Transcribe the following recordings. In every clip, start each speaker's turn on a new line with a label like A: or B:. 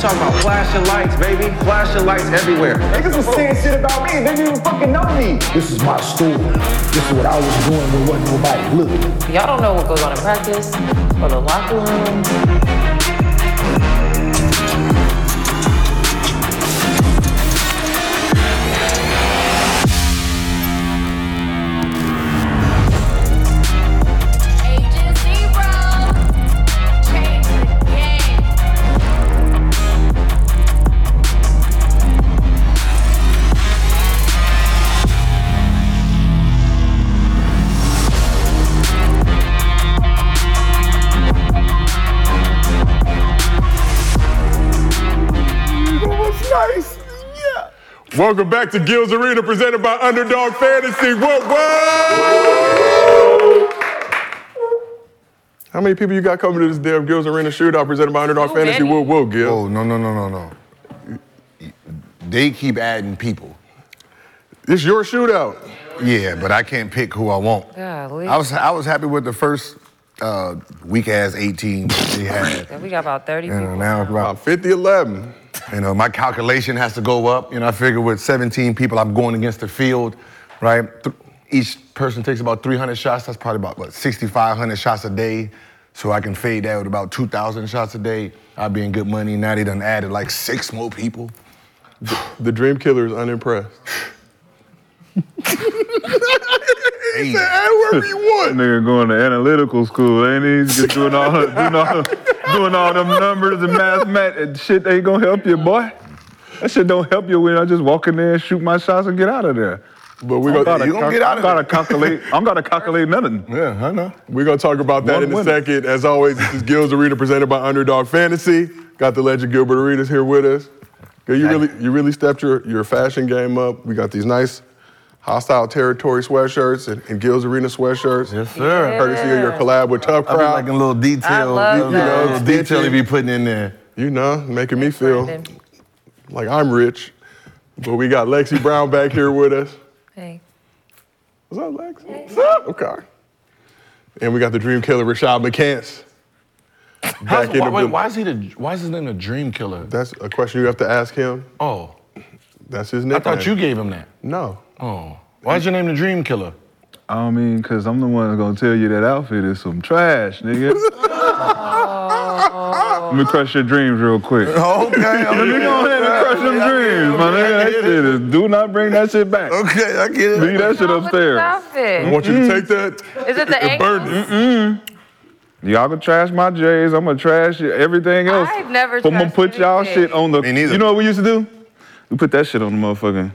A: talking about flashing lights, baby. Flashing lights everywhere.
B: Niggas was saying shit about me. They didn't even fucking know me.
C: This is my story. This is what I was doing when wasn't nobody looking.
D: Y'all don't know what goes on in practice or the locker room.
E: Agent Zero. Change the game.
F: Welcome back to Gills Arena, presented by Underdog Fantasy. What, what? How many people you got coming to this damn Gills Arena shootout presented by Underdog
D: Too
F: Fantasy?
D: many.
F: Whoa, whoa, Gil.
G: Oh, no, no, no, no, no. They keep adding people.
F: It's your shootout.
G: Yeah, but I can't pick who I want.
D: Golly.
G: I was I was happy with the first uh, weak ass 18 they had.
D: Yeah, we got about 30
G: You know,
D: people.
G: now
F: About
G: about,
F: 50 11.
G: you know, my calculation has to go up. You know, I figure with 17 people, I'm going against the field, right? Th- each person takes about 300 shots. That's probably about what 6,500 shots a day. So I can fade that with about 2,000 shots a day. I'd be in good money. Now they done added like six more people.
F: The Dream Killer is unimpressed.
G: Hey,
F: Add whoever you want.
H: Nigga going to analytical school, ain't he? He's Just doing all, doing all, doing all them numbers and mathematics and shit. Ain't gonna help you, boy. That shit don't help you when I just walk in there and shoot my shots and get out of there.
F: But we're
H: I'm
F: gonna,
H: gotta
G: you gonna
H: calc-
G: get out
H: I'm
G: of
H: gotta
G: there.
H: calculate. I'm gotta calculate nothing.
G: yeah, I know.
F: Uh-huh. we're gonna talk about that
H: One
F: in a
H: winner.
F: second. As always, this is Gills Arena presented by Underdog Fantasy. Got the legend Gilbert Arenas here with us. Gil, you really you really stepped your, your fashion game up. We got these nice hostile territory sweatshirts and, and Gills Arena sweatshirts.
G: Yes, sir.
F: Courtesy of your collab with Tough
G: I be
F: Crowd.
G: liking little details.
D: I love
G: you, you
D: that.
G: know, little detail you be putting in there.
F: you know, making me feel
D: Brandon.
F: like I'm rich. But we got Lexi Brown back here with us.
D: Hey.
F: What's up, Lex? What's up? Okay. And we got the dream killer, Rashad McCants. Back in the building.
G: is he the? Why is his name a dream killer?
F: That's a question you have to ask him.
G: Oh,
F: That's his nickname.
G: gave him that.
F: No.
G: Oh, why is your name the dream killer?
H: I don't mean, cause I'm the one that's gonna tell you that outfit is some trash, nigga. Let me crush your dreams real quick.
G: Oh, Okay,
H: Let me go ahead and crush them dreams, my nigga. That shit is. Do not bring that shit back.
G: Okay, I get
H: Leave
G: it.
H: that shit
D: What's wrong with this
H: upstairs.
F: I
D: outfit?
F: want
H: Mm-hmm.
F: you to take that.
D: Is it the
F: and burn
D: ankles?
F: it.
H: Y'all can trash my J's. I'm gonna trash y- everything else.
D: I've never
H: But I'm gonna
D: trashed
H: put y'all
D: anything.
H: shit on the.
G: Me neither.
H: You know what we used to do? We put that shit on the motherfucking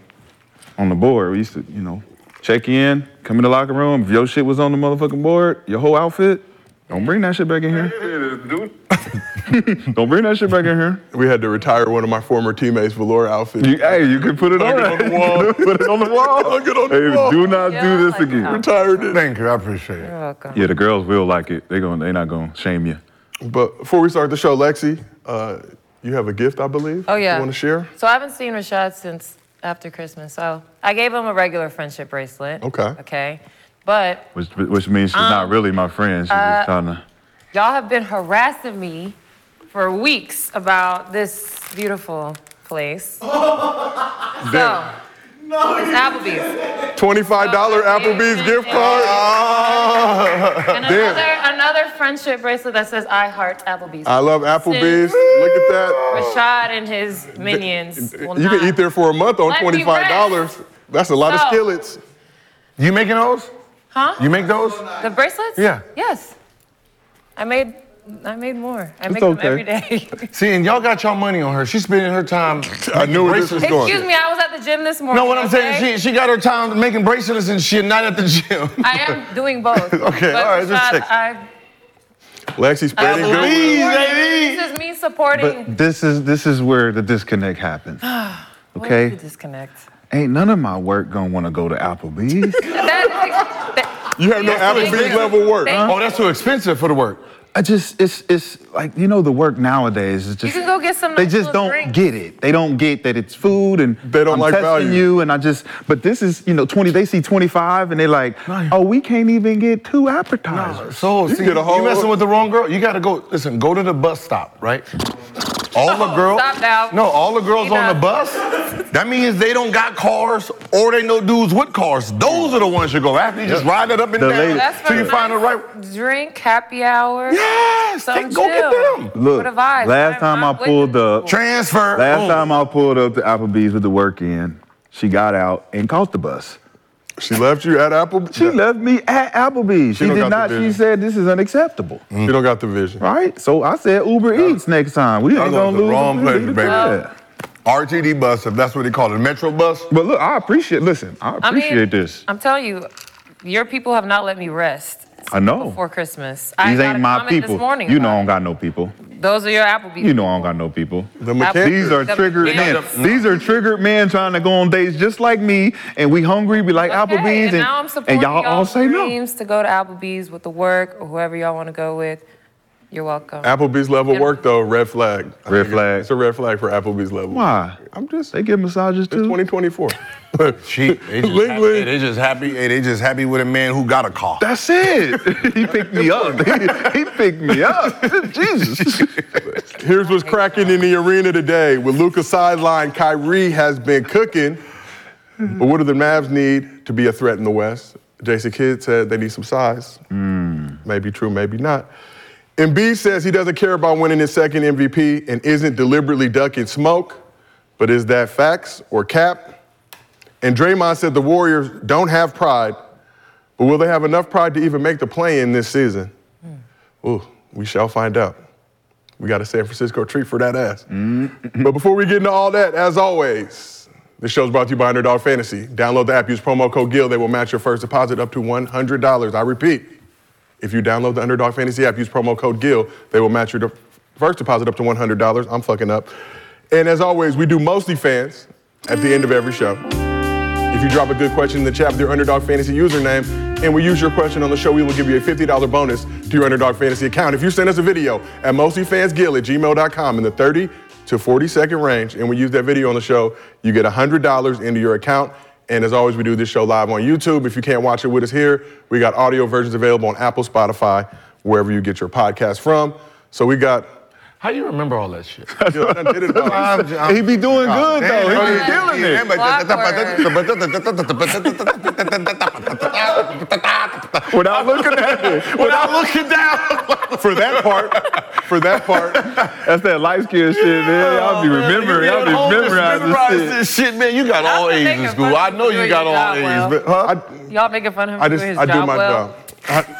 H: on the board. We used to, you know, check in, come in the locker room. If your shit was on the motherfucking board, your whole outfit, don't bring that shit back in here. don't bring that shit back in here.
F: We had to retire one of my former teammates' velour outfit.
H: You, hey, you can put it on,
F: Hang it on the wall.
H: You can put it on the wall.
F: Hang it on the
H: hey,
F: wall.
H: Do not
D: Yeah,
H: do
D: I
H: this
D: like
H: again.
D: that.
F: Retired it.
G: Thank you, I appreciate it.
D: Welcome.
H: Yeah, the girls will like it. They gonna, they not gonna shame you.
F: But before we start the show, Lexi, uh, you have a gift, I believe.
D: Oh yeah.
F: You want to share?
D: So I haven't seen Rashad since after Christmas. So I gave him a regular friendship bracelet.
F: Okay.
D: Okay. But
H: Which, which means she's not
D: Um,
H: really my friend. She's just
D: uh,
H: trying to.
D: y'all have been harassing me for weeks about this beautiful place. so it's Applebee's.
F: $25 Applebee's gift card.
D: And another, another friendship bracelet that says I heart Applebee's.
F: I love Applebee's. Look at that.
D: Rashad and his minions will
F: You
D: not.
F: can eat there for a month on
D: Let me
F: $25. That's a lot of
D: So-
F: skillets.
G: You making those?
D: Huh?
G: You make those?
D: The bracelets?
G: Yeah.
D: Yes. I made I made more. I make
H: okay.
D: them every day.
G: See, and y'all got y'all money on her. She's spending her time.
F: I knew where this was going.
D: Excuse me, I was at the gym this morning.
G: No, what I'm saying, she, she got her time making bracelets and shit, not at the gym.
D: I am doing both.
G: Okay,
D: but
G: all right, just
D: Rashad,
G: check.
D: I,
F: Lexi spreading good.
G: Please, baby.
D: this is me supporting.
H: But this is this is where the disconnect happens.
D: Where's
H: Okay,
D: the disconnect.
H: ain't none of my work gonna want to go to Applebee's.
D: That, that-
F: You have no
D: Yes,
F: Applebee's
D: ma'am.
F: level work.
D: Thank
G: Oh, that's too expensive for the work.
H: I just it's it's like you know the work nowadays is just
D: can go get some
H: They
D: nice
H: just
D: little
H: don't
D: drink.
H: get it. They don't get that it's food and
F: They don't
H: I'm
F: like
H: testing
F: value.
H: you and I just but this is you know 20 they see 25 and they like oh we can't even get two appetizers.
G: So,
F: You
G: see,
F: get a whole-
G: you messing with the wrong girl. You gotta go, listen, go to the bus stop, right? All the girls.
D: Stop now.
G: No, all the girls on the
D: Enough.
G: bus. That means they don't got cars, or they know dudes with cars. Those are the ones you go after. You just ride it up and
H: The
G: down
H: lady-
D: That's for
G: till you find the
D: nice
G: right.
D: Drink, happy hour.
G: Yes,
D: Some
G: take- go get
D: chill.
G: them.
H: Look,
D: What a vibe.
H: last
D: I'm
H: time I
D: not with
H: pulled
D: the
H: up,
G: Transfer.
H: last
G: Boom.
H: time I pulled up to Applebee's with the work in, she got out and caught the bus.
F: She left you at Apple.
H: She left me at Applebee's.
F: She
H: She
F: don't
H: did
F: got
H: not.
F: the
H: She
F: business.
H: said this is unacceptable.
G: Mm.
F: You don't got the vision.
H: Right? So I said Uber Eats next time. We
G: Y'all
H: ain't
G: going
H: gonna
G: to the
H: lose.
G: wrong
H: we
G: place,
H: leave it
G: baby.
H: at that.
G: RTD bus, if that's what they call it, Metro bus.
H: But look, I appreciate. Listen, I
D: I mean,
H: appreciate this.
D: I'm telling you, your people have not let me rest
H: I know.
D: before Christmas. I
H: Oh. These
D: got
H: ain't
D: a
H: my
D: comment this
H: people.
D: morning
H: You
D: about
H: know I don't
D: it.
H: got no people.
D: Those are your Applebee's.
H: You know I don't got no people.
F: The mechanic.
H: These are
D: The
H: triggered men.
D: mechanic.
H: These are triggered men trying to go on dates just like me, and we hungry. We like
D: Okay,
H: Applebee's,
D: and,
H: and,
D: now I'm
H: and
D: supporting
H: y'all all
D: y'all's
H: say no.
D: dreams to go to Applebee's with the work or whoever y'all want to go with. You're welcome.
F: Applebee's level
D: Yeah.
F: work though, red flag.
H: Red flag.
F: It's a red flag for Applebee's level.
H: Why?
F: I'm just.
H: They
F: It's
H: give massages too.
F: 2024.
G: She, they just,
F: Ling,
G: happy,
F: ling.
G: they just happy. Hey, they just happy with a man who got a car.
H: That's it. he picked me up. he picked me up. Jesus.
F: Here's what's cracking in the arena today. With Luca sideline, Kyrie has been cooking. But what do the Mavs need to be a threat in the West? Jason Kidd said they need some size. Maybe true, maybe not. Embiid says he doesn't care about winning his second MVP and isn't deliberately ducking smoke. But is that facts or cap? And Draymond said the Warriors don't have pride, but will they have enough pride to even make the play in this season? Ooh, we shall find out. We got a San Francisco treat for that ass. but before we get into all that, as always, this show's brought to you by Underdog Fantasy. Download the app, use promo code GIL. They will match your first deposit up to $100. I repeat, if you download the Underdog Fantasy app, use promo code GIL. They will match your de- first deposit up to $100. I'm fucking up. And as always, we do mostly fans at the end of every show. If you drop a good question in the chat with your Underdog Fantasy username, and we use your question on the show, we will give you a $50 bonus to your Underdog Fantasy account. If you send us a video at mostlyfansgill at gmail.com in the 30 to 40 second range, and we use that video on the show, you get $100 into your account. And as always, we do this show live on YouTube. If you can't watch it with us here, we got audio versions available on Apple, Spotify, wherever you get your podcast from. So we got.
G: How you remember all that shit?
F: Yo, I done did it all.
H: he be doing
G: Oh,
H: good though. He be killing it. Without looking at it.
G: Without looking down.
F: for that part, for that part,
H: That's that life skill shit, man. I'll be remembering. I'll be memorizing shit.
G: this shit, man. You got
D: That's
G: all
D: what
G: A's
D: they
G: in
D: can
G: school.
D: fucking
G: I know
D: do
G: you
D: your
G: got all
D: job
G: A's,
D: well.
G: but
F: huh?
D: Y'all making fun of him
F: I, I
D: for
F: just
D: doing his
F: I do
D: job
F: my
D: well.
F: job.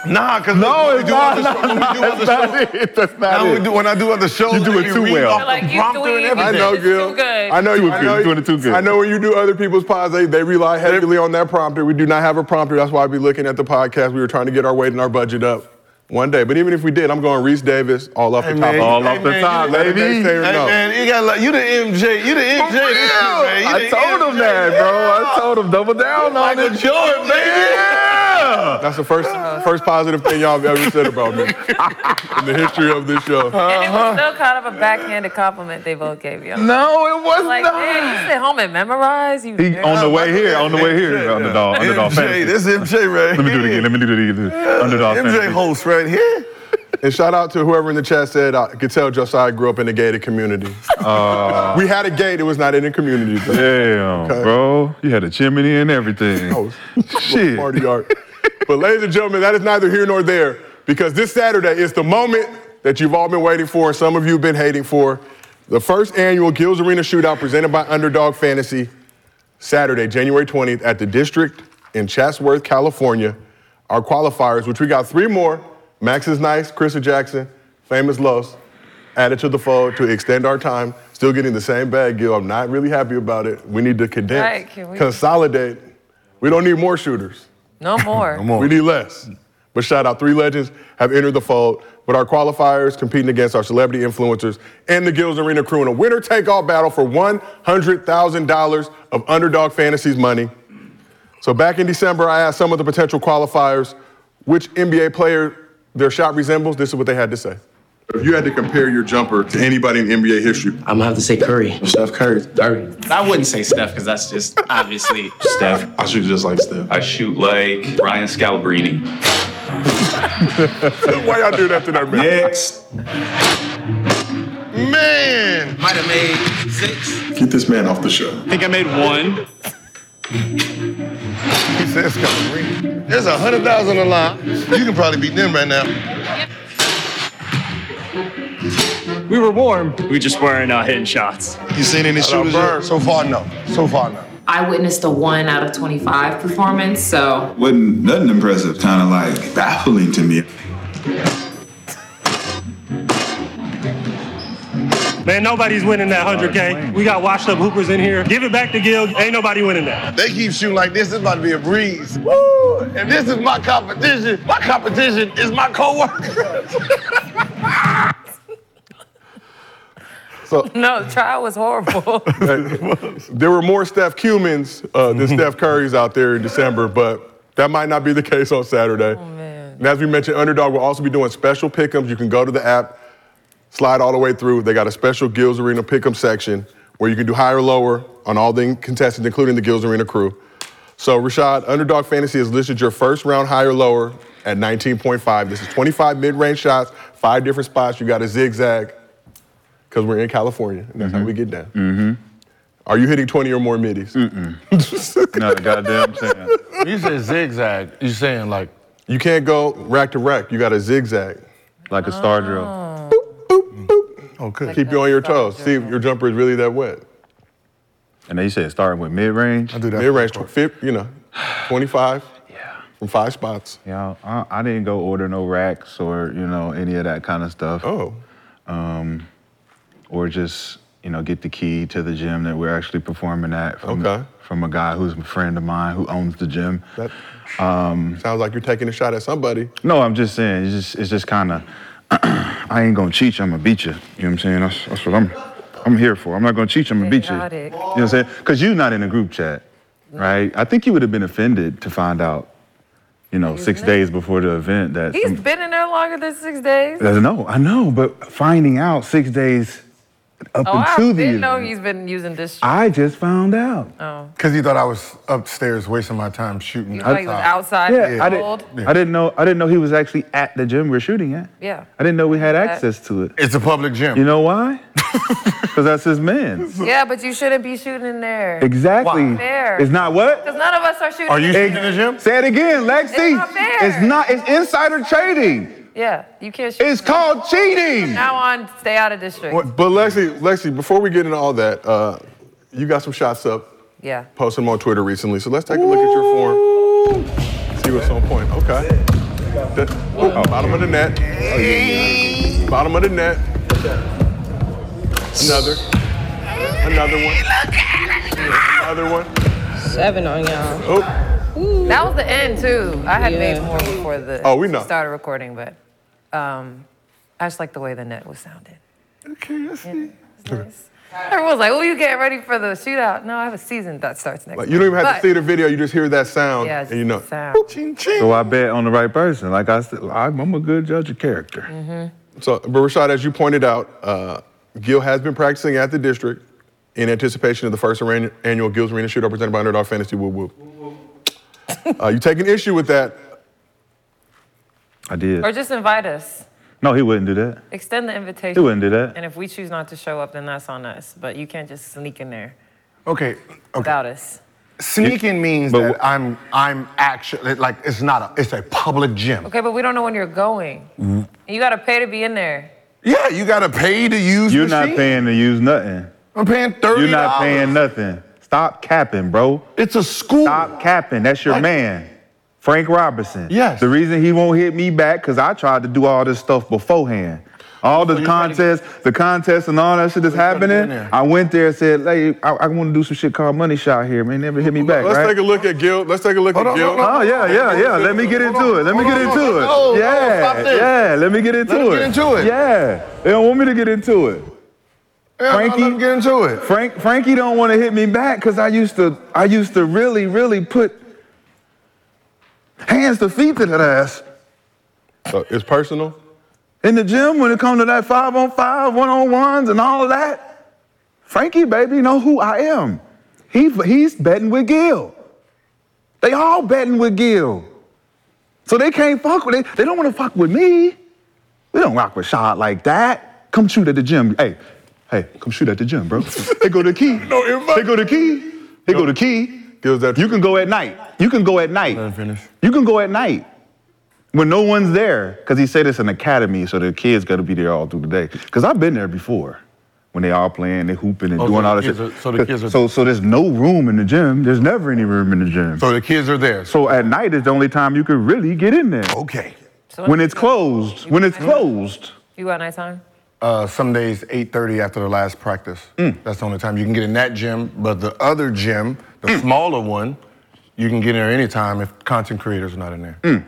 G: nah, cause no,
H: it's not.
G: That's
H: That's not it. That's not
G: Now
H: it.
G: we do when I do other shows.
H: You do
G: and
H: it too
G: read
H: well.
G: off the
D: Like, you
G: prompter and
D: tweet.
G: everything.
F: I know,
D: It's
F: Gil.
D: too good.
F: I know
H: Too
F: you.
H: good.
F: I know
H: You're doing it too good.
F: I know when you do other people's pods, they, they rely heavily on that prompter. We do not have a prompter. That's why I be looking at the podcast. We were trying to get our weight and our budget up one day. But even if we did, I'm going Reese Davis all off the top.
G: man,
H: All
G: Hey,
H: off the
G: man,
H: top,
G: you let
F: it
H: baby.
F: make sense.
G: Hey
F: No.
G: man, you got like you the MJ, you the MJ.
H: For
G: This shit,
H: real.
G: man. You
H: I
G: the
H: told him
G: MJ.
H: that, bro. I told him double down on
G: Michael
H: it.
G: Jordan, baby.
F: That's the first first positive thing y'all have ever said about me in the history of this show.
D: And it was still kind of a backhanded compliment they both gave you.
H: No, it was
D: Like, man, you sit home and memorize. You
H: He
D: nerd.
H: on the way here, on the way here,
G: Yeah.
H: underdog, underdog
G: MJ,
H: fantasy.
G: this MJ right
H: Let me do it again. Let me do it again. Underdog
G: MJ
H: fantasy.
G: host right here.
F: And shout out to whoever in the chat said I could tell Josiah grew up in a gated community.
H: Uh.
F: we had a gate. It was not in a community. though.
H: Damn, bro. You had a chimney and everything.
F: Oh,
H: Shit.
F: Party art. But ladies and gentlemen, that is neither here nor there because this Saturday is the moment that you've all been waiting for and some of you have been hating for. The first annual Gills Arena Shootout presented by Underdog Fantasy, Saturday, January 20th at the District in Chatsworth, California. Our qualifiers, which we got three more, Max is Nice, Krista Jackson, Famous Los, added to the fold to extend our time. Still getting the same bag, Gil. I'm not really happy about it. We need to condense,
D: Right, can we-
F: consolidate. We don't need more shooters.
D: No more.
G: Come on.
F: We need less. But shout out, three legends have entered the fold. But our qualifiers competing against our celebrity influencers and the Gills Arena crew in a winner take all battle for $100,000 of underdog fantasies money. So back in December, I asked some of the potential qualifiers which NBA player their shot resembles. This is what they had to say. If you had to compare your jumper to anybody in NBA history,
I: I'm gonna have to say Curry. Steph Curry. Curry. I wouldn't say Steph because that's just obviously Steph.
J: I shoot just like Steph. I shoot like Ryan Scalabrine.
F: why y'all do that to that man?
H: Next.
G: Man.
I: Might have made six.
F: Get this man off the show.
J: I think I made one.
G: He says Scalabrine. There's a hundred thousand on the line. You can probably beat them right now.
I: We were warm.
J: We just weren't uh, hitting shots.
G: You seen any shooters? yet? So far, no. So far, no.
D: I witnessed a one out of 25 performance, so
K: Wasn't nothing impressive, kind of like baffling to me.
I: Man, nobody's winning that 100K. We got washed up hoopers in here. Give it back to Gil. Ain't nobody winning that.
G: They keep shooting like this. It's about to be a breeze. Woo! And this is my competition. My competition is my coworkers.
D: no, the trial was horrible.
F: There were more Steph Cumans uh, than Steph Currys out there in December, but that might not be the case on Saturday. Oh,
D: man.
F: And as we mentioned, Underdog will also be doing special pick'ems. You can go to the app, slide all the way through. They got a special Gills Arena pick'em section where you can do higher or lower on all the contestants, including the Gills Arena crew. So, Rashad, Underdog Fantasy has listed your first round higher or lower at 19.5. This is 25 mid-range shots, five different spots. You got a zigzag because we're in California, and that's how we get down. Are you hitting 20 or more middies?
H: Not a goddamn chance.
G: you said zigzag. You saying like
F: You can't go rack to rack. You got to zigzag.
H: Like a star drill.
G: okay?
F: Keep you on your toes. See if your jumper is really that wet.
H: And then you said starting with mid range.
G: do that.
F: Mid range, you know, 25
H: Yeah.
F: from five spots.
H: Yeah, I, I didn't go order no racks or you know any of that kind of stuff.
F: Oh,
H: Or just you know get the key to the gym that we're actually performing at from
F: Okay.
H: from a guy who's a friend of mine who owns the gym.
F: that
G: Um,
F: sounds like you're taking a shot at somebody.
H: No, I'm just saying it's just it's just kind of I ain't gonna cheat you. I'm gonna beat you. You know what I'm saying? That's, that's what I'm I'm here for. I'm not gonna cheat you. I'm gonna beat you. You
D: Chaotic.
H: know what I'm saying? Cause you're not in a group chat, right? I think you would have been offended to find out, you know, six days before the event that some-
D: He's been in there longer than six days.
H: I know, I know, but finding out six days up
D: Oh, I
H: until the
D: didn't know Oh,
H: event,
D: he's been using this. Sh-
H: I just found out.
G: Because he thought I was upstairs wasting my time shooting.
D: you know he was outside
H: yeah,
D: in
H: I
D: the
H: didn't.
D: cold.
H: I didn't know. I didn't know he was actually at the gym we're shooting at.
D: Yeah.
H: I didn't know we had
D: That-
H: access to it.
G: It's a public gym.
H: You know why? Because that's his man.
D: Yeah, but you shouldn't be shooting in there. Because
H: Exactly.
G: Why?
D: Fair.
H: It's not what.
D: none of us are shooting.
G: Are you
D: in
G: shooting
D: there.
G: in the gym?
H: Say it again, Lexi.
D: It's not fair.
H: It's not- it's insider trading.
D: Yeah, you can't shoot.
H: It's
D: in there.
H: called cheating.
D: Now on, stay out of district.
F: But Lexi, Lexi, before we get into all that, uh, you got some shots up.
D: Yeah.
F: Posted them on Twitter recently, so let's take a look at your form. See what's on point. Okay. That- ooh, bottom of the net. Bottom of the net. Another. Another one. Another one.
L: Seven on y'all.
F: Oh,
D: That was the end too. I had made
L: Yeah.
D: more before the
F: Oh, we know.
D: started recording, but um, I just like the way the net was sounding. Okay, I see. nice. Everyone's like, "Oh, you getting ready for the shootout?" No, I have a season that starts next.
F: like, you don't even have to
D: But-
F: see the video. You just hear that sound,
D: Yeah,
F: and you know.
D: sound.
F: Ching, ching.
H: So I bet on the right person. Like I said, I'm I'm a good judge of character.
F: So, but Rashad, as you pointed out, uh, Gil has been practicing at the district in anticipation of the first arran- annual Gil's Arena Shootout presented by Underdog Fantasy. Woo woo. Uh, you take an issue with that?
H: I did.
D: Or just invite us.
H: No, he wouldn't do that.
D: Extend the invitation.
H: He wouldn't do that.
D: And if we choose not to show up, then that's on us. But you can't just sneak in there
G: Okay. Okay.
D: without us.
G: Sneaking means
H: But
G: that
H: wh-
G: I'm I'm actually like it's not a it's a public gym.
D: Okay, but we don't know when you're going.
H: Mm-hmm.
D: And you gotta pay to be in there.
G: Yeah, you gotta pay to use.
H: You're
G: the
H: not
G: machine.
H: paying to use nothing.
G: I'm paying thirty.
H: You're not paying nothing. Stop capping, bro.
G: It's a school.
H: Stop capping. That's your
G: Like-
H: man, Frank Robinson.
G: Yes.
H: The reason he won't hit me back because I tried to do all this stuff beforehand. All the
G: you tried to-
H: contests, the contests and all that shit that's
G: So you tried to get in
H: happening.
G: there.
H: I went there and said, like, I, I want to do some shit called Money Shot here, man. Never hit me back,
F: Let's
H: right?
F: take a look at Gil. Let's take a look
G: Hold
F: at
G: on,
F: Gil.
G: hold on,
H: Oh yeah, yeah, yeah. Let me get into it. Let me get into it.
G: No, no, stop
H: yeah,
G: this.
H: yeah. Let me get into
G: Let
H: it.
G: us get into it.
H: Yeah. They don't want me to get into it.
G: Yeah,
H: Frankie-
G: let him get into it.
H: Frank Frankie don't want to hit me back because I used to I used to really really put hands to feet to that ass
F: So Uh, it's personal.
H: in the gym when it comes to that five on five one on ones and all of that. Frankie baby know who I am. He he's betting with Gil. They all betting with Gil. So they can't fuck with it. They don't want to fuck with me. We don't rock with Shad like that. Come shoot at the gym. Hey, hey, come shoot at the gym, bro. they go to the key. No invite. They go to the key. They go to the key. you can go at night. You can go at night. You can go at night. When no one's there, because he said it's an academy, so the kids got to be there all through the day. Because I've been there before, when they all playing, they hooping and
G: Oh, so
H: doing
G: the
H: all that
G: kids
H: shit.
G: are- so the kids are-
H: so, so there's no room in the gym. There's never any room in the gym.
G: So the kids are there.
H: So at night is the only time you can really get in there.
G: Okay.
H: when it's closed. When it's closed.
D: You go out nighttime?
G: Uh, some days 8:30 after the last practice.
H: Mm.
G: That's the only time you can get in that gym. But the other gym, the
H: Mm.
G: smaller one, you can get in there anytime if content creators are not in there.
H: Mm.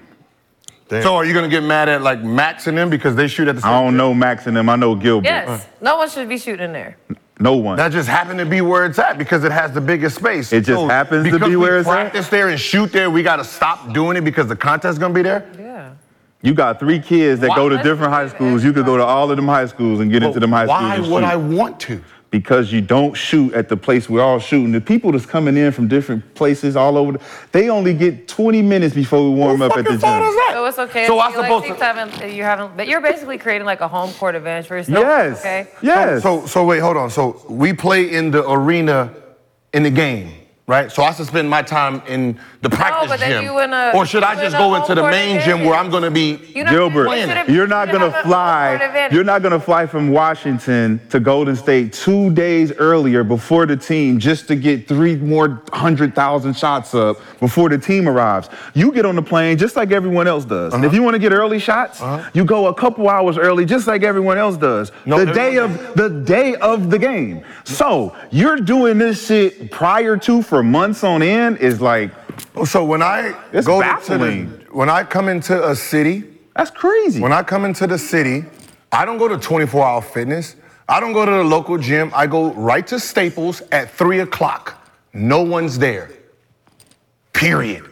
G: So are you gonna get mad at like Max and them because they shoot at the? Same
H: I don't know Max and them. I know Gilbert.
D: Yes. No one should be shooting in there.
H: No one.
G: That just happened to be where it's at because it has the biggest space.
H: It just happens to
G: because
H: be
G: we
H: where it's at?
G: Practice there and shoot there. We gotta stop doing it because the content's gonna be there.
D: Yeah.
H: You got three kids that
G: Why-
H: go to different high schools. You could go to all of them high schools and get into them high
G: why
H: schools. and
G: would
H: shoot.
G: I want to?
H: Because you don't shoot at the place we're all shooting. The people that's coming in from different places all over, the, they only get 20 minutes before we warm up at the gym.
D: So it's okay.
G: So
D: if
G: I
D: you
G: supposed
D: like,
G: to-
D: Haven't, you haven't, but you're basically creating like a home court advantage for yourself.
G: Yes.
D: Okay.
H: Yes.
G: So, so so wait, hold on. So we play in the arena in the game, right? So I should spend my time in the practice
D: but then
G: gym.
D: you in a-
G: or should I
D: you
G: just
D: in a
G: go into
D: home
G: the
D: court
G: main gym where I'm gonna be
D: You know,
H: Gilbert,
D: you should've-
H: you're not
D: you should've had a
H: gonna
D: home court
H: fly.
D: advantage.
H: You're not gonna fly from Washington to Golden State two days earlier before the team just to get three more hundred thousand shots up before the team arrives. You get on the plane just like everyone else does.
G: Uh-huh.
H: And if you want to get early shots, you go a couple hours early just like everyone else does.
G: No,
H: the day
G: everyone-
H: of the day of the game. So you're doing this shit prior to for months on end is like
G: So when I
H: It's
G: go
H: baffling.
G: to the, when I come into a city,
H: that's crazy.
G: when I come into the city, I don't go to 24 hour fitness. I don't go to the local gym. I go right to Staples at three o'clock. No one's there. Period.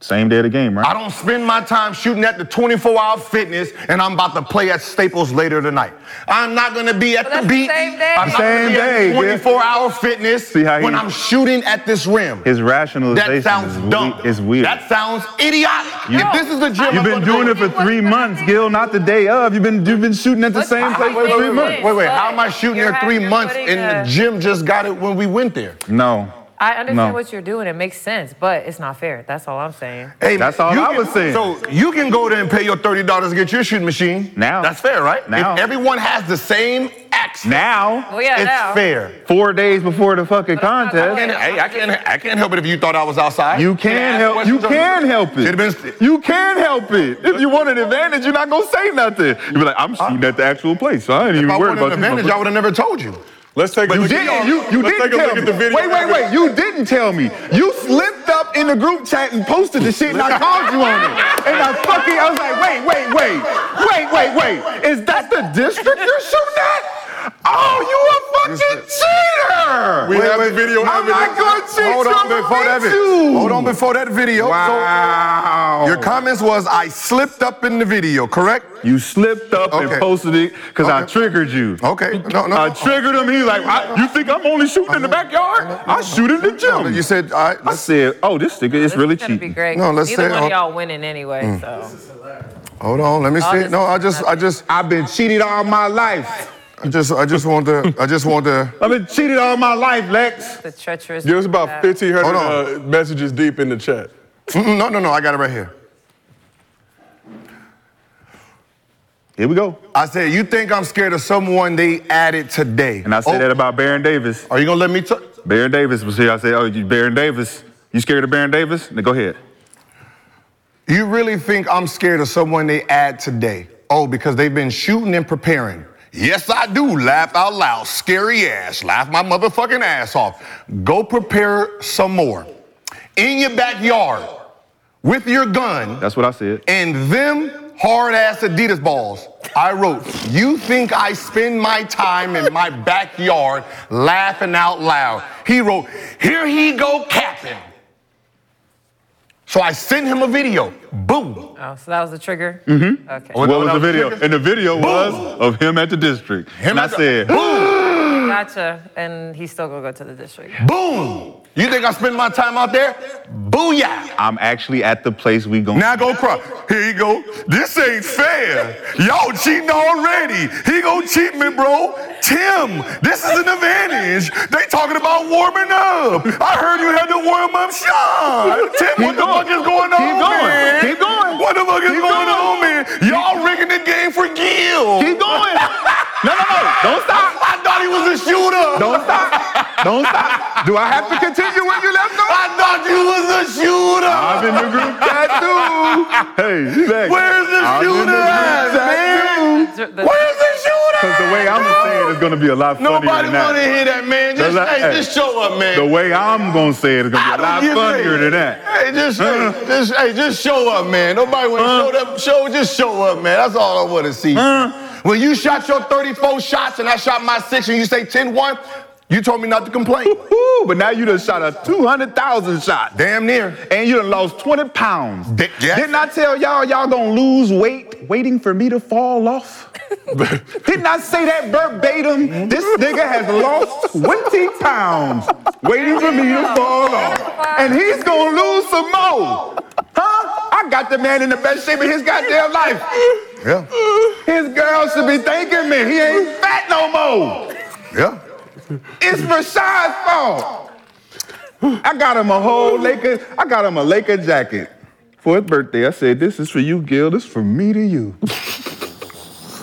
H: Same day of the game, right?
G: I don't spend my time shooting at the 24 hour fitness and I'm about to play at Staples later tonight. I'm not gonna be at
D: Well, that's
G: the
D: the
G: beach.
D: same day.
G: I'm not
H: Same
G: gonna be
H: day, yeah.
G: at 24 hour fitness
H: See how he-
G: when I'm shooting at this rim.
H: His rationalization
G: That sounds
H: is, we-
G: dumb.
H: is weird.
G: That sounds idiotic.
H: You-
G: if this is the gym,
H: You've
G: I'm
H: been
G: gonna
H: doing
G: go
H: it for
G: to.
H: three months, Gil, not the day of. You've been you've been shooting at the
D: What's
H: same
D: the
H: place for
D: point
H: three
D: of
H: months.
D: it?
G: Wait, wait, how am I shooting
D: You're
G: there three
D: having- you're
G: months
D: putting
G: and the
D: a-
G: gym just got it when we went there?
H: No.
D: I understand
H: No.
D: what you're doing. It makes sense, but it's not fair. That's all I'm saying.
G: Hey,
H: That's all
G: you
H: I
G: can-
H: was saying.
G: So you can go there and pay your thirty dollars to get your shooting machine.
H: Now.
G: that's fair, right?
H: Now.
G: if everyone has the same access,
H: Now,
D: Well, yeah,
G: it's
D: now.
G: fair.
H: four days before the fucking
G: And,
H: contest,
G: hey, I can't, I can't help it if you thought I was outside.
H: you can help. You can help
G: Should've
H: it.
G: been-
H: You can help it. If you want an advantage, you're not gonna say nothing. You be like, I'm shooting at the actual place, so I ain't
G: If
H: even
G: I
H: worried
G: wanted
H: about
G: an advantage, I
H: this.
G: would have never told you.
F: Let's take a
H: You
F: look
H: didn't.
F: at
H: You, you
F: Let's
H: didn't
F: take a
H: tell
F: look
H: me.
F: at the video.
H: Wait, wait,
F: evidence.
H: wait. You didn't tell me. You slipped up in the group chat and posted the shit, and I called you on it. And I fucking, I was like, wait, wait, wait, wait, wait, wait. Is that the district you're shooting at? Oh, you a fucking cheater!
F: We have the
G: Oh
F: video
H: I'm not
F: evidence.
H: gonna cheat.
G: Hold on
H: Trevor
G: before that
H: Reed
G: video.
H: you.
G: Hold on before that video.
H: Wow.
G: So your comments was I slipped up in the video, correct?
H: You slipped up and
G: Okay.
H: posted it because I
G: Okay.
H: triggered you.
G: Okay. No, no.
H: I triggered him. He's like, I, you think I'm only shooting in the backyard? I shoot in the
G: No,
H: gym.
G: you said all right,
H: I
G: let's-
H: said, oh, this nigga is
D: This
H: really
D: is gonna be
H: cheating.
D: great.
G: No, let's
D: Neither
G: say-
D: one of y'all winning anyway. So
G: Hold on, let me
D: Oh,
G: see.
D: this
G: No,
D: is
G: I just, I just,
H: I've been cheated all my life.
G: I just, I just want to, I just want to.
H: I've been cheated all my life, Lex.
D: the treacherous.
F: It was about
D: Uh,
F: 1,500
G: Hold
F: uh, messages deep in the chat.
G: Mm-mm, No, no, no. I got it right here.
H: Here we go.
G: I said, you think I'm scared of someone they added today?
H: And I said
G: Oh,
H: that about Baron Davis.
G: Are you gonna let me talk?
H: Baron Davis was here. I said, oh, you Baron Davis. You scared of Baron Davis? Now go ahead.
G: You really think I'm scared of someone they add today? Oh, because they've been shooting and preparing. Yes, I do. Laugh out loud. Scary ass. Laugh my motherfucking ass off. Go prepare some more. In your backyard with your gun
H: That's what I said.
G: and them hard ass Adidas balls. I wrote, You think I spend my time in my backyard laughing out loud? He wrote, Here he go capping. So I sent him a video. Boom.
D: Oh, so that was the trigger. Mm-hmm. Okay.
H: What
G: that
H: was the
G: was
H: video?
G: triggered.
H: And the video
G: Boom.
H: was of him at the district.
G: Him
H: and I
G: at the-
H: said,
D: Gotcha. And he's still gonna go to the district.
G: Boom. You think I spend my time out there? Booyah!
H: I'm actually at the place we going.
G: Now go cry. Here you go. This ain't fair. Y'all cheating already. He gonna cheat me, bro. Tim, this is an advantage. They talking about warming up. I heard you had to warm up Sean. Tim, what the fuck is going on,
H: Keep going.
G: man?
H: Keep going.
G: What the fuck is
H: Keep
G: going,
H: going.
G: on, man? Y'all rigging the game for Gil.
H: Keep going. No, no, no. Don't stop.
G: I thought he was a shooter.
H: Don't stop. Don't stop. Do I have to continue where you left off?
G: I thought you was a shooter.
H: I'm in the group tattoo. Hey, relax.
G: Where's the
H: I'm in
G: shooter
H: the
G: at,
H: group
G: man? Where's the shooter?
H: Because the way I'm gonna say it is gonna be a lot funnier
G: Nobody
H: than that.
G: want to hear that, man.
H: The
G: Just,
H: la-
G: hey,
H: hey,
G: just show up, man.
H: The way I'm gonna say it is
G: I
H: gonna
G: don't
H: be a lot
G: give a-
H: funnier than that.
G: Hey, just,
H: Huh?
G: hey, just, hey, just show up, man. Nobody want to
H: Huh?
G: show up. Show, just show up, man. That's all I want to see.
H: Huh?
G: When you shot your 34 shots and I shot my six, and you say 10-1, you told me not to complain.
H: Woo, but now you done shot a 200,000 shot.
G: Damn near.
H: And you done lost 20 pounds.
G: Dick, yeah.
H: Didn't I tell y'all y'all gonna lose weight waiting for me to fall off? Didn't I say that verbatim? This nigga has lost 20 pounds waiting for me to fall off. And he's gonna lose some more. Huh? I got the man in the best shape of his goddamn life.
G: Yeah,
H: His girl should be thanking me. He ain't fat no more.
G: yeah.
H: It's Rashad's fault. I got him a whole Laker. I got him a Laker jacket for his birthday. I said, "This is for you, Gil. This is from me to you.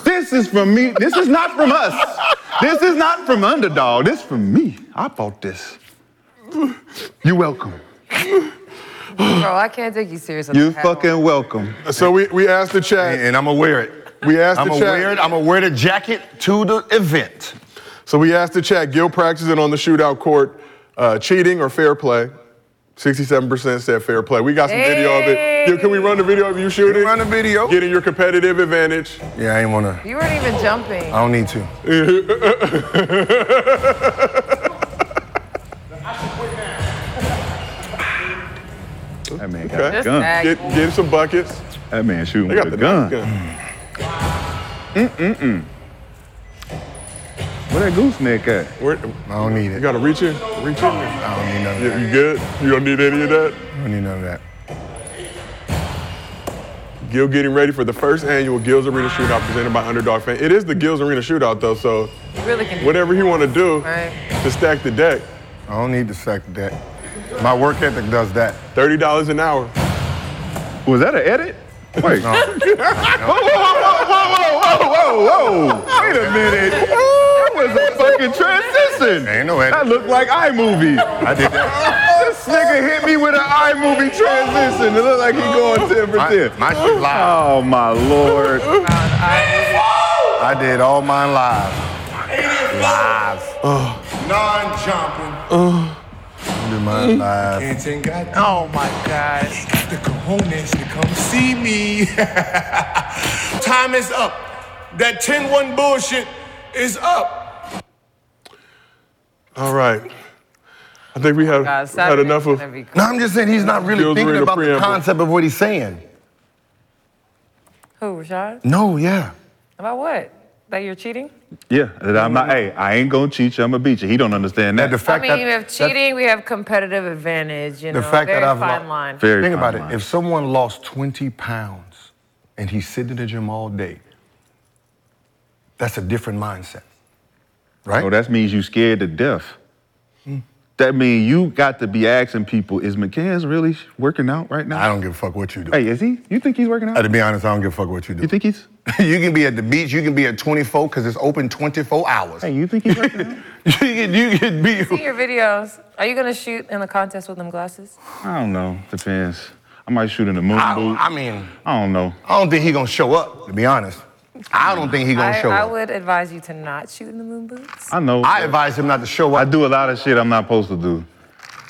H: this is from me. This is not from us. This is not from Underdog. This is from me. I bought this. You're welcome.
D: Bro, I can't take you serious.
H: You fucking welcome.
F: So we, we asked the
G: And,
F: chat.
G: and I'ma wear it.
F: We asked
G: I'ma
F: the chat.
G: wear it. I'ma wear the jacket to the event.
F: So we asked the chat, Gil practicing on the shootout court, uh, cheating or fair play? 67% said fair play. We got some video of it. Gil, can we run the video of you shooting?
G: Run the video.
F: Getting your competitive advantage.
G: Yeah, I ain't wanna.
D: You weren't even jumping.
G: I don't need to.
H: That man got
F: Okay.
H: a gun.
D: that.
F: Get, get some buckets.
H: That man shooting
F: They got
H: with
F: the
H: a
F: gun.
H: gun. Where that gooseneck at?
F: Where,
G: I don't need
F: you
G: it.
F: gotta reach in. Reach in.
G: I don't need none of
F: You,
G: that.
F: you good? You don't need any of that?
G: I don't need none of that.
F: Gil getting ready for the first annual Gil's Arena Shootout presented by Underdog Fan. It is the Gil's Arena Shootout though, so
D: You really can.
F: whatever he wanna do
D: Right.
F: to stack the deck,
G: I don't need to suck that. My work ethic does that.
F: $30 an hour.
H: Was that an edit? Wait.
G: No.
H: Whoa, whoa, whoa, whoa, whoa, whoa, whoa, whoa. Wait a minute. That was a fucking transition.
G: Ain't no edit.
H: That looked like iMovie.
G: I did that.
H: this nigga hit me with an iMovie transition. It looked like he going 10 for
G: My,
H: 10.
G: my shit live.
H: Oh, my Lord.
G: I did all mine live. Live. Non-jumping.
M: Uh.
G: I did mine
M: Mm.
G: live.
M: Anton got Oh my God. He got the cojones to come see me. Time is up. That 10-1 bullshit is up.
F: All right. I think we had,
D: God,
F: had
D: Saturday's
F: enough of
D: gonna be
G: No, I'm just saying he's not really
F: Gil's
G: thinking
F: reading the
G: about the
F: preamble.
G: concept of what he's saying.
D: Who, Rashad?
G: No, yeah.
D: About what? That you're cheating?
H: Yeah, that I'm not, hey, I ain't gonna cheat you, I'm gonna beat you. He don't understand
G: And
H: that.
G: the
D: I
G: fact
D: mean,
G: that,
D: we have
G: that-
D: cheating, we have competitive advantage, you
G: The
D: know,
G: fact that
D: very
G: I've
D: fine
G: lo-
D: line.
H: Very
G: Think about
H: fine line.
G: it. If someone lost 20 pounds and he's sitting in the gym all day, that's a different mindset, right? Hmm.
H: Oh, that means you scared to death. That means you got to be asking people, is McCann's really sh- working out right
G: I
H: now?
G: don't give a fuck what you do.
H: Hey, is he? You think he's working
G: Uh,
H: out?
G: to be honest, I don't give a fuck what you do.
H: You think he's?
G: you can be at the beach, you can be at 24 because it's open 24 hours.
H: Hey, you think he's working out?
G: you, can, you can be.
D: See your videos. Are you gonna shoot in the contest with them glasses?
H: I don't know. Depends. I might shoot in the moon
G: I,
H: boot.
G: I mean,
H: I don't know.
G: I don't think he gonna show up. To be honest, I don't think he gonna
D: I,
G: show
D: I
G: up.
D: would advise you to not shoot in the moon boots.
H: I know.
G: I advise him not to show
H: I
G: up.
H: do a lot of shit I'm not supposed to do.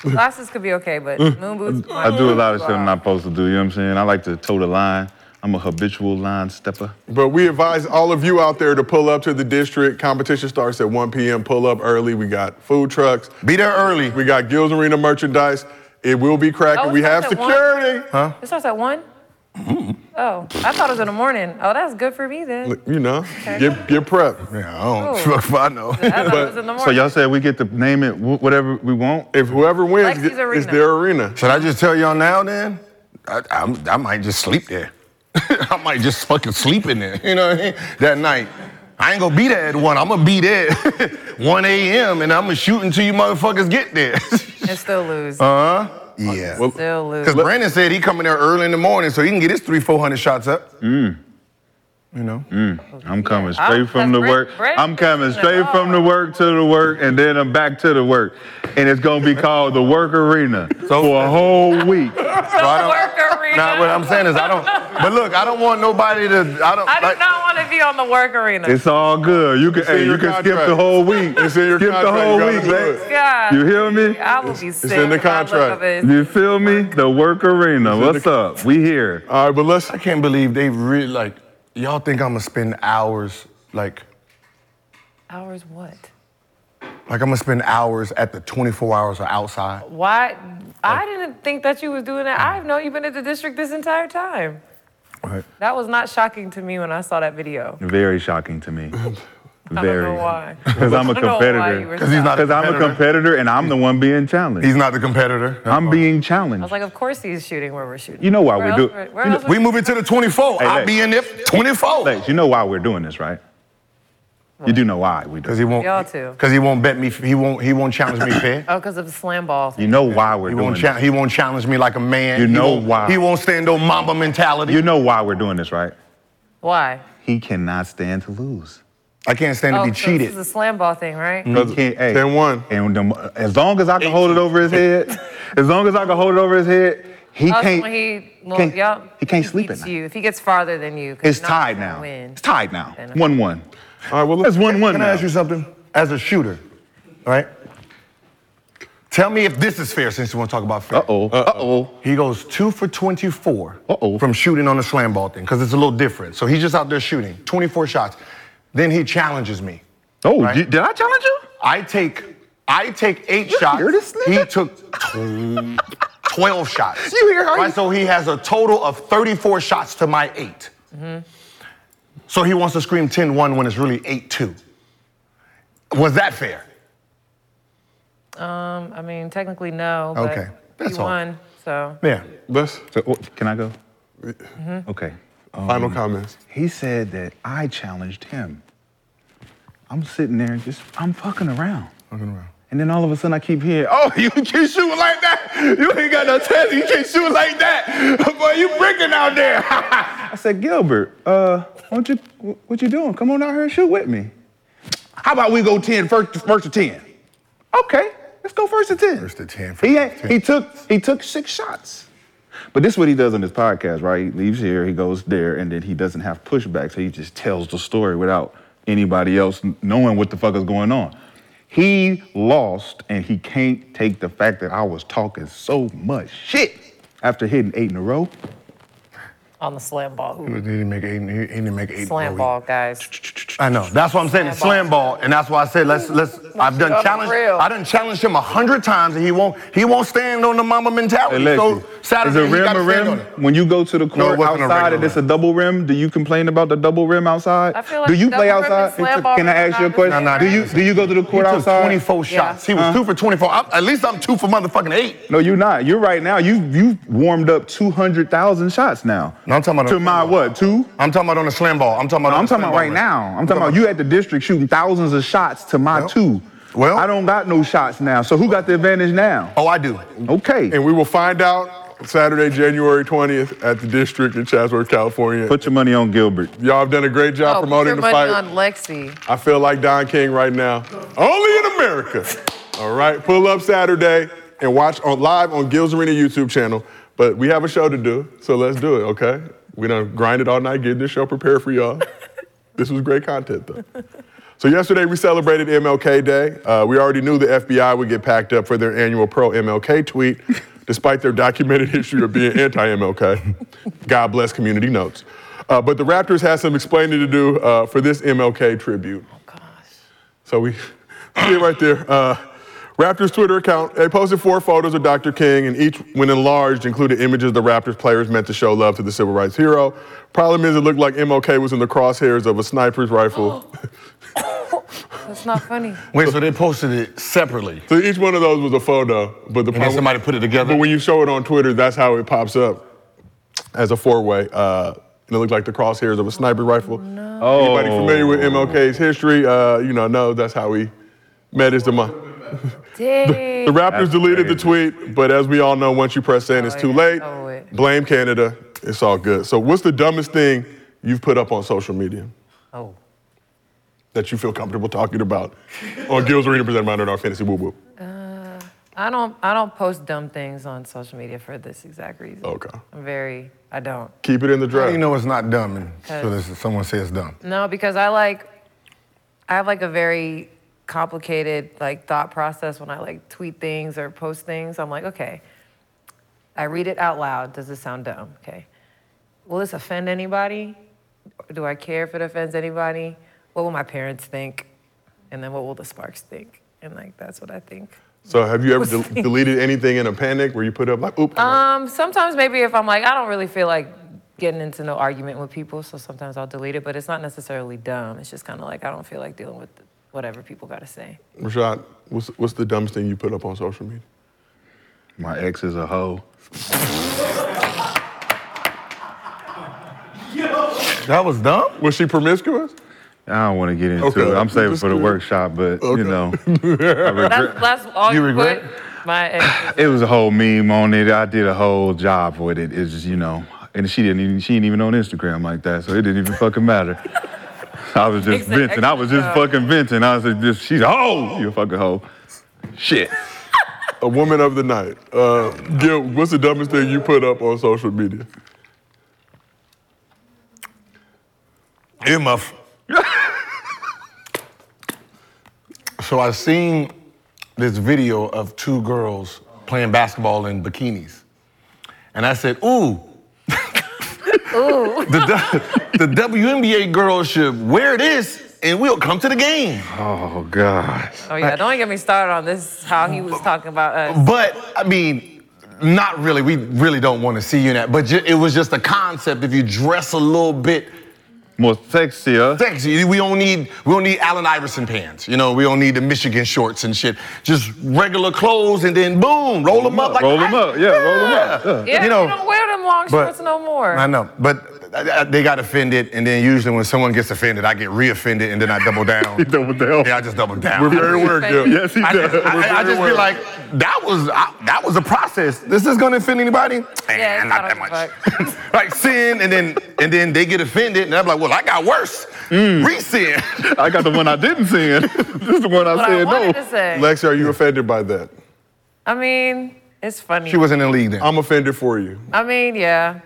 G: Mm.
D: glasses could be okay, but moon boots.
H: I do a lot of shit I'm not supposed to do. You know what I'm saying? I like to toe the line. I'm a habitual line stepper.
F: But we advise all of you out there to pull up to the district. Competition starts at 1 p.m. Pull up early. We got food trucks.
G: Be there early.
F: We got Gills Arena merchandise. It will be cracking.
D: Oh, it
F: we have
D: starts at one?
F: security.
D: It starts at one.
G: Mm-hmm.
D: Oh, I thought it was in the morning. Oh, that's good for me then.
F: You know,
D: Okay.
F: get get prepped.
G: Yeah,
D: don't- Ooh. fuck if
F: I know.
D: I thought it was in the
H: So
D: morning.
H: y'all said we get to name it wh- whatever we want.
F: If whoever
D: wins Lexi's get- arena. is their
F: arena.
G: Should I just tell y'all now then? I, I'm- I might just sleep there. I might just fucking sleep in there, you know what I mean? That night. I ain't gonna be there at 1. I'm gonna be there 1 a.m. and I'm gonna shoot until you motherfuckers get there.
D: And still lose.
G: uh huh. Yeah.
D: Still lose.
G: Because Brandon said he coming there early in the morning so he can get his three, 400 shots up.
H: Mm.
G: You know?
H: Mm. I'm coming
G: I'm-
H: straight from the
G: Brent-
H: work.
G: Brent
H: I'm coming
G: is in
H: straight
G: awe.
H: from the work to the work, and then I'm back to the work. And it's gonna be called the work arena for a whole week.
G: So I don't- Nah, what I'm saying is I don't. But look, I don't want nobody to. I don't.
D: I do
G: like-
D: not want to be on the work arena.
H: It's all good. You can,
D: It's in
H: hey,
D: your
H: you can skip
D: contract.
H: the whole week.
D: It's in your
H: skip
D: contract.
H: the whole
D: You gotta
H: week,
D: do
H: man.
D: it. God.
H: You hear me?
D: I will be sick. if I look up and-
H: You feel me? The work arena. What's up? We here.
F: All right, but let's. I
G: can't believe they really like. Y'all think I'm gonna spend hours like
D: Hours what?
G: like I'm gonna spend hours at the 24 hours or outside?
D: Why? I didn't think that you was doing that. I've known you've been at the district this entire time.
G: Right.
D: That was not shocking to me when I saw that video.
H: Very shocking to me.
D: I
H: Very.
D: don't know why.
H: Because I'm a
D: I don't know why you
H: competitor.
D: were 'Cause he's not a
H: Because I'm a competitor, and I'm the one being challenged.
G: He's not the competitor.
H: I'm being
D: I
H: challenged.
D: was like, of course he's shooting where we're shooting.
H: You know why
D: Where
H: we
D: else
H: do
D: were- Where else
G: we move it to the 24. I'll be in there
D: oh.
G: 24.
H: Lex, you know why we're doing this, right? You do know why we do.
G: Because he won't.
D: Y'all too.
G: Because he won't bet me. He won't. He won't challenge me fair.
D: Oh, because of the slam ball.
H: You know why we're
G: He
H: doing
G: won't,
H: this.
G: cha- he won't challenge me like a man.
H: You
G: He
H: know
G: won't-
H: why.
G: He won't stand on mamba mentality.
H: You know why we're doing this, right?
D: Why?
H: He cannot stand to lose.
G: I can't stand
D: oh, so This is a slam ball thing, right?
H: He can't, hey, 10 1. And the, as long as I can hold it over his head, as long as I can hold it over his head, he
D: Oh, so
H: can't.
D: when he, well,
H: can't-
D: y'all,
H: he can't sleep at
D: beats you. If he gets farther than you, 'cause
H: It's
D: you're not
H: tied
D: gonna
H: now.
D: Win.
H: It's tied now. 1 1.
F: All right, well,
H: that's 1 1.
G: Can I ask you something? As a shooter, right? Tell me if this is fair since you want to talk about fair.
H: Uh-oh. Uh-oh.
G: He goes two for 24 Uh-oh. from shooting on the slam ball thing because it's a little different. So he's just out there shooting, 24 shots. Then he challenges me.
H: Oh,
G: right?
H: did I challenge you?
G: I take, I take eight shots. he took tw- 12 shots.
H: You hear how
G: right? So he has a total of 34 shots to my eight. Mm-hmm. So he wants to scream 10 1 when it's really 8 2. Was that fair?
D: Um, I mean, technically no. But
H: Okay,
D: you
H: that's all.
D: won, so.
G: Yeah.
F: Let's. uh,
H: So, oh, can I go? Okay.
F: Final
G: um,
F: comments.
H: He said that I challenged him. I'm sitting there and just, I'm fucking around. Fucking around. And then all of a sudden I keep hearing, oh, you can't shoot like that. You ain't got no talent. You can't shoot like that. Boy, you bricking out there. I said, Gilbert, uh, what you, what you doing? Come on out here and shoot with me. How about we go 10, first, first to 10? Okay, let's go first to 10. First
G: to 10.
H: he, had, he took he took six shots. But this is what he does on his podcast, right? He leaves here, he goes there, and then he doesn't have pushback, so he just tells the story without anybody else knowing what the fuck is going on. He lost, and he can't take the fact that I was talking so much shit after hitting eight in a row.
D: On the slam ball. hoop.
G: He didn't make eight. He didn't make eight.
D: Slam ball, guys.
G: I know. That's what I'm saying. It's slam ball, and that's why I said let's let's. I've done
D: Unreal.
G: challenged. I done challenged him a hundred times, and he won't. He won't stand on the mama mentality. so
H: is
G: Saturday
H: a
G: he got
H: rim
G: to
H: a
G: stand on
H: rim?
G: it.
H: When you go to the court
G: wasn't a
H: outside
G: regular
H: and it's a double rim, do you complain about the double rim outside?
D: I feel like
H: do you
D: double
H: play
D: rim and
H: outside?
D: slam ball
H: Can I
D: rims
H: ask you a
D: are not the
H: question?
D: same,
H: Do you do you go to the court
G: he took
H: outside?
G: 24 shots. He was
H: Huh?
G: two for 24. I'm, at least I'm two for motherfucking eight.
H: No, you're not. You're right now. You you warmed up two hundred thousand shots now.
G: No, I'm talking about
H: to
G: on-
H: my what two?
G: I'm talking about on the slam ball. I'm talking about. on
H: I'm
G: the
H: talking
G: slam
H: about
G: ball
H: right
G: rim.
H: now. I'm talking about you at the district shooting thousands of shots to my two. Well, I don't got no shots now. So who got the advantage now?
G: Oh, I do.
H: Okay.
F: And we will find out Saturday, January 20th at the district in Chatsworth, California. Put
H: your money on Gilbert.
F: Y'all have done a great job
D: Oh, put
F: promoting
D: your
F: the
D: money
F: fight.
D: on Lexi.
F: I feel like Don King right now. Only in America. All right, pull up Saturday and watch on live on Gil's Arena YouTube channel. But we have a show to do, so let's do it, okay? We done grinded all night getting this show prepared for y'all. this was great content, though. So yesterday we celebrated MLK Day. Uh, we already knew the FBI would get packed up for their annual pro MLK tweet, despite their documented history of being anti-MLK. God bless community notes. Uh, but the Raptors had some explaining to do uh,
D: Oh,
F: for this MLK tribute. So we see it right there. Uh, Raptors Twitter account, they posted four photos of Dr. King, and each, when enlarged, included images of the Raptors players meant to show love to the civil rights hero. Problem is, it looked like MLK was in the crosshairs of a sniper's rifle.
D: That's not funny.
F: Wait, so they posted it separately? So each one of those was a photo, but the
G: And then somebody put it together?
F: But when you show it on Twitter, that's how it pops up as a four-way. Uh, and it looked like the crosshairs of a sniper rifle.
H: Oh.
F: Anybody familiar with MLK's history, uh, you know, knows that's how he met his demise.
D: Dang.
F: The Raptors deleted the tweet, but as we all know, once you press send, it's too late. Blame Canada. It's all good. So, what's the dumbest thing you've put up on social media
D: Oh,
F: that you feel comfortable talking about on Gills Arena presented by Underdog Fantasy Woo Woo?
D: I don't. I don't post dumb things on social media for this exact reason.
F: Okay.
D: I'm very. I don't.
F: Keep it in the
G: How do you know it's not dumb and so
D: Cause-
G: this, someone says it's dumb?
D: No, because I like. I have like a very complicated like thought process when I like tweet things or post things. I'm like, okay. I read it out loud. Does this sound dumb? Okay. Will this offend anybody? Do I care if it offends anybody? What will my parents think? And then what will the Sparks think? And like that's what I think.
F: So, have you ever de- deleted anything in a panic where you put up, like, oop?
H: Uh,
D: Um, sometimes maybe if I'm like, I don't really feel like getting into no argument with people, so sometimes I'll delete it. But it's not necessarily dumb. It's just kind of like I don't feel like dealing with whatever people got to say.
F: Rashad, what's, what's the dumbest thing you put up on social media?
H: My ex is a hoe.
F: That was dumb? Was she promiscuous?
H: I don't want to get into
F: Okay,
H: it. I'm saving
F: just
H: for the
F: good.
H: workshop, but you know, I regret-
D: That's, that's all you,
H: You regret
D: put? My ex.
H: it was a whole meme on it. I did a whole job with it. It's just you know, and she didn't even she ain't even on Instagram like that, so it didn't even fucking matter. I was
D: Makes
H: just
D: an
H: venting. I was just
D: extra job.
H: fucking venting. I was like, just, she's a hoe. You a fucking hoe. Shit.
F: A woman of the night. Uh, Gil, what's the dumbest thing you put up on social media?
G: Earmuff. so I seen this video of two girls playing basketball in bikinis. And I said, ooh,
D: Ooh.
G: the, du- the WNBA girls should wear this and we'll come to the game.
H: Oh, God.
D: Oh yeah, don't get me started on this. How he was talking about us.
G: But I mean, not really. We really don't want to see you in that. But ju- it was just a concept. If you dress a little bit
H: more sexier,
G: sexy, we don't need we don't need Allen Iverson pants. You know, we don't need the Michigan shorts and shit. Just regular clothes, and then boom, roll them up. Like
H: Roll 'em up. Yeah, roll 'em up.
D: Yeah,
G: You
D: you
G: know,
D: don't wear them long
G: but-
D: shorts no more.
G: I know, but I- I- they got offended, and then usually when someone gets offended, I get reoffended, and then I double down. you
H: double down.
G: Yeah, I just double down.
F: We're very aware, Gil.
H: Yes, he
G: I
H: does.
G: just, I- I, I just be like, that was I, that was a process. This is gonna offend anybody?
D: Yeah,
G: Eh,
D: it's
G: not that much. like sin, and then and then they get offended, and I'm like, well, I got worse.
H: Mm.
G: Re-sin.
H: I got the one I didn't send. this is the one I
D: What I
H: said
D: wanted
H: no.
D: to say.
F: Lexi, are you offended by that?
D: I mean, it's funny.
G: wasn't in the league then. Um,
F: I'm offended for you.
D: I mean, yeah.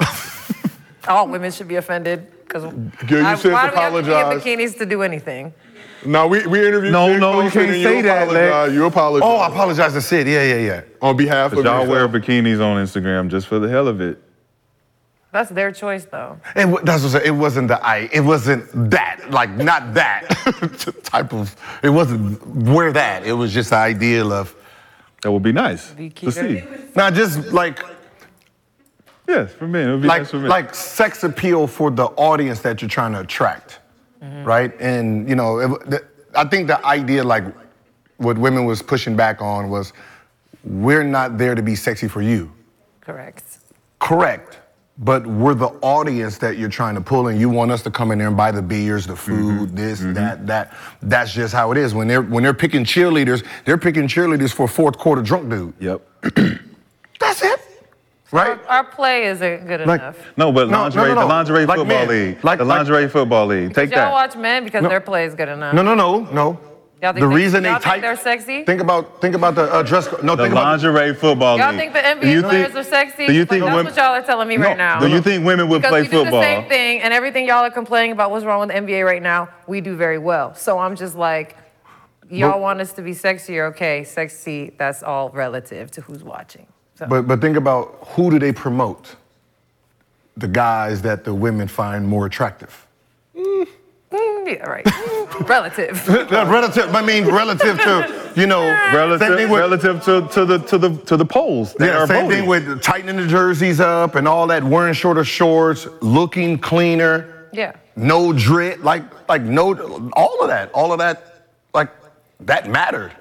D: All women should be offended because why
F: Gil, you
D: do
F: since
D: we have to be
F: apologize.
D: in bikinis to do anything?
F: No, we, we interviewed
H: No,
F: Big
H: no, you
F: Wilson
H: can't
F: and
H: say that, Lex.
F: apologize. You apologize
G: Oh, I apologize to Sid. Yeah, yeah, yeah.
F: on behalf of
H: But y'all
F: yourself.
H: wear bikinis on Instagram just for the hell of it.
D: That's their choice, though.
G: It, wa- that's what I said. It wasn't the I. It wasn't that. Like not that type of. It wasn't where that. It was just the ideal of.
H: That would be nice to
D: Bikini.
H: see.
G: Not just like
H: Yes, for men. It would be nice
G: like
H: for men.
G: like sex appeal for the audience that you're trying to attract,
D: Mm-hmm.
G: right? And you know, it, the, I think the idea like what women was pushing back on was, we're not there to be sexy for you.
D: Correct.
G: Correct. But we're the audience that you're trying to pull, and you want us to come in there and buy the beers, the food,
D: Mm-hmm.
G: this, that, that. That's just how it is. When they're when they're picking cheerleaders, they're picking cheerleaders for fourth quarter drunk dude.
H: yep.
G: That's it, right?
D: Our play isn't good
G: Like,
D: enough.
H: No, but
G: No,
H: lingerie,
G: no, no, no.
H: the lingerie
G: Like
H: football
G: men.
H: league.
G: Like-
H: the
G: like-
H: lingery football league. Take
D: Y'all
H: that.
D: watch men because
G: No.
D: their play is good enough.
G: No, no, no, no.
D: Y'all think
G: the
D: they-
G: reason they
D: y'all think
G: tight.
D: they're sexy?
G: Think about think about the uh, dress. co- No,
H: the
G: think about
H: lingerie football
D: Y'all
H: league.
D: think the NBA
H: Do you
D: players
H: think-
D: are sexy?
H: Do you
D: Like,
H: think
D: that's
H: women?
D: what y'all are telling me
H: No.
D: right now.
H: Do you think women would
D: because
H: play
D: we do
H: football?
D: the same thing, and everything y'all are complaining about what's wrong with the NBA right now, we do very well. So I'm just like, y'all
G: But-
D: want us to be sexier, okay? Sexy, that's all relative to who's watching. So
G: But but think about who do they promote? The guys that the women find more attractive.
D: India, Mm, right? Relative.
G: No, Uh, relative. I mean, relative to you know,
H: Relative,
G: same thing with-
H: relative to, to the to the to the polls. That
G: yeah,
H: are
G: same
H: voting.
G: thing with tightening the jerseys up and all that, wearing shorter shorts, looking cleaner,
D: Yeah.
G: no drip, like like no, all of that, all of that, like that mattered.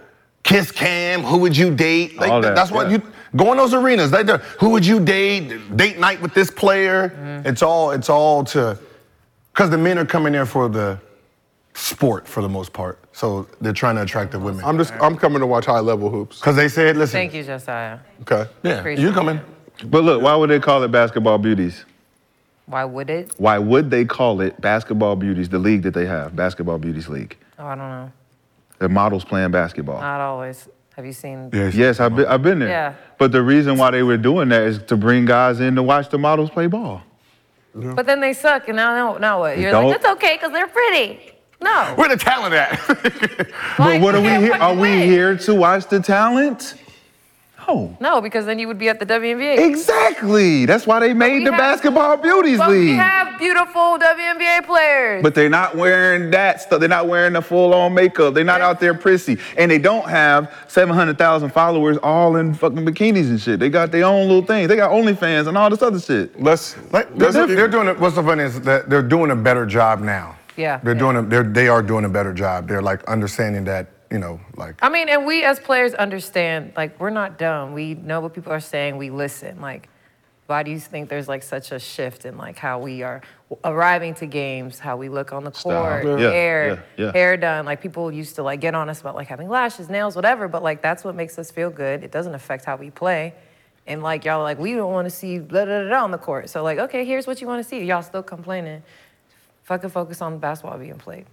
G: Kiss cam, who would you date? Like,
H: All that,
G: that's what
H: yeah.
G: you go in those arenas. They do, who would you date? Date night with this player.
H: Mm-hmm.
G: It's all it's all to because the men are coming there for the sport for the most part. So they're trying to attract the women.
F: I'm just I'm coming to watch high level hoops.
G: Because they said, listen,
D: Thank you, Josiah.
F: Okay.
G: yeah,
D: Appreciate
G: you coming.
H: But look, why would they call it basketball beauties?
D: Why would it?
H: Why would they call it basketball beauties? The league that they have, basketball beauties league.
D: Oh, I don't know.
H: The models playing basketball.
D: Not always. Have you seen?
H: Yes, I've been, I've been there.
D: Yeah.
H: But the reason why they were doing that is to bring guys in to watch the models play ball.
D: But then they suck, and now now, now what? You're like,
H: don't.
D: that's okay because they're pretty. No.
G: Where the talent at?
H: But
D: Like,
H: what are
D: you
H: we
D: can't
H: here? Are
D: fucking
H: we
D: win.
H: here to watch the talent? No.
D: No, because then you would be at the WNBA.
H: Exactly. That's why they made
D: we
H: the
D: have-
H: basketball beauties
D: But we
H: league.
D: have beautiful WNBA players.
H: But they're not wearing that stuff. They're not wearing the full-on makeup. They're not out there prissy, and they don't have 700,000 followers all in fucking bikinis and shit. They got their own little thing. They got OnlyFans and all this other shit.
F: Let's
G: Like, they're,
F: let's
G: they're, doing it. What's so funny is that they're doing a better job now.
D: Yeah,
G: they're
D: yeah.
G: doing a, they're, they are doing a better job. They're like understanding that you know like
D: I mean, and we as players understand, like, we're not dumb. We know what people are saying. We listen. Like, why do you think there's like such a shift in like how we are arriving to games, how we look on the
H: Style.
D: court,
H: Yeah,
D: hair,
H: yeah, yeah.
D: hair done? Like, people used to like get on us about like having lashes, nails, whatever. But like, that's what makes us feel good. It doesn't affect how we play. And like, y'all are like, we don't want to see blah, blah, blah, blah on the court. So like, okay, here's what you want to see. Y'all still complaining. Fucking focus on the basketball being played.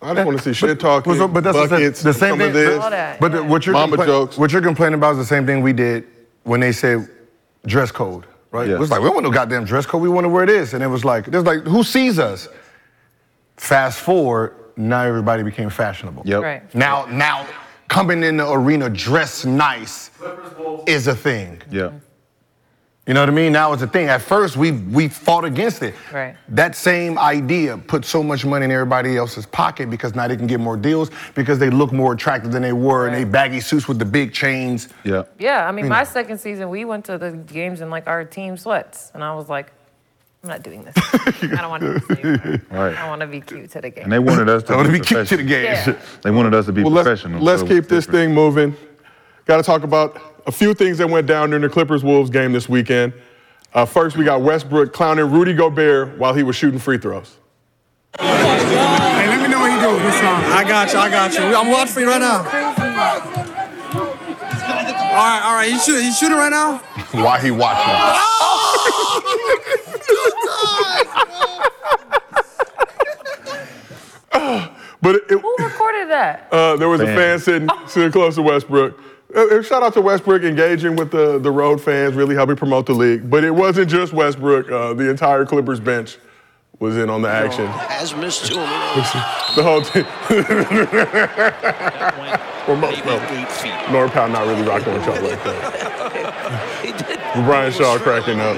F: I just want to see shit talking.
G: But, but that's what I said.
F: buckets,
G: the same
F: some
G: thing.
F: Of this.
D: All that.
G: But the- what you're
F: Mama
G: compla-
F: jokes.
G: What you're complaining about is the same thing we did when they said dress code, right?
H: Yeah.
G: It was like we don't want no goddamn dress code. We want to wear this, and it was like there's like who sees us? Fast forward, now everybody became fashionable.
H: Yep.
D: Right.
G: Now, now coming in the arena dressed nice is a thing.
H: Yeah.
G: You know what I mean? Now it's a thing. At first, we we fought against it.
D: Right.
G: That same idea put so much money in everybody else's pocket because now they can get more deals because they look more attractive than they were in
D: Right.
G: they baggy suits with the big chains.
H: Yeah.
D: Yeah, I mean, my second season, we went to the games in like our team sweats, and I was like, I'm not doing this. I don't want to be cute.
H: Right.
D: I want to be cute to the game.
H: And they wanted us to
G: I want to
H: be
G: be kicked to the
H: professional.
G: game.
D: Yeah.
H: They wanted us to be
F: Well, let's,
H: professional.
F: let's
H: so
F: keep
H: it's
F: this
H: different.
F: thing moving. Got to talk about a few things that went down during the Clippers Wolves game this weekend. Uh, first, we got Westbrook clowning Rudy Gobert while he was shooting free throws.
M: Hey, let me know what he do this time. I got you, I got you. I'm watching for you right now. All right, all right. You shoot, you shooting right now?
G: Why he watching?
F: But it, it-
D: Who recorded
H: Oh,
D: that?
F: uh, there was a
H: Fan.
F: fan sitting, sitting close to Westbrook. Uh, uh, shout out to Westbrook engaging with the, the road fans, really helping promote the league. But it wasn't just Westbrook. Uh, the entire Clippers bench was in on the action.
N: Has missed two
F: The whole team.
N: or
F: most, no.
N: eight feet.
F: Norm Powell not really rocking with y'all like that.
N: He did.
F: Brian Shaw cracking up.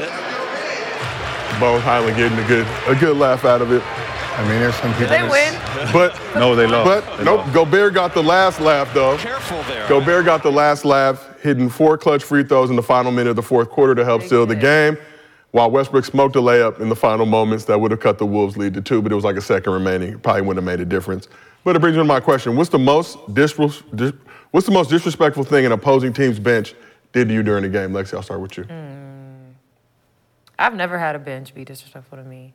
F: Bones Highland getting a good a good laugh out of it.
G: I mean, there's some people.
D: They
G: that's-
D: win.
F: But
H: No, they lost.
F: but
H: They
F: nope,
H: lost.
F: Gobert got the last laugh though.
N: Careful there.
F: Gobert got the last laugh, hitting four clutch free throws in the final minute of the fourth quarter to help seal the game, while Westbrook smoked a layup in the final moments that would have cut the Wolves lead to two, but it was like a second remaining. It Probably wouldn't have made a difference. But it brings me to my question: What's the most disres- dis- What's the most disrespectful thing an opposing team's bench did to you during the game, Lexi? I'll start with you.
D: I've never had a bench be disrespectful to me.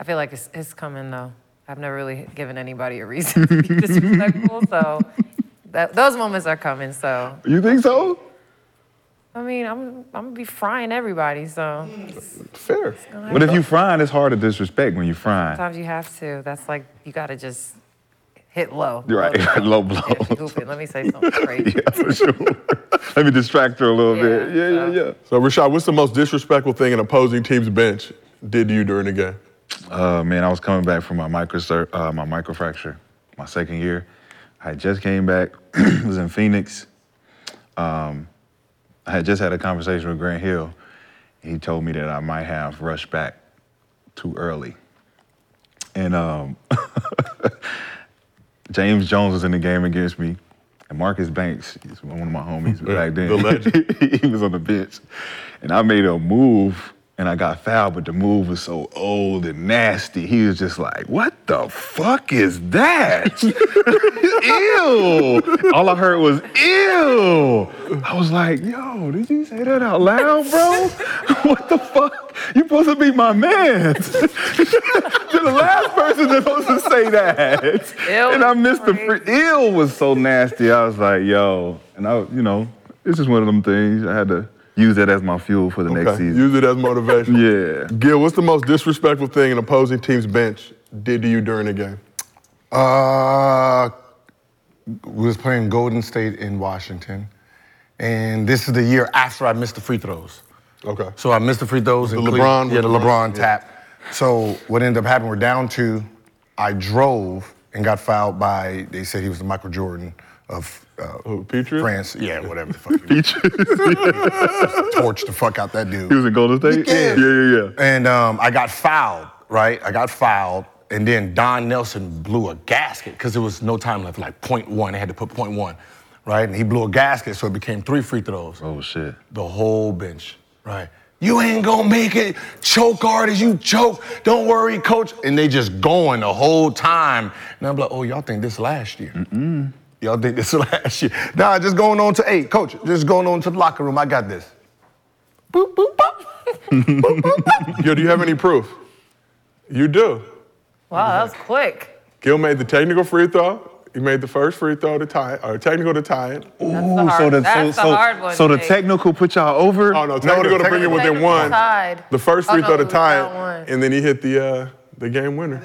D: I feel like it's, it's coming though. I've never really given anybody a reason to be disrespectful, so that, those moments are coming. So
F: You think so?
D: I mean, I'm I'm gonna be frying everybody. So
F: Fair.
H: But if you frying, it's hard to disrespect when you frying.
D: sometimes you have to. That's like you gotta just hit low.
H: You're right. Low blow.
D: Yeah, she hooping. Let me say something crazy.
H: Oh. Yeah, for sure. Let me distract her a little bit.
D: Yeah,
H: Yeah,
D: so-
H: yeah, yeah.
F: So, Rashad, what's the most disrespectful thing an opposing team's bench did to you during the game?
H: Uh, man, I was coming back from my micro uh, my microfracture, my second year. I had just came back. was in Phoenix. Um, I had just had a conversation with Grant Hill. He told me that I might have rushed back too early, and um, James Jones was in the game against me, and Marcus Banks, he's one of my homies back then.
F: The legend.
H: he was on the bench, and I made a move, and I got fouled, but the move was so old and nasty. He was just like, "What the fuck is that? ew!" All I heard was "ew." I was like, "Yo, did you say that out loud, bro? what the fuck? You supposed to be my man." You're the last person that's supposed to say that. and I missed the free. Ill was so nasty. I was like, yo. And I, you know, it's just one of them things. I had to use that as my fuel for the next
F: Okay,
H: season.
F: Use it as motivation.
H: yeah.
F: Gil, what's the most disrespectful thing an opposing team's bench did to you during the game?
G: Uh, we was playing Golden State in Washington, and this is the year after I missed the free throws.
F: Okay.
G: So I missed the free throws.
F: The
G: and
F: LeBron-
G: yeah, the
F: with
G: LeBron,
F: LeBron, yeah.
G: tap. So what ended up happening, we're down two. I drove and got fouled by. They said he was the Michael Jordan of uh, France. Yeah, whatever the fuck.
H: Peaches.
G: Torch the fuck out that dude.
H: He was in Golden State?
G: Yeah,
H: yeah, yeah.
G: And um, I got fouled, right? I got fouled, and then Don Nelson blew a gasket because there was no time left, like point one. They had to put point one, right? And he blew a gasket, so it became three free throws.
H: Oh shit.
G: The whole bench, right? You ain't gonna make it. Choke hard as you choke. Don't worry, coach. And they just going the whole time. And I'm like, oh, y'all think this last year? Mm-mm. Y'all think this last year? Nah, just going on to eight, coach. Just going on to the locker room. I got this.
F: Gil, do you have any proof? You do.
D: Wow, that was quick.
F: Gil made the technical free throw. He made the first free throw to tie it, or technical to tie it. Oh,
H: Ooh,
D: hard- that's the hard one,
H: so the
D: Jake.
H: technical put y'all over.
F: Oh no, technical to bring it within
D: Technical
F: one.
D: tied.
F: The first
D: Oh,
F: free
D: no,
F: throw
D: it
F: to
D: was
F: tie
D: down one.
F: it, and then he hit the uh, the game winner.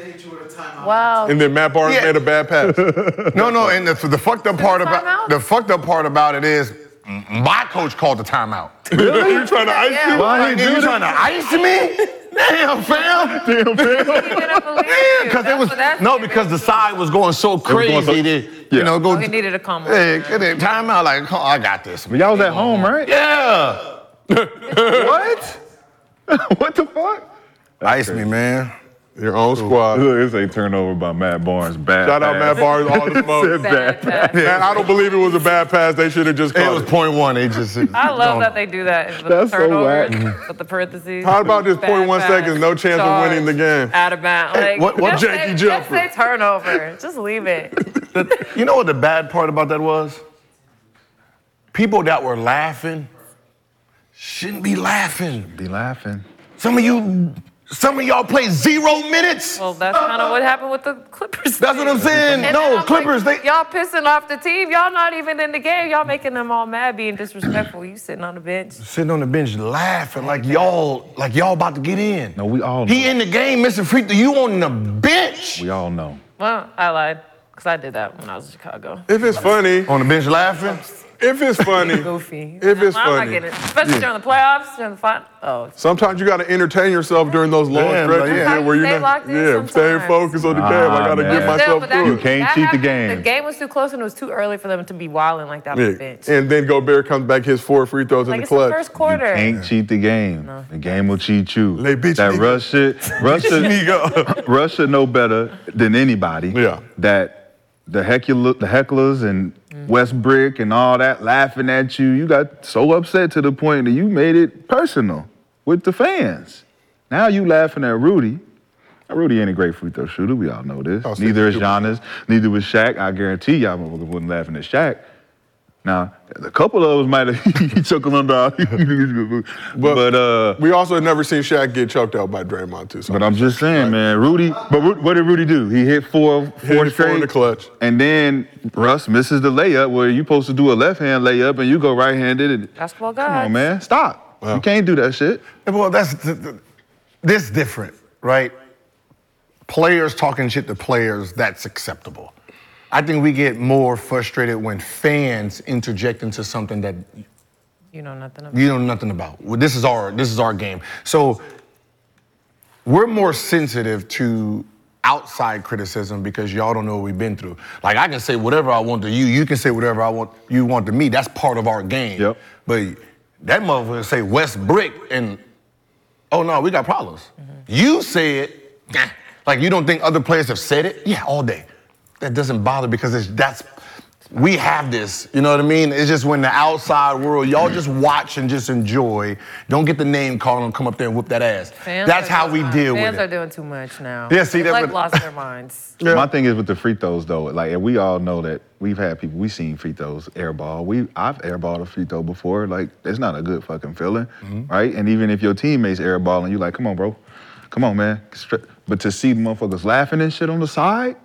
D: Wow.
F: And then Matt Barnes made a bad pass.
G: No, no, and the, the fucked up part about the fucked up part about it is my coach called the timeout.
F: Really? You trying to ice
G: Yeah.
F: me?
G: Why he do
F: You
G: that?
F: trying to
G: ice me? Damn, fam.
F: Damn,
G: Yeah, because it was no, because the side was going so
H: was
G: crazy
H: going so-
G: that you know go.
D: We Oh, needed a calm
G: Hey, get it, timeout. Like oh, I got this.
H: But y'all was at home, right?
G: Yeah.
H: what? what the fuck?
G: Ice me, man.
F: Your own squad.
H: Look, it's a turnover by Matt Barnes. Bad.
F: Shout out
H: pass.
F: Matt Barnes, all the smoke.
H: Said bad pass.
F: Man, I don't believe it was a bad pass. They should have just caught it.
G: was point one. They just.
D: I love that they do that with
F: That's
D: the
F: so
D: turnovers,
F: whack. Mm-hmm.
D: with the parentheses.
F: How about this
D: Bad
F: 0.1
D: pass,
F: seconds? No chance
D: charge,
F: of winning the game.
D: Out of bounds.
F: Hey,
D: Like,
F: what- what
D: just
F: janky
D: say,
F: jumper?
D: Just say turnover. Just leave it.
G: You know what the bad part about that was? People that were laughing shouldn't be laughing.
H: Be laughing.
G: Some of you, some of y'all play zero minutes.
D: Well, that's kind of what happened with the Clippers.
G: That's what I'm saying.
D: And then
G: no,
D: I'm
G: Clippers.
D: like, y'all pissing off the team. Y'all not even in the game. Y'all making them all mad, being disrespectful. You sitting on the bench.
G: they sitting on the bench laughing like y'all, like y'all about to get in.
H: No, we all know.
G: He in the game missing free throw. You on the bench.
H: We all know.
D: Well, I lied because I did that when I was in Chicago.
F: If it's funny,
G: on the bench laughing.
F: If it's funny,
D: Goofy.
F: if it's
D: Why am I
F: funny,
D: getting it? Especially
F: Yeah.
D: during the playoffs, during the final. Oh,
F: sometimes you got to entertain yourself during those long
G: Yeah, but
F: stretches
G: yeah.
F: man, where you're
D: Stay
F: not,
D: locked in
F: yeah, staying
D: sometimes.
F: focused on the
H: Nah,
F: game. I got to
H: man.
F: get
H: But
D: still,
F: myself
D: but that-
F: through
H: You can't
D: that
H: cheat the
D: happened-
H: game.
D: The game was too close and it was too early for them to be wilding like that on the
F: it.
D: bench.
F: Yeah. And then Gobert comes back, his four free throws
D: Like
F: in the
D: it's the
F: clutch.
D: first quarter.
H: Can't cheat the game. The game will cheat you. that Russia, Russia,
F: nigga.
H: Russia know better than anybody. Yeah. That the heckler, the hecklers and Westbrook and all that laughing at you. You got so upset to the point that you made it personal with the fans. Now you laughing at Rudy. Now, Rudy ain't a great free throw shooter. We all know this.
F: Oh, see,
H: neither is
F: you-
H: Giannis. Neither was Shaq. I guarantee y'all motherfuckers wasn't laughing at Shaq. Now, a couple of us might have chuckled under our but, uh,
F: We also had never seen Shaq get choked out by Draymond, too. So
H: but I'm just saying, man, Rudy. But Ru- what did Rudy do? He hit four,
F: Hit it
H: four
F: four in
H: straight,
F: the clutch.
H: and then Russ misses the layup where you supposed to do a left hand layup, and you go right handed. And
D: Basketball
H: come
D: guys.
H: on, man, stop. You can't do that shit.
G: Well, that's th- th- this different, right? Players talking shit to players, that's acceptable. I think we get more frustrated when fans interject into something that
D: You know nothing about
G: you know nothing about. Well, this is our this is our game. So we're more sensitive to outside criticism because y'all don't know what we've been through. Like I can say whatever I want to you, you can say whatever I want you want to me. That's part of our game. Yep. But that motherfucker say West Brick and oh no, we got problems. You said, "Nah, Like you don't think other players have said it? Yeah, all day. That doesn't bother because it's that's we have this. You know what I mean? It's just when the outside world, y'all just watch and just enjoy. Don't get the name calling and come up there and whoop that ass.
D: Fans
G: that's
D: are
G: how
D: doing-
G: we deal with
D: Fans
G: it.
D: are doing too much now.
G: Yeah, see,
D: They've,
G: that's
D: like
G: what-
D: lost their minds.
H: My thing is with the free throws though, like and we all know that we've had people we've seen free throws airball. We I've airballed a free throw before. Like it's not a good fucking feeling,
G: Mm-hmm.
H: right? And even if your teammates airballing, you like, come on, bro, come on, man. Stri- But to see motherfuckers laughing and shit on the side,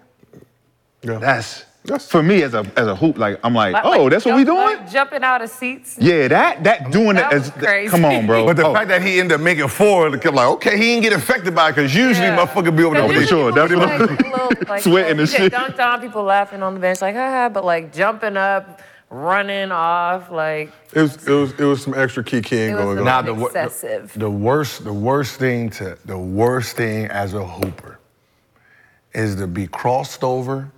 H: that's for me as a as a hoop. Like I'm like,
D: Like-
H: oh,
D: like
H: that's what we
D: jump-
H: doing.
D: like jumping out of seats.
H: Yeah, that that doing
D: That
H: that as
D: was crazy.
H: come on, bro.
G: But the
H: Oh.
G: fact that he ended up making four, like, I'm like, okay, he didn't get affected by it because usually motherfucker be over there
H: Yeah,
G: with
H: usually
G: That's what
D: Like, little, like,
G: Sweating and
D: yeah,
G: shit.
D: Dunked on people laughing on the bench, like haha, but like jumping up, running off, like
F: It was, it was, it was some extra key keying
D: It was
F: going
D: a
F: on.
D: lot Nah, the wo- the- excessive.
G: The worst, the worst thing to the worst thing as a hooper is to be crossed over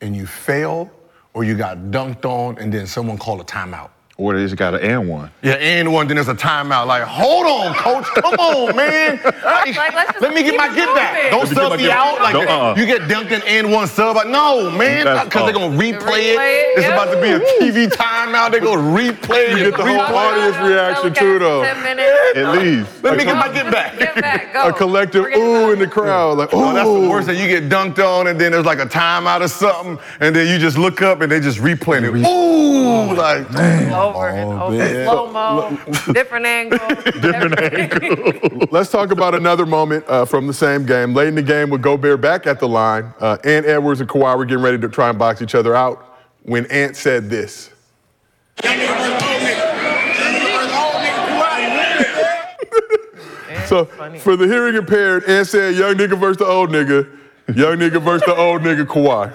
G: and you fail or you got dunked on and then someone called a timeout.
H: Or they just got an and one.
G: Yeah, and one, then there's a timeout. Like, hold on, coach. Come on, man. Like, let me get my get back. Don't
H: Let me get
G: sub
H: my
G: me
H: get-
G: out. Like,
H: Don't- uh-uh.
G: you get dunked in and one sub. Like, no, man.
H: That's
G: Because they're going to replay,
D: it.
G: It's
D: yeah.
G: about to be a TV timeout. They're going to replay it.
F: You get the whole
G: replay it.
F: audience reaction too, though.
D: Ten minutes.
F: At least.
G: Let me get my get back.
D: Get back, go.
F: A collective ooh in the crowd, like ooh.
G: No, Oh, that's the worst that you get dunked on, and then there's like a timeout or something, and then you just look up and they just replaying it. Ooh, like man.
D: Over and over,
G: man.
D: slow mo, different angle. different angle.
F: Let's talk about another moment uh, from the same game. Late in the game, with Gobert back at the line, uh, Ant Edwards and Kawhi were getting ready to try and box each other out when Ant said this. So for the hearing impaired, Ant said, "Young nigga versus the old nigga." Young nigga versus the old nigga Kawhi.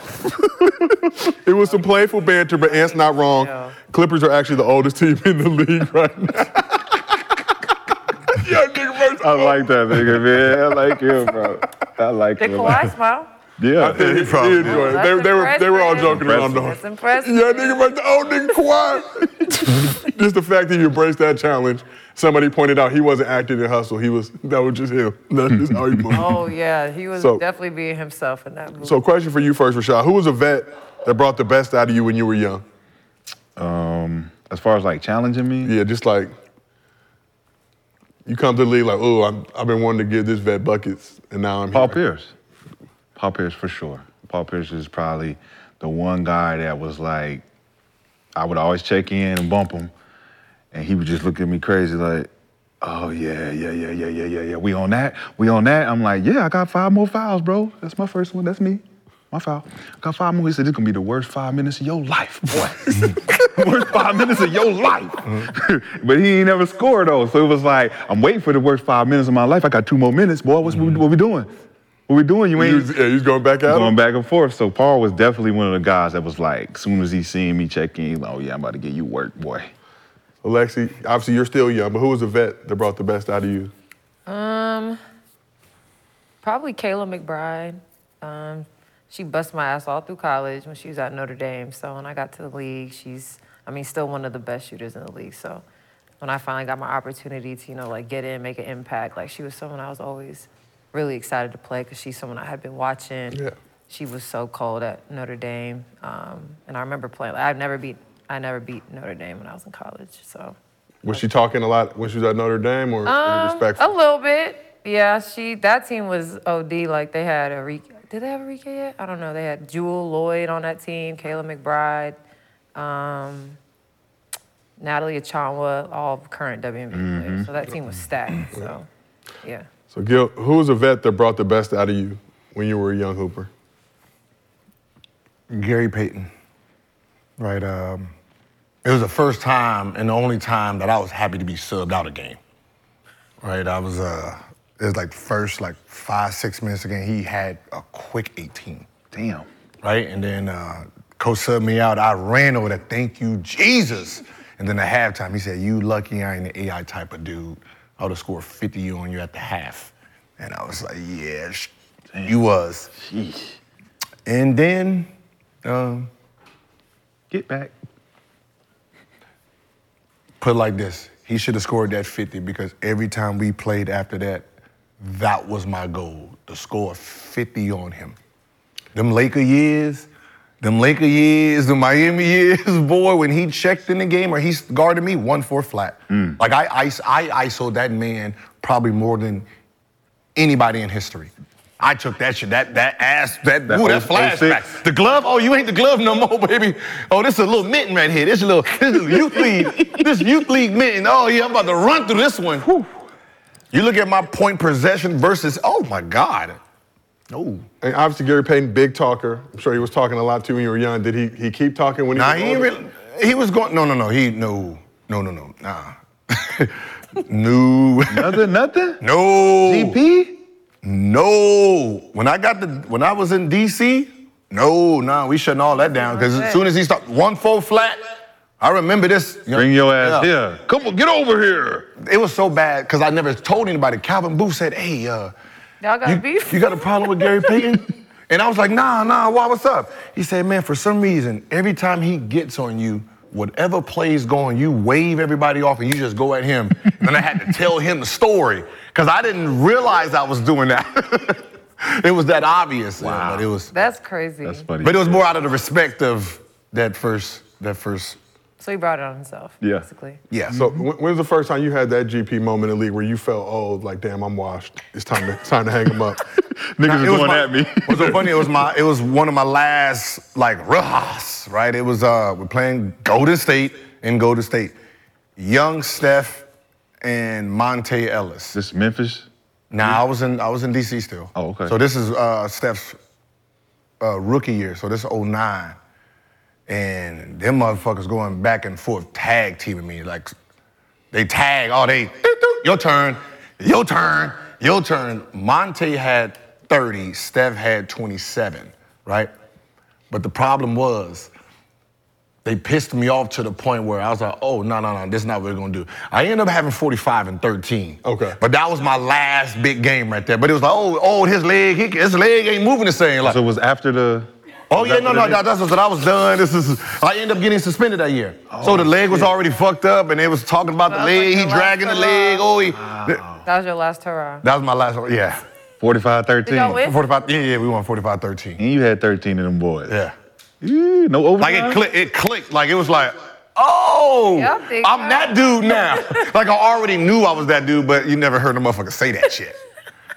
F: it was some playful banter, but Ant's not wrong. Clippers are actually the oldest team in the league right now. Young nigga versus
H: I like that nigga, man. I like him, bro. I like
D: Did
H: him.
D: Kawhi smile?
H: Yeah,
F: I think he probably did.
D: Oh, that's
F: They, they were, they were all
D: impressive.
F: joking around though.
D: That's impressive.
F: Young nigga versus the old nigga Kawhi. just the fact that you embraced that challenge. Somebody pointed out he wasn't acting in Hustle. He was that was just him. That's just how he moved.
D: Oh yeah, he was
F: So-
D: definitely being himself in that movie.
F: So, question for you first, Rashad. Who was a vet that brought the best out of you when you were young?
H: Um, as far as like challenging me,
F: Yeah, just like you come to the league like, oh, I'm- I've been wanting to give this vet buckets, and now I'm
H: Paul
F: here.
H: Pierce. Paul Pierce for sure. Paul Pierce is probably the one guy that was like, I would always check in and bump him, and he would just look at me crazy like, Oh yeah, yeah, yeah, yeah, yeah, yeah, yeah. We on that? We on that? I'm like, yeah, I got five more fouls, bro. That's my first one. That's me. My foul. I got five more. He said, this gonna be the worst five minutes of your life, boy. worst five minutes of your life. but he ain't never scored though. So it was like, I'm waiting for the worst five minutes of my life. I got two more minutes, boy. What's what we doing? What we doing? You
F: You
H: ain't
F: was, yeah, you was going back out.
H: going back and forth. So Paul was definitely one of the guys that was like, as soon as he seen me check in, he's like, oh yeah, I'm about to get you work, boy.
F: Alexi, obviously you're still young, but who was a vet that brought the best out of you?
D: Um, probably Kayla McBride. Um, she bust my ass all through college when she was at Notre Dame. So when I got to the league, she's, I mean, still one of the best shooters in the league. So when I finally got my opportunity to, you know, like get in, make an impact, like she was someone I was always really excited to play because she's someone I had been watching.
F: Yeah.
D: She was so cold at Notre Dame, um, and I remember playing. I've never beat, I never beat Notre Dame when I was in college. So.
F: Was she talking a lot when she was at Notre Dame, or was it
D: Um,
F: respectful?
D: a little bit. Yeah, she that team was OD. Like they had a Did they have a Rika yet? I don't know. They had Jewel Lloyd on that team, Kayla McBride, um, Natalie Achanwa, all current WNBA players. So that team was stacked. So, yeah.
F: So, Gil, who was a vet that brought the best out of you when you were a young hooper?
G: Gary Payton. Right. Um, it was the first time and the only time that I was happy to be subbed out a game. Right. I was. Uh, it was like the first like five six minutes again. He had a quick 18.
H: Damn.
G: Right. And then uh, coach subbed me out. I ran over to thank you Jesus. And then at halftime he said, "You lucky I ain't the AI type of dude. I would have scored 50 on you at the half." And I was like, "Yeah, sh- you was."
H: Sheesh.
G: And then. Um,
H: Get back.
G: put it like this he should have scored that 50 because every time we played after that that was my goal to score 50 on him. Them Laker years, them Laker years, the Miami years, boy, when he checked in the game or he's guarding me, one four flat. Like I, I, I ISO that man probably more than anybody in history. I took that shit, that that ass, that,
H: That
G: ooh, that
H: O-
G: flashback.
H: 06?
G: The glove, oh, you ain't the glove no more, baby. Oh, this is a little mitten right here. This is a little, this is youth league, this youth league mitten. Oh yeah, I'm about to run through this one. Whew. You look at my point possession versus, oh my God. No.
F: And obviously Gary Payton, big talker. I'm sure he was talking a lot too when you were young. Did he he keep talking when he
G: Nah,
F: was
G: he ain't
F: older?
G: really. He was going. No, no, no. He no, no, no, no. Nah. no.
H: Nothing. Nothing.
G: No.
H: GP.
G: No. When I got the when I was in DC. No, nah. We shutting all that down because as soon as he stopped one four flat. I remember this.
H: Bring your ass here. Come on, get over here.
G: It was so bad because I never told anybody. Calvin Booth said, "Hey, uh,
D: Y'all got
G: you,
D: beef?
G: you got a problem with Gary Payton? And I was like, nah, nah, why, what's up? He said, man, for some reason, every time he gets on you, whatever play's going, you wave everybody off and you just go at him. and I had to tell him the story because I didn't realize I was doing that. it was that obvious. Wow. but it was,
D: That's crazy.
G: but it was more out of the respect of that first, that first.
D: So he brought it on himself.
F: Yeah.
D: Basically.
G: Yeah.
F: So when, when was the first time you had that GP moment in the league where you felt old, like damn, I'm washed. It's time to it's time to hang him up.
G: Nah,
F: Niggas
G: it
F: is
G: was
F: going
G: my-
F: at me.
G: It was so funny. It was my. It was one of my last like rajas, right? It was uh, we're playing Golden State in Golden State. Young Steph and Monte Ellis.
H: This Memphis.
G: Nah, I was in I was in DC still.
H: Oh, okay.
G: So this is uh, Steph's uh, rookie year. So this is 09. And them motherfuckers going back and forth tag teaming me. Like they tag, oh they your turn, your turn, your turn. Monte had 30, Steph had 27, right? But the problem was they pissed me off to the point where I was like, oh, no, no, no, this is not what we're gonna do. I ended up having 45 and 13. Okay. But that was my last big game right there. But it was like, oh, oh, his leg, he, his leg ain't moving the same. Like,
H: So it was after the.
G: oh
H: was
G: yeah,
H: that
G: no,
H: what
G: no,
H: it is?
G: that, that's what I was done. This is I ended up getting suspended that year.
H: Oh,
G: so the leg was already fucked up, and they was talking about the
D: That was like
G: leg,
D: your
G: he
D: last
G: dragging the
D: hurrah.
G: leg. Oh, he,
D: That was your last hurrah.
G: that was my last. Yeah.
H: 45
D: Did y'all win?
G: 45. Yeah, yeah, we won 45 13.
H: And you had 13 of them boys.
G: Yeah.
H: no overtime.
G: Like
D: Uh-huh.
G: it clicked. It clicked. Like it was like, oh,
D: Yep, big
G: I'm that dude now. like I already knew I was that dude, but you never heard a motherfucker say that shit.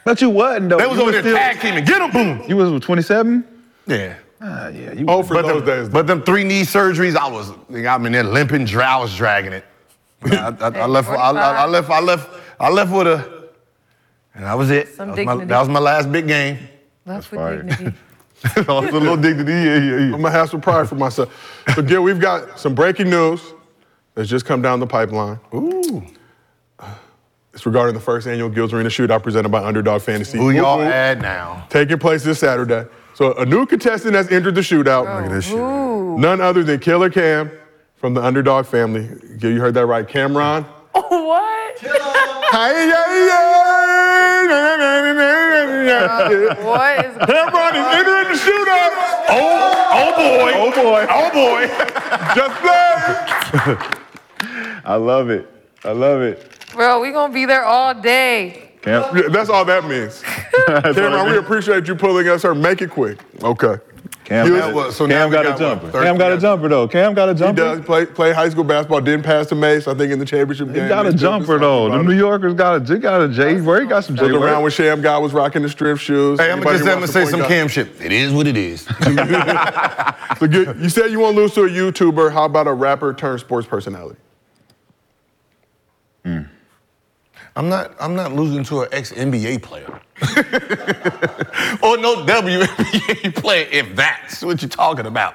H: But you wasn't though.
G: They was
H: You
G: over there
H: still-
G: tag teaming. Get him, boom.
H: You was with 27.
G: Yeah.
H: Ah, yeah. You
F: Oh, for
G: but
F: those
G: them,
F: days.
G: But them three knee surgeries, I was, nigga, I'm in there limping, dry, I was dragging it. I, I- I left, I, I- I left, I left, I left with a, and that was it.
D: Some
G: that, was my,
D: dignity.
G: that was my last big game.
D: Left with dignity.
G: that was a little dignity. Yeah, yeah, yeah.
F: I'm gonna have some pride for myself. So Gil, we've got some breaking news that's just come down the pipeline.
G: Ooh.
F: It's regarding the first annual Gil's Arena Shootout presented by Underdog Fantasy.
G: Who y'all
F: Whoop, whoop.
G: at now?
F: Taking place this Saturday. So a new contestant has entered the shootout.
G: Look at this shit.
F: None other than Killer Cam from the Underdog family. Gil, you heard that right. Cameron.
D: Oh, what?
F: Cameron
D: What is
F: is entering the shootout.
G: Oh, oh boy.
H: Oh boy.
G: Oh boy.
F: Just there.
H: I love it. I love it.
D: Bro, we gonna be there all day.
H: Camp.
F: Yeah, That's all that means. Cameron, we appreciate you pulling us. Her, make it quick. Okay.
H: Cam,
F: You-
H: got,
G: well,
H: a-
G: so now
H: Cam
G: we
H: got,
G: got,
H: a
G: what,
H: jumper.
G: 13?
H: Cam got a jumper though. Cam got a
F: He does
H: jumper.
F: play, play high school basketball. Didn't pass to Mace. I think in the championship
H: He
F: game.
H: got a
F: They
H: jumper
F: just
H: though.
F: talked
H: The
F: about
H: New
F: it.
H: Yorkers got a they got a J. Where he got some J.
F: The round
H: Word.
F: with Sham guy was rocking the strip shoes.
G: Hey, I'm
F: Anybody
G: just
F: who
G: I'm gonna
F: wants
G: say
F: point
G: some
F: guard-
G: Cam shit. It is what it is.
F: So you, you said you want to lose to a YouTuber. How about a rapper turned sports personality?
G: I'm not. I'm not losing to an ex NBA player. or no WNBA player, if that's what you're talking about.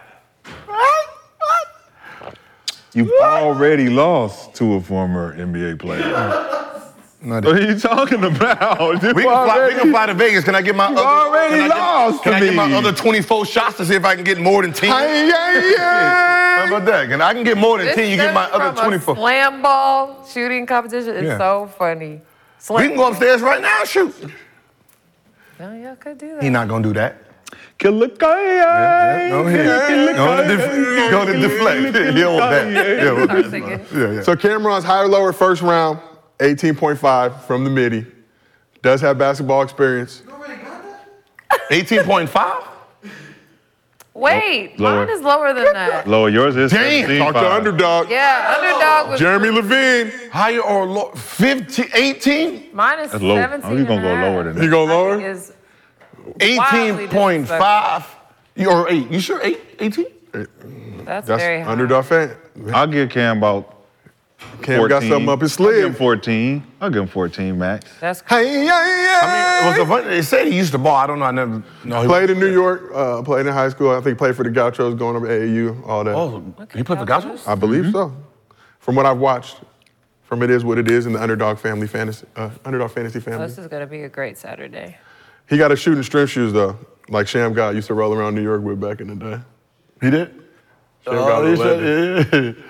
H: You've already lost to a former NBA player.
G: Not
H: what are you talking about? You
G: We can, fly, we
H: already-
G: can fly to Vegas. Can I get my
H: You
G: other?
H: already
G: can I get-
H: lost
G: Can
H: to
G: I get my
H: me.
G: other 24 shots to see if I can get more than 10?
F: Hey, yeah,
G: How
F: yeah.
G: about that? Can I can get more than
D: This
G: 10? You get my
D: stemming
G: other
D: from a
G: 24.
D: Slam ball shooting competition is
G: Yeah.
D: so funny. Slam.
G: We can go upstairs right now. Shoot.
D: No, y'all could do that.
G: He not gonna do that.
H: Killer Kai.
G: No, he gonna deflect. Gonna deflect. Yeah, want that. Yeah, want
D: Start
G: that.
D: singing.
G: Yeah, yeah.
F: So Cameron's higher lower first round, 18.5 from the midi. Does have basketball experience.
G: 18.5?
D: Wait,
H: Lower.
D: mine is lower than that.
H: Lower yours is.
G: Damn.
H: 17.5.
G: Talk to underdog.
D: Yeah, underdog was.
G: Levine. Higher or low? 15, 18?
D: Mine is
H: That's low. Oh,
D: 17.
H: you gonna go lower than that.
G: You go lower?
D: Is
G: 18.5. You- Or 8. You sure 8? 18?
D: that's, very high.
H: underdog fan. I'll give Cam about.
F: Cam got something up his
H: sleeve. I'll give him 14. I'll give him 14, max.
D: That's
G: hey, I mean, it was the fun, they said he used the ball. I don't know. I never know.
F: Played in New York, uh, played in high school. I think played for the Gauchos, going up to AAU, all that.
G: Oh, Mm-hmm. he played for Gauchos?
F: I believe so. From what I've watched, from it is what it is in the underdog family fantasy, uh, underdog fantasy
D: Well,
F: family.
D: Oh, this is gonna be a great Saturday.
F: He got a shooting strength shoes though, like Sham God used to roll around New York with back in the day.
G: He did.
F: Sham
G: Oh,
F: God
G: he
F: was a
G: said-
F: legend.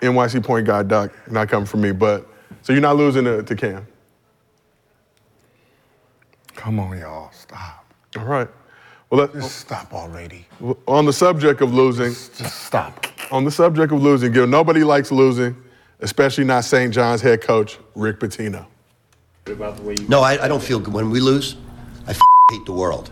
F: NYC point guard Doc, not coming from me, but so you're not losing to, to Cam.
G: Come on, y'all. Stop.
F: All right. Well, let's
G: Just stop already.
F: On the subject of losing, just
G: stop.
F: On the subject of losing, Gil, nobody likes losing, especially not St. John's head coach Rick Pitino.
O: No, I, I don't feel good. When we lose, I f- hate the world.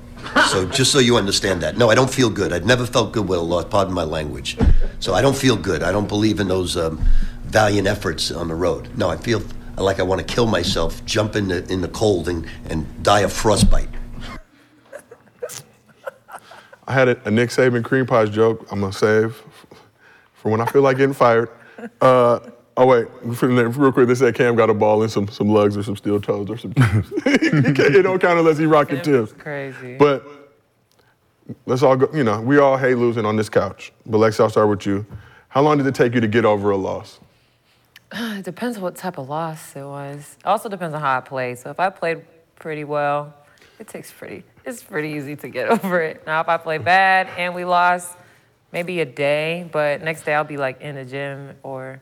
O: So just so you understand that. No, I don't feel good. I've never felt good with a loss. Pardon my language. So I don't feel good. I don't believe in those um, valiant efforts on the road. No, I feel like I want to kill myself, jump in the, in the cold, and, and die of frostbite.
F: I had a, a Nick Saban cream pies joke. I'm gonna save for when I feel like getting fired. Uh, oh wait, real quick. They said Cam got a ball and some some lugs or some steel toes or some. he can't, it don't count unless he rocking tips.
D: Crazy.
F: But let's all go. You know, we all hate losing on this couch. But Lex, I'll start with you. How long did it take you to get over a loss?
D: It depends what type of loss it was. It also depends on how I played. So if I played pretty well, it takes pretty. It's pretty easy to get over it. Now if I play bad and we lost, maybe a day, but next day I'll be like in the gym or.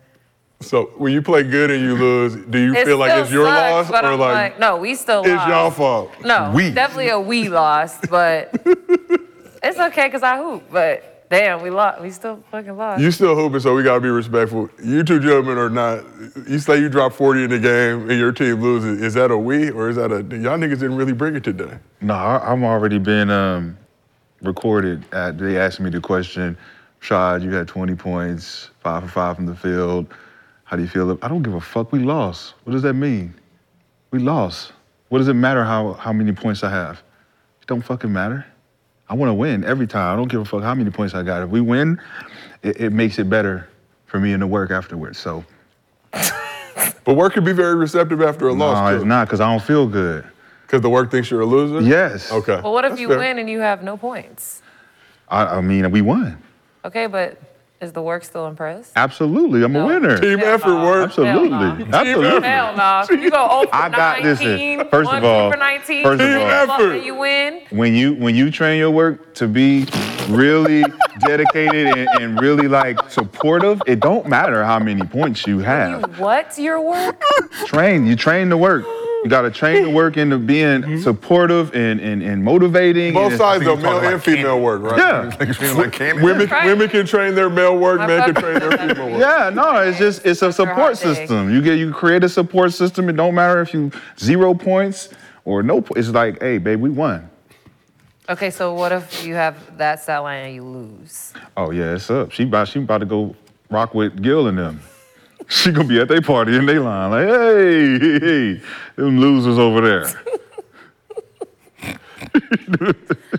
F: So when you play good and you lose, do you
D: It
F: feel like
D: still
F: it's your
D: sucks,
F: loss
D: but
F: or
D: I'm
F: like,
D: no, we still
F: it's
D: lost.
F: y'all fault?
D: No, definitely a we loss, but it's okay because I hoop. But damn, we lost. We still fucking lost.
F: You still hooping, so we gotta be respectful. You two gentlemen are not. You say you drop 40 in the game and your team loses. Is that a we or is that a y'all niggas didn't really bring it today?
H: No, I, I'm already been um, recorded. At, they asked me the question, Shad, you had 20 points, five for five from the field. How do you feel? I don't give a fuck. We lost. What does that mean? We lost. What does it matter how, how many points I have? It don't fucking matter. I want to win every time. I don't give a fuck how many points I got. If we win, it, it makes it better for me in the work afterwards. So
F: But work can be very receptive after a loss
H: no, it's
F: too,
H: not because I don't feel good.
F: because the work thinks you're a loser.
H: Yes.
F: Okay.
D: But what if
F: That's
D: you
F: fair.
D: win and you have no points?
H: I, I mean, we won.
D: Okay, but is the work still impressed?
H: Absolutely, I'm a winner.
F: Team effort work.
H: Absolutely, absolutely.
D: Hell no. You go over
H: I got-
D: 19,
H: listen, first
D: one
H: of all-
D: for 19,
H: first of
D: you
H: all-
D: fuck
H: Effort.
D: and you win.
H: When you when you train your work to be really dedicated and, and really like supportive, it don't matter how many points you have.
D: What's your work?
H: train. You train the work. You gotta train the work into being supportive and, and, and motivating.
F: Both
H: and-
F: sides though, male and female work, right?
H: Yeah.
F: Women, women can train their male work,
H: I
F: men can
H: fuck
F: train their female work.
H: Yeah, no, it's just it's a support
F: day.
H: system. You get you create a support system. It don't matter if you zero points or no points. It's like, hey, babe, we won.
D: Okay, so what if you have that stat line and you lose?
H: Oh yeah, it's up. She about she about to go rock with Gil and them. She gonna be at their party in their line, like, hey, hey, hey, them losers over there.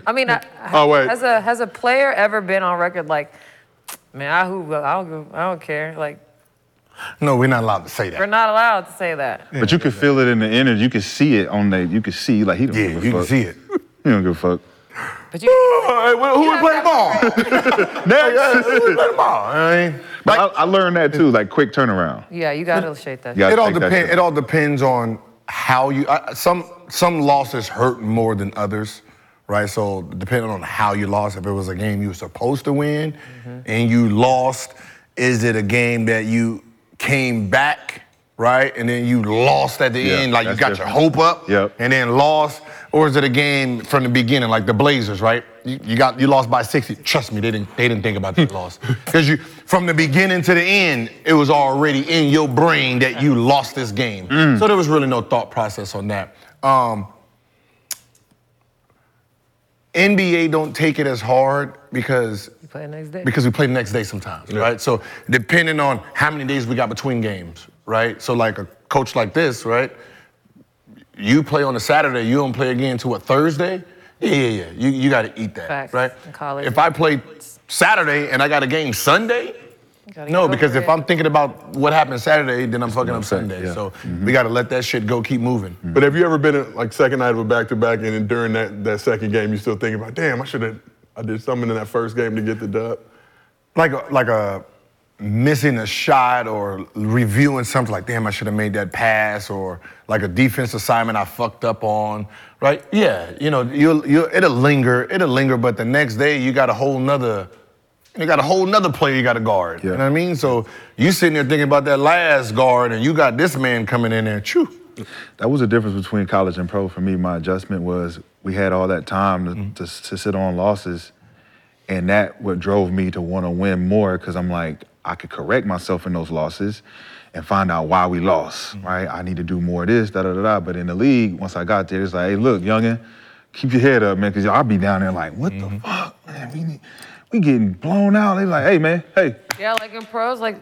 D: I mean, I,
H: Oh, wait.
D: has a has a player ever been on record like, man, I who I don't give- I don't care. Like
G: No, we're not allowed to say that.
D: we're not allowed to say that.
H: But you can feel it in the energy. You can see it on the. You can see like he don't give a
G: you can
H: fuck.
G: see it.
H: He don't give a fuck.
D: But you,
G: hey, well, who we playing ball?
H: Next.
G: Who we playing ball? eh? I mean,
H: But I, I learned that too. Like quick turnaround.
D: Yeah, you gotta illustrate that.
H: You gotta
G: it all
H: take that
G: depends. It
H: shit.
G: all depends on how you. I, some some losses hurt more than others, right? So depending on how you lost, if it was a game you were supposed to win,
D: Mm-hmm.
G: and you lost, is it a game that you came back, right? And then you lost at the
H: Yeah,
G: end, like you
H: that's
G: got
H: different.
G: your hope up,
H: Yep.
G: and then lost, or is it a game from the beginning, like the Blazers, right? You, you got you lost by 60. Trust me, they didn't they didn't think about that loss because you from the beginning to the end, it was already in your brain that you lost this game. So there was really no thought process on that. Um, NBA don't take it as hard because
D: You play the next day.
G: because we play the next day sometimes, right? So depending on how many days we got between games, right? So like a coach like this, right? You play on a Saturday, you don't play again to what Thursday? Yeah, yeah, yeah. You you got to eat that,
D: Facts.
G: right?
D: In college.
G: If I play Saturday and I got a game Sunday,
D: Gotta
G: no,
D: get
G: because
D: over
G: if
D: it.
G: I'm thinking about what happened Saturday, then I'm fucking up Sunday.
F: yeah.
G: So we got to let that shit go, keep moving.
F: But have you ever been in, like second night of a back to back, and then during that, that second game, you still thinking about, damn, I should have, I did something in that first game to get the dub.
G: like a, like a missing a shot or reviewing something like damn I should have made that pass or like a defense assignment I fucked up on right yeah you know you'll, you'll it'll linger it'll linger but the next day you got a whole nother you got a whole nother player you got to guard you know what I mean so you sitting there thinking about that last guard and you got this man coming in there chew
H: That was the difference between college and pro for me. My adjustment was we had all that time to, to, to sit on losses, and that what drove me to want to win more because I'm like I could correct myself in those losses, and find out why we lost. Right? I need to do more of this, da da da da. But in the league, once I got there, it's like, hey, look, youngin, keep your head up, man, because I'll be down there like, what the fuck, man? We need, we getting blown out. They like, hey, man, hey,
D: Yeah, like in pros, like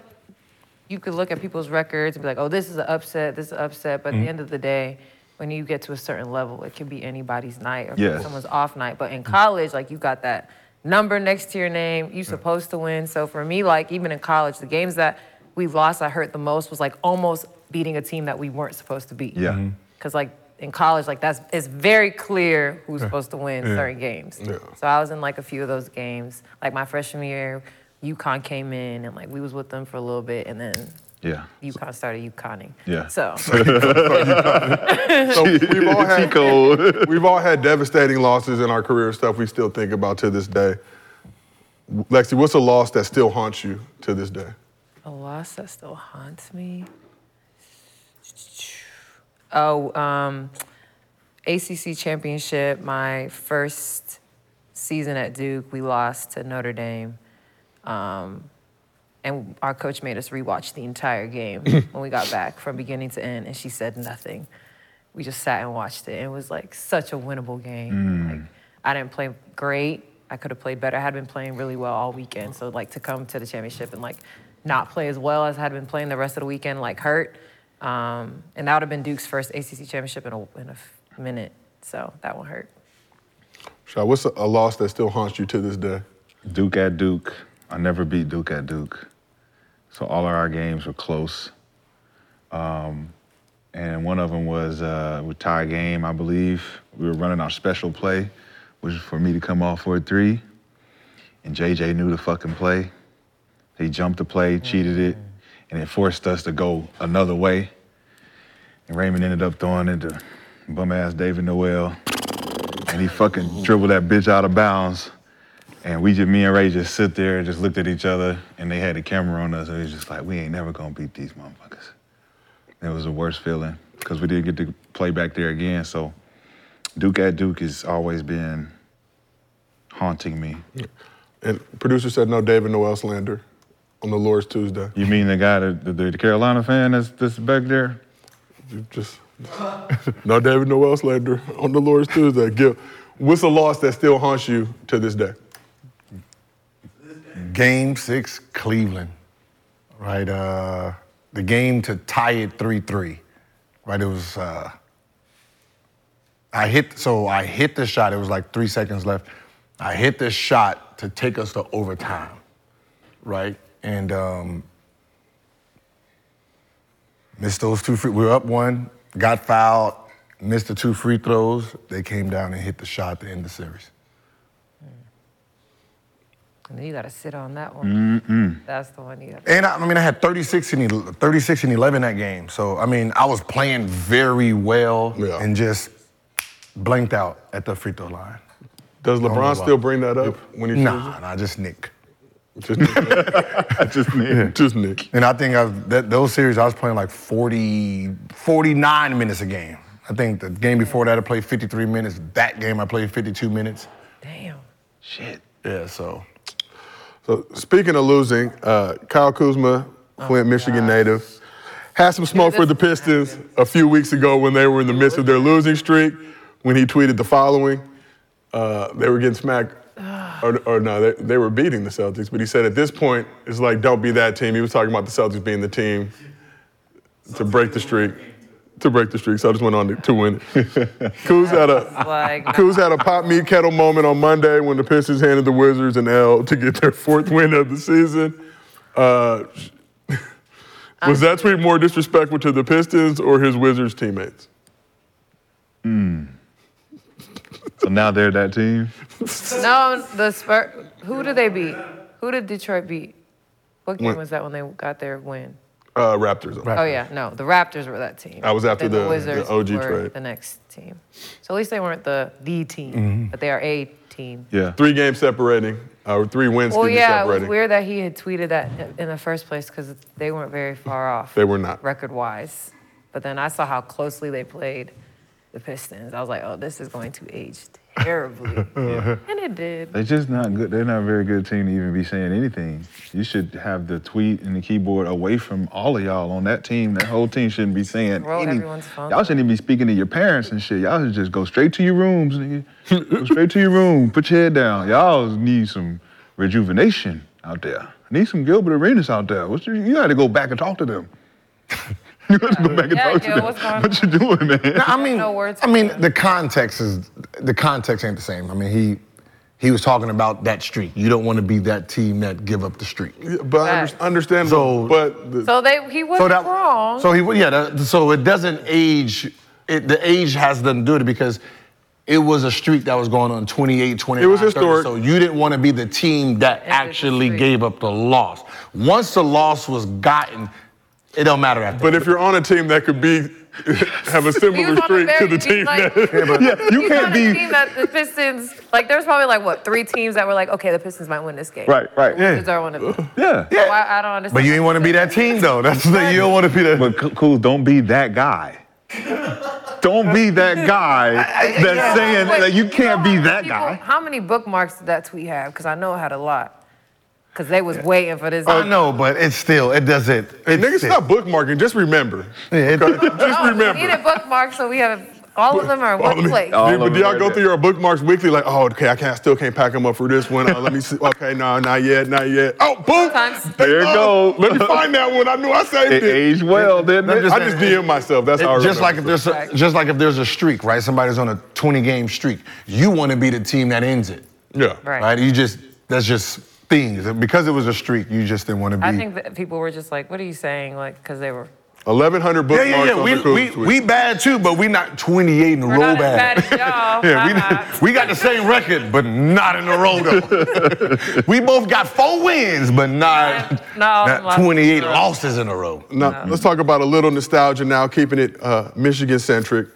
D: you could look at people's records and be like, oh, this is an upset, this is an upset. But at
H: Mhm.
D: the end of the day, when you get to a certain level, it can be anybody's night or
H: Yes. Mm-hmm.
D: someone's off night. But in college, like you got that number next to your name, you supposed to win. So for me, like even in college, the games that we lost, I hurt the most was like almost beating a team that we weren't supposed to beat.
H: yeah.
D: Cause like in college, like that's it's very clear who's
H: Yeah.
D: supposed to win
H: Yeah.
D: certain games.
H: Yeah.
D: So I was in like a few of those games. Like my freshman year, UConn came in and like we was with them for a little bit, and then
H: Yeah.
D: UConn started UConning.
F: Yeah.
D: So
F: so we've all had we've all had devastating losses in our career and stuff we still think about to this day. Lexi, what's a loss that still haunts you to this day?
D: a loss that still haunts me. Oh, um, ACC championship. My first season at Duke, we lost to Notre Dame. Um, and our coach made us rewatch the entire game when we got back from beginning to end, and she said nothing. We just sat and watched it. It was like such a winnable game. Like, I didn't play great. I could have played better. I had been playing really well all weekend. So like to come to the championship and like not play as well as I had been playing the rest of the weekend like hurt. Um, and that would have been Duke's first ACC championship in a, in a f- minute. So that one hurt.
F: Shaw, what's a, a loss that still haunts you to this day?
H: Duke at Duke. I never beat Duke at Duke. So all of our games were close. Um, and one of them was uh, we tie a game, I believe. We were running our special play, which was for me to come off for a three. And JJ knew the fucking play. He jumped the play, cheated it, and it forced us to go another way. And Raymond ended up throwing it to bum ass David Noel. And he fucking dribbled that bitch out of bounds. And we just, me and Ray just sit there and just looked at each other, and they had the camera on us, and it was just like, we ain't never gonna beat these motherfuckers. It was the worst feeling because we didn't get to play back there again. So Duke at Duke has always been haunting me.
F: And producer said no David Noel slander on the Lord's Tuesday.
H: You mean the guy, that, the, the Carolina fan that's, that's back there?
F: You just no David Noel slander on the Lord's Tuesday. Gil, what's a loss that still haunts you to this day?
G: Game six, Cleveland. Right, uh, the game to tie it three-three. Right, it was. Uh, I hit so I hit the shot. It was like three seconds left. I hit the shot to take us to overtime. Right, and um, missed those two free. We were up one, got fouled, missed the two free throws. They came down and hit the shot to end the series.
D: And then you got to sit on that one.
G: Mm-mm. Eh.
D: That's the one you got.
G: And I, I mean, I had 36 and el- 36 and 11 that game. So I mean, I was playing very well and just blanked out at the free throw line.
F: Does
G: Don't know why.
F: LeBron still bring that up when he
G: Nah, nah, just Nick.
F: Just Nick.
H: just Nick.
F: Just Nick.
G: And I think I, that those series I was playing like 40, 49 minutes a game. I think the game before that I played 53 minutes. That game I played 52 minutes.
D: Damn.
G: Shit. Yeah. So.
F: So speaking of losing, uh, Kyle Kuzma, Flint, Michigan native, had some smoke for the Pistons a few weeks ago when they were in the midst of their losing streak. When he tweeted the following, uh, they were getting smacked, or, or no, they, they were beating the Celtics. But he said at this point, it's like, don't be that team. He was talking about the Celtics being the team to break the streak. To break the streak, Celtics went on to, to win it. Kuz had a
D: Like,
F: Kuz had a pop me kettle moment on Monday when the Pistons handed the Wizards an L to get their fourth win of the season. Uh, was that tweet more disrespectful to the Pistons or his Wizards teammates?
H: Hmm. So now they're that team.
D: no, the Spurs. Who did they beat? Who did Detroit beat? What game
F: Win.
D: was that when they got their win?
F: Uh, Raptors.
D: Oh yeah, no, the Raptors were that team.
F: I was after
D: Then
F: the- the
D: Wizards
F: OG
D: were
F: trade.
D: The next team. So at least they weren't the the team,
F: Mhm.
D: but they are a team.
F: Yeah. Three games separating, uh, or three wins
D: Well,
F: excuse me,
D: yeah, it was
F: separating.
D: weird that he had tweeted that i- in the first place because they weren't very far off
F: They were not.
D: record wise. But then I saw how closely they played the Pistons. I was like, oh, this is going to age terribly. and it did.
H: They're just not good. They're not a very good team to even be saying anything. You should have the tweet and the keyboard away from all of y'all on that team. That whole team shouldn't be saying
D: Roll
H: any-
D: everyone's phone.
H: Y'all shouldn't even be speaking to your parents and shit. Y'all should just go straight to your rooms, nigga. go straight to your room. Put your head down. Y'all need some rejuvenation out there. Need some Gilbert Arenas out there. What's your, you got to go back and talk to them. you got to go back and
D: Yeah,
H: talk
D: Gil,
H: to them.
D: what's going
H: What you doing, man?
G: No, I mean,
D: No words
G: I mean, the context is the context ain't the same. I mean, he he was talking about that streak. You don't want to be that team that give up the streak.
F: But I under- understand.
G: So,
F: but
D: So they he wasn't
G: that-
D: wrong.
G: so he wa- yeah. That, so it doesn't age. It, the age has nothing to do with it because it was a streak that was going on 28, 29.
F: It was
G: 30,
F: historic.
G: so you didn't want to be the team that actually gave up the loss. Once the loss was gotten, it don't matter after.
F: But if you're on a team that could be have a
D: He
F: similar
D: was on a
F: streak to
D: very-
F: the
D: he's
F: team
D: like-
F: that yeah,
D: He's on a team that the Pistons like. There's probably like what three teams that were like, okay, the Pistons might win this game.
G: Right, right.
D: The
G: Yeah.
D: Wizards are one of them.
H: Yeah.
D: yeah. Why, I don't understand.
G: But you ain't want to be that team though. That's the thing. You don't want to be that.
H: But c- cool, don't be that guy. don't be that guy that's
D: yeah.
H: saying
D: Wait,
H: that you can't be that
D: People-
H: guy.
D: How many bookmarks did that tweet have? Because I know it had a lot. Because they was waiting for this.
G: I know, but it's still it doesn't. It's
F: Nigga, stop bookmarking. Just remember. just
D: No, Oh, we
F: remember.
D: need a bookmark, so we have all of them are in
F: All of Oh,
D: one
F: me-
D: place.
F: Dude, but do y'all go through your bookmarks weekly? Like, oh, okay, I can't, still can't pack them up for this one. Uh, let me see. Okay, no, not yet, not yet. Oh, boom!
H: There it
F: Oh,
H: goes.
F: Let me find that one. I knew I saved it.
H: It aged well, didn't
G: No,
H: it?
G: just
F: I just DM myself. That's
G: It-
F: how I
G: just
F: remember.
G: like if there's a, just like if there's a streak, right? Somebody's on a 20 game streak. You want to be the team that ends it.
F: Yeah.
G: Right. You just that's just things. And Because it was a streak, you just didn't want to be.
D: I think that people were just like, "What are you saying?" Like, because they were
F: 1100
G: yeah,
F: bookmarks.
G: yeah, yeah.
F: on
G: We,
F: the Cool
G: we,
F: tweet.
G: we bad too, but we not 28 in a
D: We're
G: row
D: not as
G: bad.
D: bad as y'all.
G: yeah, we, we got the same record, but not in a row though. we both got four wins, but not,
D: no,
G: not
D: lost.
G: 28 losses in a row.
F: Now, let's talk about a little nostalgia now, keeping it uh, Michigan centric.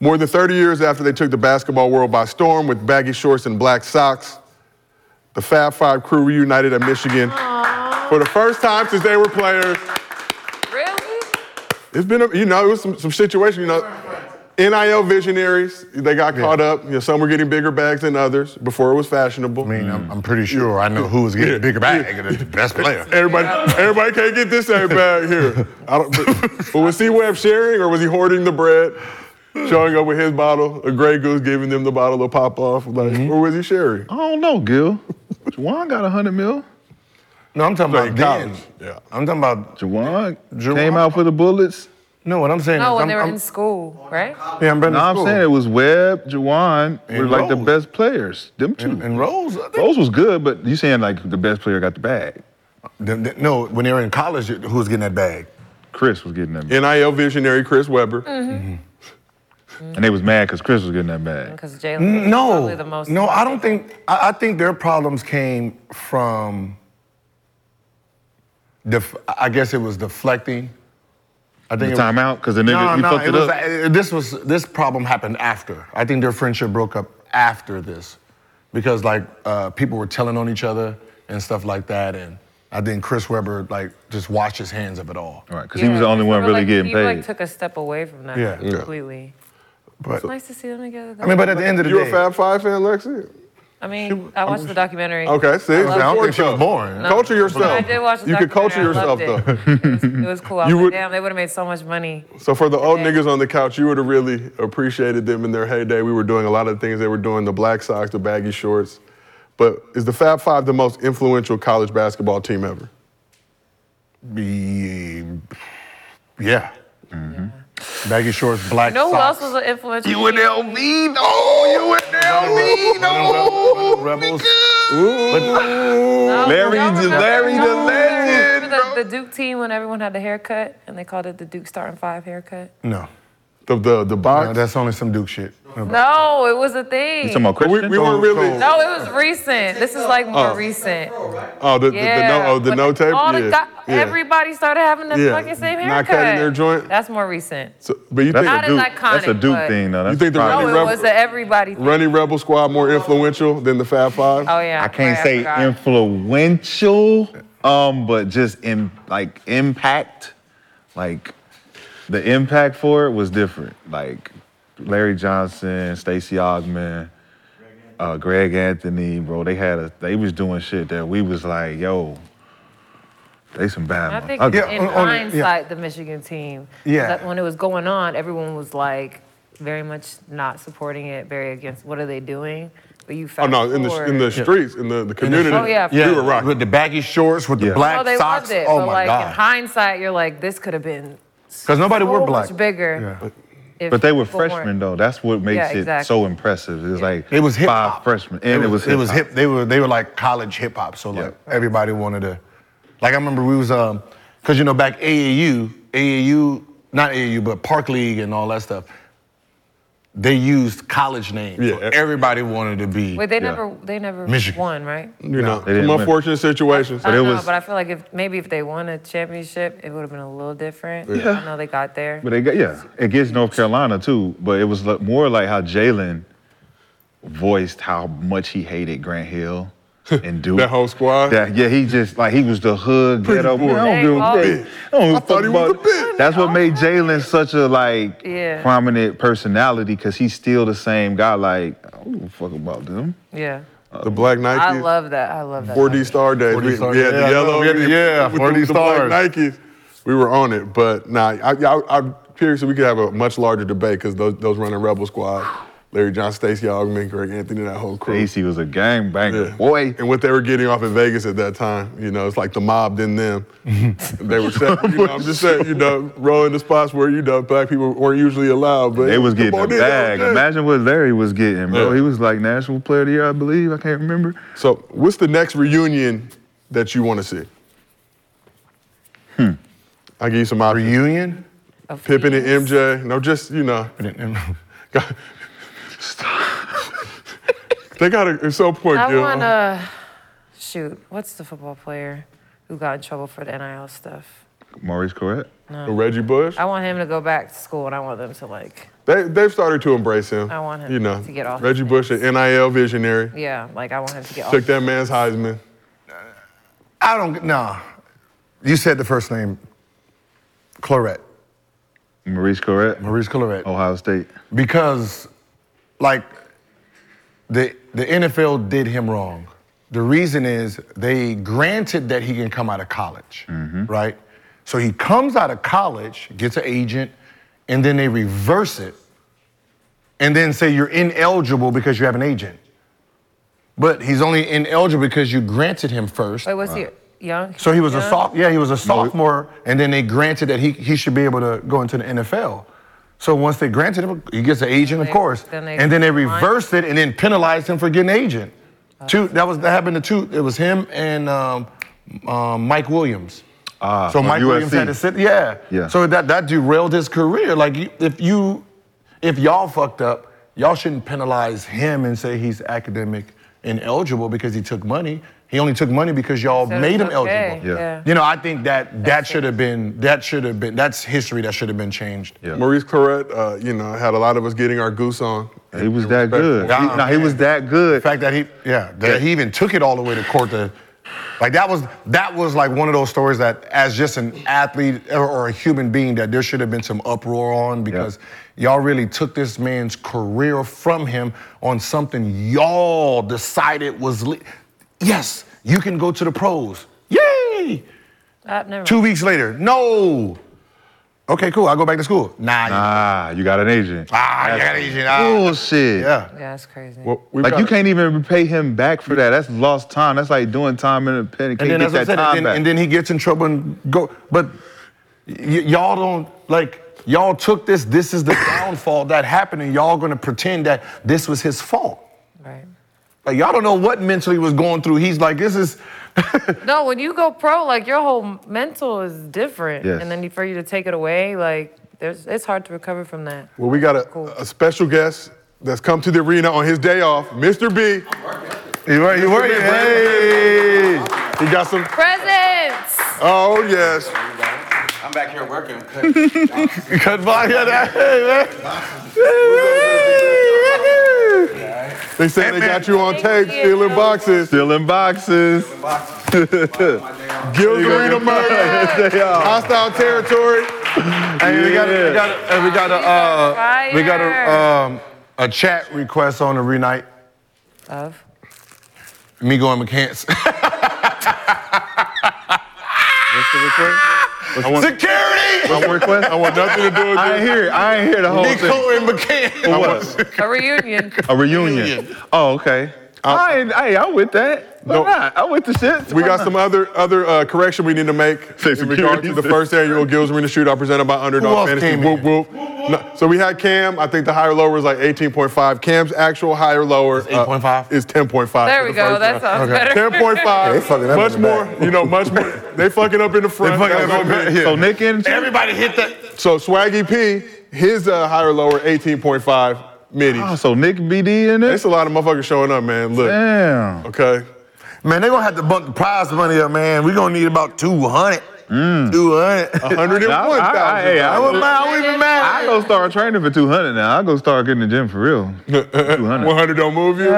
F: More than 30 years after they took the basketball world by storm with baggy shorts and black socks, the Fab Five crew reunited at Michigan for the first time since they were players.
D: really.
F: It's been, a, you know, it was some, some situation, you know. NIL visionaries, they got caught up. You know, some were getting bigger bags than others before it was fashionable. I mean,
G: I'm, I'm pretty sure I know who was getting bigger bag and the best player.
F: Everybody, everybody can't get this same bag here. I don't, but, but was C Web sharing or was he hoarding the bread, showing up with his bottle, a Grey Goose giving them the bottle to pop off? Like,
G: Mm-hmm.
F: or was he sharing?
H: I don't know, Gil. Juwan got a hundred mil.
G: No, I'm talking about then.
F: Yeah.
G: I'm talking about
H: Juwan came out for the Bullets.
G: No, what I'm saying
D: No,
G: is
D: Oh, when
G: I'm,
D: they were
G: I'm-
D: in school, right?
G: yeah, I'm,
H: No, I'm saying it was Webb, Juwan were
G: And
H: like the
G: Rose.
H: best players. Them two.
G: And, and Rose, I think-
H: Rose was good, but you saying like the best player got the bag.
G: Them- them- no, when they were in college, who was getting that bag?
H: Chris was getting that bag.
F: NIL visionary Chris Webber.
H: And they was mad because Chris was getting that bag.
D: Because Jalen was probably
G: No,
D: the most.
G: no, I don't think. I, I think their problems came from. Def, I guess it was deflecting. I
H: The
G: it was-
H: timeout? 'Cause the nigga-
G: no,
H: you
G: no,
H: fucked it
G: was,
H: up.
G: uh, This was this problem happened after. I think their friendship broke up after this, because like uh, people were telling on each other and stuff like that, and I think Chris Webber like just washed his hands of it all.
H: Right, because he was the only one
D: But,
H: really
D: like,
H: getting
D: he,
H: paid.
D: like took a step away from that
G: Yeah. Yeah.
D: completely.
G: But
D: It's nice to see them together.
G: I mean, but at the end of the
F: you
G: day-
F: a Fab Five fan, Lexi?
D: I mean, I watched the documentary.
F: Okay, see?
D: I loved
F: I don't
D: it.
F: think she was born. Culture yourself.
D: I did watch the
F: You could culture
D: documentary. I
F: yourself,
D: loved
F: though.
D: It. it was cool. I was
F: You
D: like,
F: would-
D: damn, they would have made so much money.
F: So for the old niggas on the couch, you would have really appreciated them in their heyday. We were doing a lot of things they were doing, the black socks, the baggy shorts. But is the Fab Five the most influential college basketball team ever?
G: Yeah.
H: mm-hmm.
G: Baggy shorts, black
D: You know who
G: socks.
D: else was an influential?
G: UNLV. Oh, UNLV. No. Rebels.
D: No,
G: Larry,
D: y'all
G: the,
D: remember-
G: Larry the
D: y'all remember
G: legend.
D: The, the Duke team when everyone had the haircut and they called it the Duke starting five haircut.
G: No.
F: The, the, the box?
G: No, that's only some Duke shit.
D: No, it was a thing.
G: We, we weren't really.
D: No, it was recent. This is like more
F: Oh.
D: recent.
F: Oh, the, the- the,
D: Yeah,
F: no, oh, the
D: when
F: no tape?
D: All the
F: yeah.
D: guy-
F: yeah.
D: everybody started having the
F: Yeah.
D: fucking same haircut.
F: Not cutting their joint?
D: That's more recent.
F: So- but you
D: That's
F: think
D: Not a Duke- as that's a iconic, Duke but- thing,
F: though. you think the
D: no,
F: Running
D: it was
F: Rebel,
D: the everybody. thing.
F: Running Rebel squad more influential than the Fab Five?
D: Oh yeah.
H: I can't
D: Right, I
H: say
D: forgot.
H: influential, um, but just in like impact, like the impact for it was different. Like Larry Johnson, Stacey Ogman, uh, Greg Anthony, bro, they had a they was doing shit that we was like, yo, they some
D: I
H: bad.
D: think
H: motherfuckers.
D: in hindsight, the Michigan team.
H: Yeah.
D: that When it was going on, everyone was like very much not supporting it, very against. What are they doing? But you
F: Oh
D: fast
F: no, in the
D: forward.
F: in the streets, in the, the community,
D: Oh, yeah, for
F: we
D: sure.
F: were rocking
G: with the baggy shorts, with the Oh,
D: no, Oh, they loved it.
H: Oh
D: but like in hindsight, you're like, this could have been
H: Because nobody
D: so
H: wore black.
D: much bigger. if
H: But they were
D: people weren't-
H: freshmen though. That's what makes
D: Yeah,
H: it
D: exactly.
H: so impressive. It was like it was five freshmen, and it was
G: it was
H: hip-hop.
G: hip. They were they were like college hip hop. So like everybody wanted to, like I remember we was um, cause you know back AAU, AAU, not AAU, but Park League and all that stuff. They used college names. Yeah. So everybody wanted to be.
D: Wait, they never, they never
G: Michigan.
D: won, right?
F: You know,
G: didn't
F: some
G: win.
F: unfortunate situations.
D: I know, but I feel like if maybe if they won a championship, it would have been a little different.
H: Yeah.
D: I know they got there.
H: But they got yeah, against North Carolina too. But it was li- more like how Jalen voiced how much he hated Grant Hill and Duke. that whole
F: squad.
H: Yeah, yeah. He just like he was the hood
F: Pretty
H: ghetto.
F: boy.
H: Man, I don't give
F: They
H: a
F: all-
H: fuck. I don't give a
F: I thought
H: fuck
F: he was
H: about That's what made Jalen such a like
D: Yeah.
H: prominent personality because he's still the same guy. Like I don't give a fuck about them.
D: Yeah.
F: The black Nike.
D: I love that. I love that.
F: 4D Star Days.
H: 4D
F: We,
H: Star
F: we had
H: Days.
F: the
H: Yeah,
F: yellow.
H: we had the- yeah,
F: with the-
H: 4D
F: with the black
H: stars.
F: Nikes. We were on it, but nah, I, I, I'm curious if we could have a much larger debate because those, those running Rebel Squad, Larry John, Stacey Augman, Greg Anthony, that whole crew.
H: Stacey was a gang banger, boy.
F: And what they were getting off in Vegas at that time, you know, it's like the mob than them. they were, set, you know, I'm just saying, you know, rolling the spots where you know black people weren't usually allowed, but
H: They was
F: come
H: getting a
F: on in, they was
H: bag.
F: there.
H: Imagine what Larry was getting, bro.
F: Yeah.
H: He was like national player of the year, I believe. I can't remember.
F: So, what's the next reunion that you want to see? I give you some options.
G: Reunion?
F: Pippin and MJ. No, just you know. God. they got a it's so point,
D: I
F: Gil.
D: want to shoot. What's the football player who got in trouble for the NIL stuff?
H: Maurice Correct.
D: No.
F: Reggie Bush.
D: I want him to go back to school, and I want them to like,
F: They they've started to embrace him.
D: I want him
F: You know,
D: to get off
F: Reggie Bush, an NIL visionary,
D: yeah, like I want him to get
F: took
D: off.
F: that man's Heisman.
G: I don't nah. You said the first name, Claret.
H: Maurice Correct.
G: Maurice Claret.
H: Ohio State.
G: Because, like, the the NFL did him wrong. The reason is they granted that he can come out of college, right? So he comes out of college, gets an agent, and then they reverse it, and then say you're ineligible because you have an agent. But he's only ineligible because you granted him first.
D: Wait, was he young?
G: So he was a
D: young?
G: soft, yeah, he was a sophomore, and then they granted that he he should be able to go into the NFL. So once they granted him, he gets an agent, of
D: They-
G: course,
D: then they
G: and then they
D: declined.
G: reversed it and then penalized him for getting an agent. Two, that was that happened to two. It was him and um, um, Mike Williams.
H: Ah,
G: so
H: from
G: Mike Williams
H: USC.
G: had to sit, yeah.
H: Yeah.
G: So that that derailed his career. Like you- if you, if y'all fucked up, y'all shouldn't penalize him and say he's academic ineligible because he took money. He only took money because y'all
D: So
G: made him
D: it's okay,
G: eligible.
D: Yeah. yeah.
G: You know, I think that that should have been that should have been that's history that should have been changed.
F: Maurice Claret, uh, you know, had a lot of us getting our goose on.
H: He was that good. He- nah, he was that good. The
G: fact that he, yeah, that he even took it all the way to court to Like that was that was like one of those stories that, as just an athlete or, or a human being, that there should have been some uproar on because y'all really took this man's career from him on something y'all decided was le- yes, you can go to the pros. Yay!
D: I've never.
G: Two weeks later, no. Okay, cool. I'll go back to school. Nah.
H: Nah, you got an agent.
G: Ah,
H: you
G: got an agent. Ah.
H: Bullshit.
G: Yeah.
D: Yeah, that's crazy.
H: like you can't even pay him back for that. That's lost time. That's like doing time in a pen. and
G: And
H: Can't
G: then, that's
H: get
G: what I
H: that
G: said, and,
H: time
G: then,
H: back.
G: and then he gets in trouble and go. But y- y'all don't like y'all took this. This is the downfall that happened, and y'all gonna pretend that this was his fault.
D: Right.
G: Like y'all don't know what mentally was going through. He's like, this is
D: No, when you go pro, like your whole mental is different,
F: Yes.
D: and then for you to take it away, like there's it's hard to recover from that.
F: Well, we got a, a special guest that's come to the arena on his day off, Mr. B. You right, you right. Hey. He got some.
D: Presents.
F: Oh yes.
P: I'm back here working.
F: Cut by They say they got you on tape, stealing boxes.
H: Stealing boxes.
F: Gills Arena murder. Hostile territory.
G: Hey, we got a, we
F: Yeah.
G: got a, uh, we got a, uh, we got a,
F: fire.
G: um, a chat request on the reunite. uh,
D: Of?
G: Me going McCants.
H: What's the request? What's-
G: Security!
H: One request?
F: I want nothing to do with
H: I ain't
F: this.
H: hear it. I ain't hear the whole
F: Nico
H: thing.
G: and McCann.
H: For what?
D: A reunion.
H: A reunion. Oh, okay. I ain't, hey, I'm with that. Why not? I'm with the shit.
F: We got some other other uh, correction we need to make in regard to the first annual Gills Arena Shootout presented by
G: Who
F: Underdog
G: else
F: Fantasy.
G: came
F: Whoop, whoop. No, so we had Cam. I think the higher lower was like 18.5. Cam's actual higher lower is 8.5. is 10.5.
D: There
F: for
D: we
F: the
D: go.
F: first
D: That sounds Okay. better.
F: 10.5.
D: They fucking up
F: much
D: in the
F: more. You know, much more. They fucking up in the front. That's what it is.
H: So Nick and
G: everybody hit that.
F: So Swaggy P, his uh, higher lower 18.5 middies.
H: so Nick BD in there.
F: It's a lot of motherfuckers showing up, man. Look.
H: Damn.
F: Okay.
G: Man, they gonna have to bump the prize money up, man. We gonna need about 200.
H: Mm.
G: 200.
H: I- I- I- hey, I-
G: I, wouldn't mind- I wouldn't even mad.
H: I go start training for 200 now. I go start getting in the gym for real. 200.
F: 100 don't move you?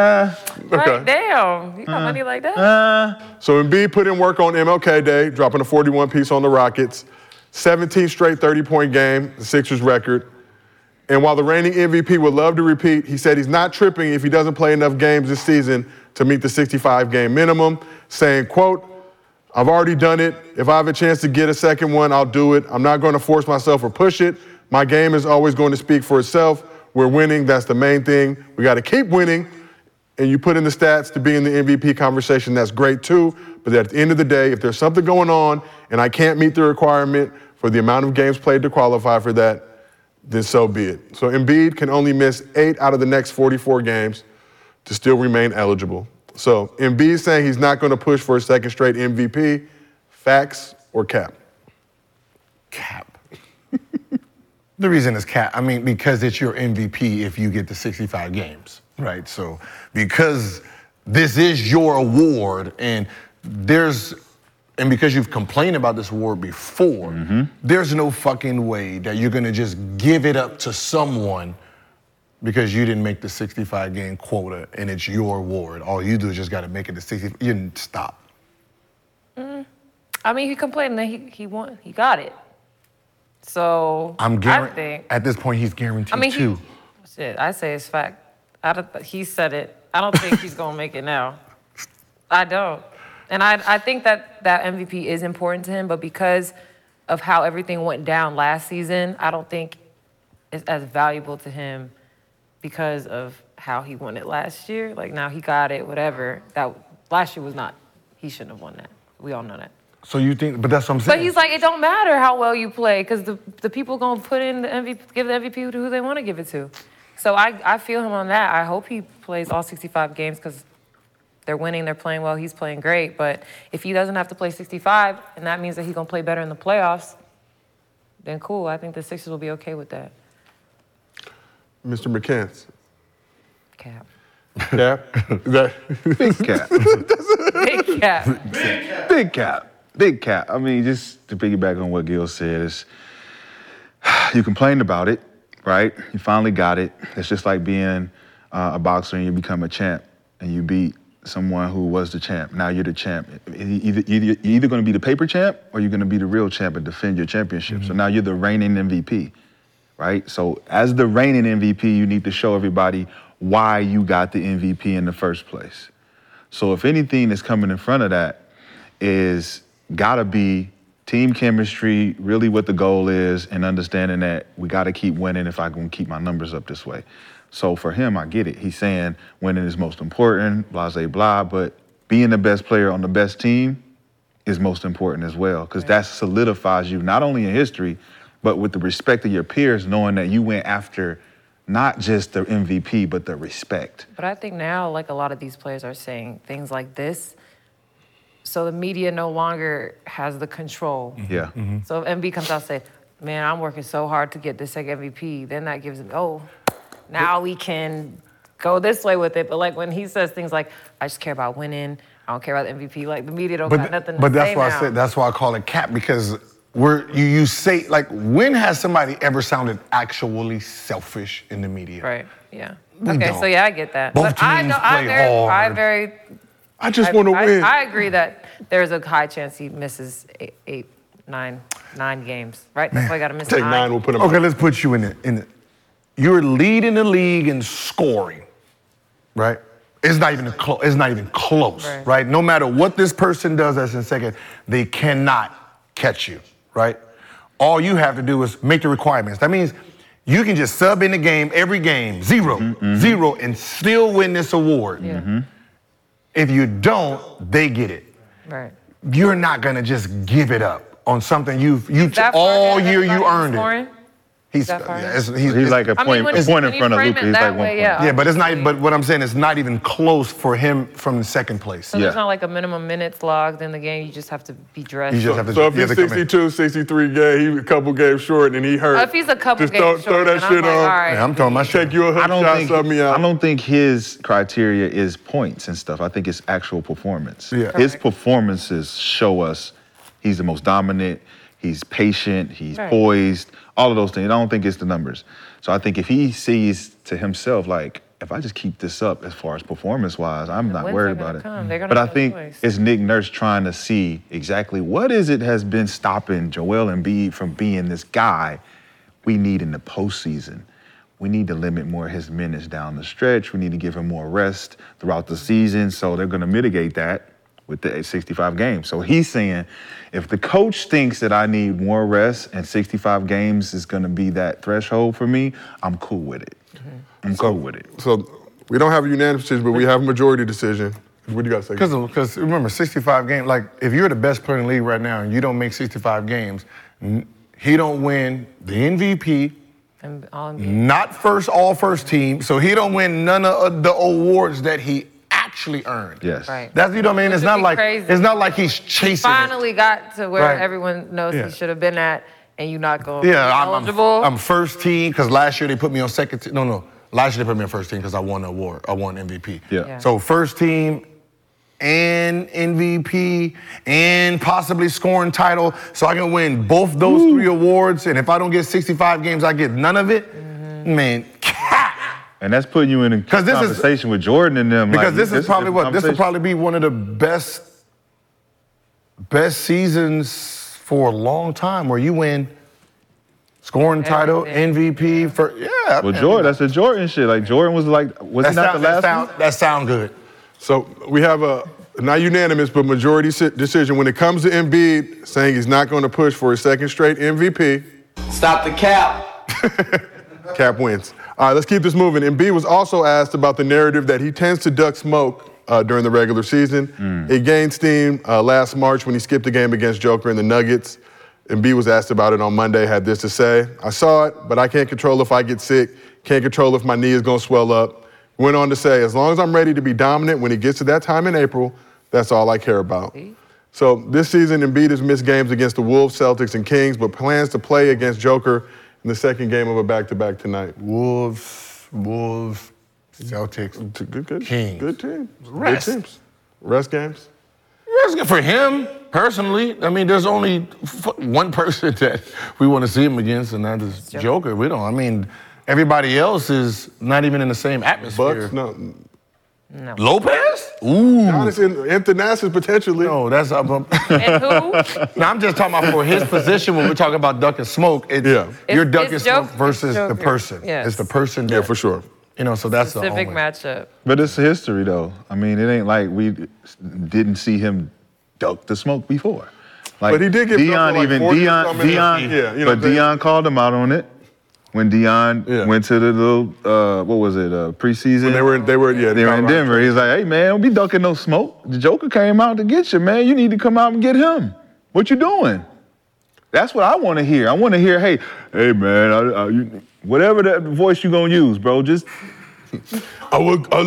D: Right, damn.
G: Mm.
D: You got money like
H: Uh,
D: that?
F: So Embiid put in work on MLK Day, dropping a 41 piece on the Rockets, 17 straight 30 point game, the Sixers record. And while the reigning MVP would love to repeat, he said he's not tripping if he doesn't play enough games this season to meet the 65 game minimum, saying, quote, I've already done it. If I have a chance to get a second one, I'll do it. I'm not going to force myself or push it. My game is always going to speak for itself. We're winning. That's the main thing. We got to keep winning. And you put in the stats to be in the MVP conversation. That's great too. But at the end of the day, if there's something going on and I can't meet the requirement for the amount of games played to qualify for that, then so be it. So Embiid can only miss eight out of the next 44 games to still remain eligible. So Embiid saying he's not going to push for a second straight MVP. Facts or cap?
G: The reason is cat. I mean, because it's your MVP if you get the 65 games, right? So because this is your award, and there's, and because you've complained about this award before,
J: Mm-hmm.
G: there's no fucking way that you're gonna just give it up to someone because you didn't make the 65 game quota and it's your award. All you do is just gotta make it to 60. You didn't stop.
D: Mm. I mean, he complained that he, he won. He got it. So
G: I'm
D: I
G: guaranteed.
D: think.
G: At this point, he's guaranteed
D: I mean, he-
G: two.
D: Shit, I say it's fact. I don't, he said it. I don't think he's gonna make it now. I don't. And I, I think that that MVP is important to him, but because of how everything went down last season, I don't think it's as valuable to him because of how he won it last year. Like now he got it, whatever. That last year was not. He shouldn't have won that. We all know that.
G: So you think, but that's what I'm saying.
D: But he's like, it don't matter how well you play, because the, the people gonna put in the MVP, give the MVP to who they want to give it to. So I, I feel him on that. I hope he plays all 65 games because they're winning, they're playing well, he's playing great. But if he doesn't have to play 65, and that means that he's gonna play better in the playoffs, then cool. I think the Sixers will be okay with that.
F: Mr. McCants.
D: Cap.
F: Cap? Is that-
H: Big cap.
D: Big cap.
H: Big cap. Big cap. I mean, just to piggyback on what Gil said, is you complained about it, right? You finally got it. It's just like being uh, a boxer and you become a champ and you beat someone who was the champ. Now you're the champ. E- Either, either, you're either going to be the paper champ or you're going to be the real champ and defend your championship. So now you're the reigning MVP, right? So as the reigning MVP, you need to show everybody why you got the MVP in the first place. So if anything that's coming in front of that is gotta be team chemistry, really what the goal is, and understanding that we gotta keep winning if I can keep my numbers up this way. So for him, I get it. He's saying winning is most important, blah, blah, blah, but being the best player on the best team is most important as well, because that solidifies you not only in history, but with the respect of your peers, knowing that you went after not just the MVP, but the respect.
D: But I think now, like a lot of these players are saying things like this. So the media no longer has the control.
H: Yeah.
D: So if MB comes out and says, Man, I'm working so hard to get this second MVP, then that gives him, oh, now we can go this way with it. But like when he says things like, I just care about winning, I don't care about the MVP, like the media don't got
G: th-
D: nothing
G: but
D: to
G: that's
D: say
G: why
D: now.
G: I said that's why I call it cap because we're you you say like when has somebody ever sounded actually selfish in the media?
D: Right. Yeah.
G: We
D: okay,
G: don't.
D: so yeah, I get that.
G: Both
D: but I
G: teams
D: know I
G: play
D: very I
G: hard.
D: very
G: I just wanna
D: I-
G: win.
D: I agree that there's a high chance he misses eight, eight nine, nine games, right? That's why I gotta miss nine.
G: Okay, let's put you in it. In it. You're leading the league in scoring, right? It's not even close. It's not even close, right.
Q: Right.
G: No matter what this person does that's in second, they cannot catch you, right? All you have to do is make the requirements. That means you can just sub in the game every game, 0
H: Mm-hmm,
G: zero, and still win this award. If you don't, they get it
D: Right.
G: you're not gonna just give it up on something you've you
D: Is that far ahead
G: all
D: of
G: year you
D: everybody
G: earned it.
D: scoring?
G: He's,
D: that far
G: yeah,
D: ahead?
G: it's- he's,
H: He's
G: it's-
H: like a I mean, point- when a you- point in when you front of frame Luka, it he's like that one way, point. yeah,
G: Yeah, but it's not. But what I'm saying is not even close for him from the second place.
D: So there's not like a minimum minutes logged in the game. You just have to be dressed.
G: You just have to-
F: So if
G: you have
F: he's
G: to come in.
F: 62, 63 game, he a couple games short and he hurt.
D: Uh, if he's a couple
F: just
D: games
F: throw,
D: short,
F: throw that
D: then I'm
F: shit
D: like,
F: on.
D: all right. Yeah,
H: I'm throwing my shit.
F: Take you a hook
H: I don't
F: shot,
H: think
F: sub me
H: I
F: out.
H: don't think his criteria is points and stuff. I think it's actual performance.
F: Yeah.
H: His performances show us he's the most dominant. He's patient. He's
F: Right.
H: poised. All of those things. I don't think it's the numbers. So I think if he sees to himself like. If I just keep this up as far as performance wise, I'm not
D: wins
H: worried
D: are gonna
H: about it.
D: come. They're gonna
H: But I
D: have a
H: think
D: choice.
H: it's Nick Nurse trying to see exactly what is it has been stopping Joel Embiid from being this guy we need in the postseason. We need to limit more of his minutes down the stretch. We need to give him more rest throughout the season. So they're going to mitigate that with the 65 games. So he's saying if the coach thinks that I need more rest and 65 games is going to be that threshold for me, I'm cool with it.
D: Mm-hmm.
H: I'm cool with it.
F: So we don't have a unanimous decision, but we have a majority decision. What do you guys say?
G: Because because remember, 65 games. Like if you're the best player in the league right now and you don't make 65 games, n- he don't win the MVP.
D: And all in-
G: Not first, all first team. So he don't win none of uh, the awards that he actually earned.
H: Yes.
D: Right.
G: That's you know what I mean.
D: Which
G: It's
D: would
G: not
D: be
G: like
D: crazy.
G: it's not like he's
D: He
G: chasing. it.
D: finally got to where
G: Right.
D: everyone knows
G: Yeah.
D: he should have been at, and you're not going.
G: Yeah,
D: be
G: I'm, I'm-
D: eligible.
G: I'm, first team because last year they put me on second. Te- no, no, last year they put me on first team because I won the award. I won MVP.
H: Yeah. Yeah.
G: So first team and MVP and possibly scoring title, so I can win both those three awards. And if I don't get 65 games, I get none of it.
D: Mm-hmm.
G: Man,
H: And that's putting you in a
G: this is-
H: conversation with Jordan and them.
G: because
H: like,
G: this is probably
H: different
G: what this will
H: conversation.
G: probably be one of the best best seasons for a long time where you win scoring title, MVP for yeah.
H: Well, Jordan, that's a Jordan shit. Like Jordan was like, was
G: That
H: he not
G: sound-
H: the
G: that
H: last
G: sound-
H: one?
G: That sound good.
F: So we have a not unanimous, but majority si- decision when it comes to Embiid saying he's not going to push for his second straight MVP. Stop the cap. cap wins. All right, let's keep this moving. Embiid was also asked about the narrative that he tends to duck smoke uh, during the regular season. It gained steam uh, last March when he skipped the game against Joker and the Nuggets. Embiid was asked about it on Monday, had this to say I saw it, but I can't control if I get sick, can't control if my knee is going to swell up. Went on to say, as long as I'm ready to be dominant when it gets to that time in April, that's all I care about. So this season, Embiid has missed games against the Wolves, Celtics, and Kings, but plans to play against Joker in the second game of a back-to-back tonight.
G: Wolves, Wolves, Celtics,
F: good, good,
G: Kings.
F: good team,
G: Rest.
F: good teams, rest games.
G: That's good for him personally. I mean, there's only f- one person that we want to see him against, and that is Joker. We don't. I mean, everybody else is not even in the same atmosphere.
F: Bucks, no.
D: No.
G: Lopez? Ooh.
F: Giannis and Anthanassis potentially.
G: No, that's up. up.
D: And who?
G: now I'm just talking about for his position when we're talking about duck and smoke. It's, yeah. You're
D: It's- it's
G: duck and smoke
D: joke-
G: versus
D: it's
G: the
D: joke-
G: person.
D: yes.
G: It's the person.
F: Yeah, for sure.
G: You know, so that's the only.
D: Specific matchup.
H: But it's history, though. I mean, it ain't like we didn't see him duck the smoke before. Like,
F: But he did get ducked for
H: Dion
F: like
H: even
F: 40 or
H: Dion
F: something.
H: Dion.
F: Yeah, you know what I'm
H: but
F: saying?
H: Dion called him out on it when Dion went to the little uh, what was it uh, preseason?
F: When they were in, they were yeah
H: They were in
F: Colorado.
H: Denver. He's like, hey man, don't be ducking no smoke. The Joker came out to get you, man. You need to come out and get him. What you doing? That's what I want to hear. I want to hear, hey, hey man, I, I, you, whatever that voice you gonna use, bro, just. I
F: would, I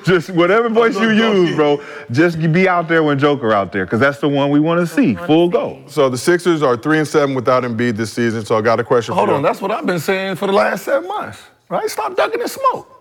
H: just whatever voice you use, bro. Just be out there when Joker out there, because that's the one we want to see. Full go.
F: So the Sixers are three and seven without Embiid this season. So I got a question.
G: Hold
F: for
G: on, that's what I've been saying for the last seven months, right? Stop ducking the smoke.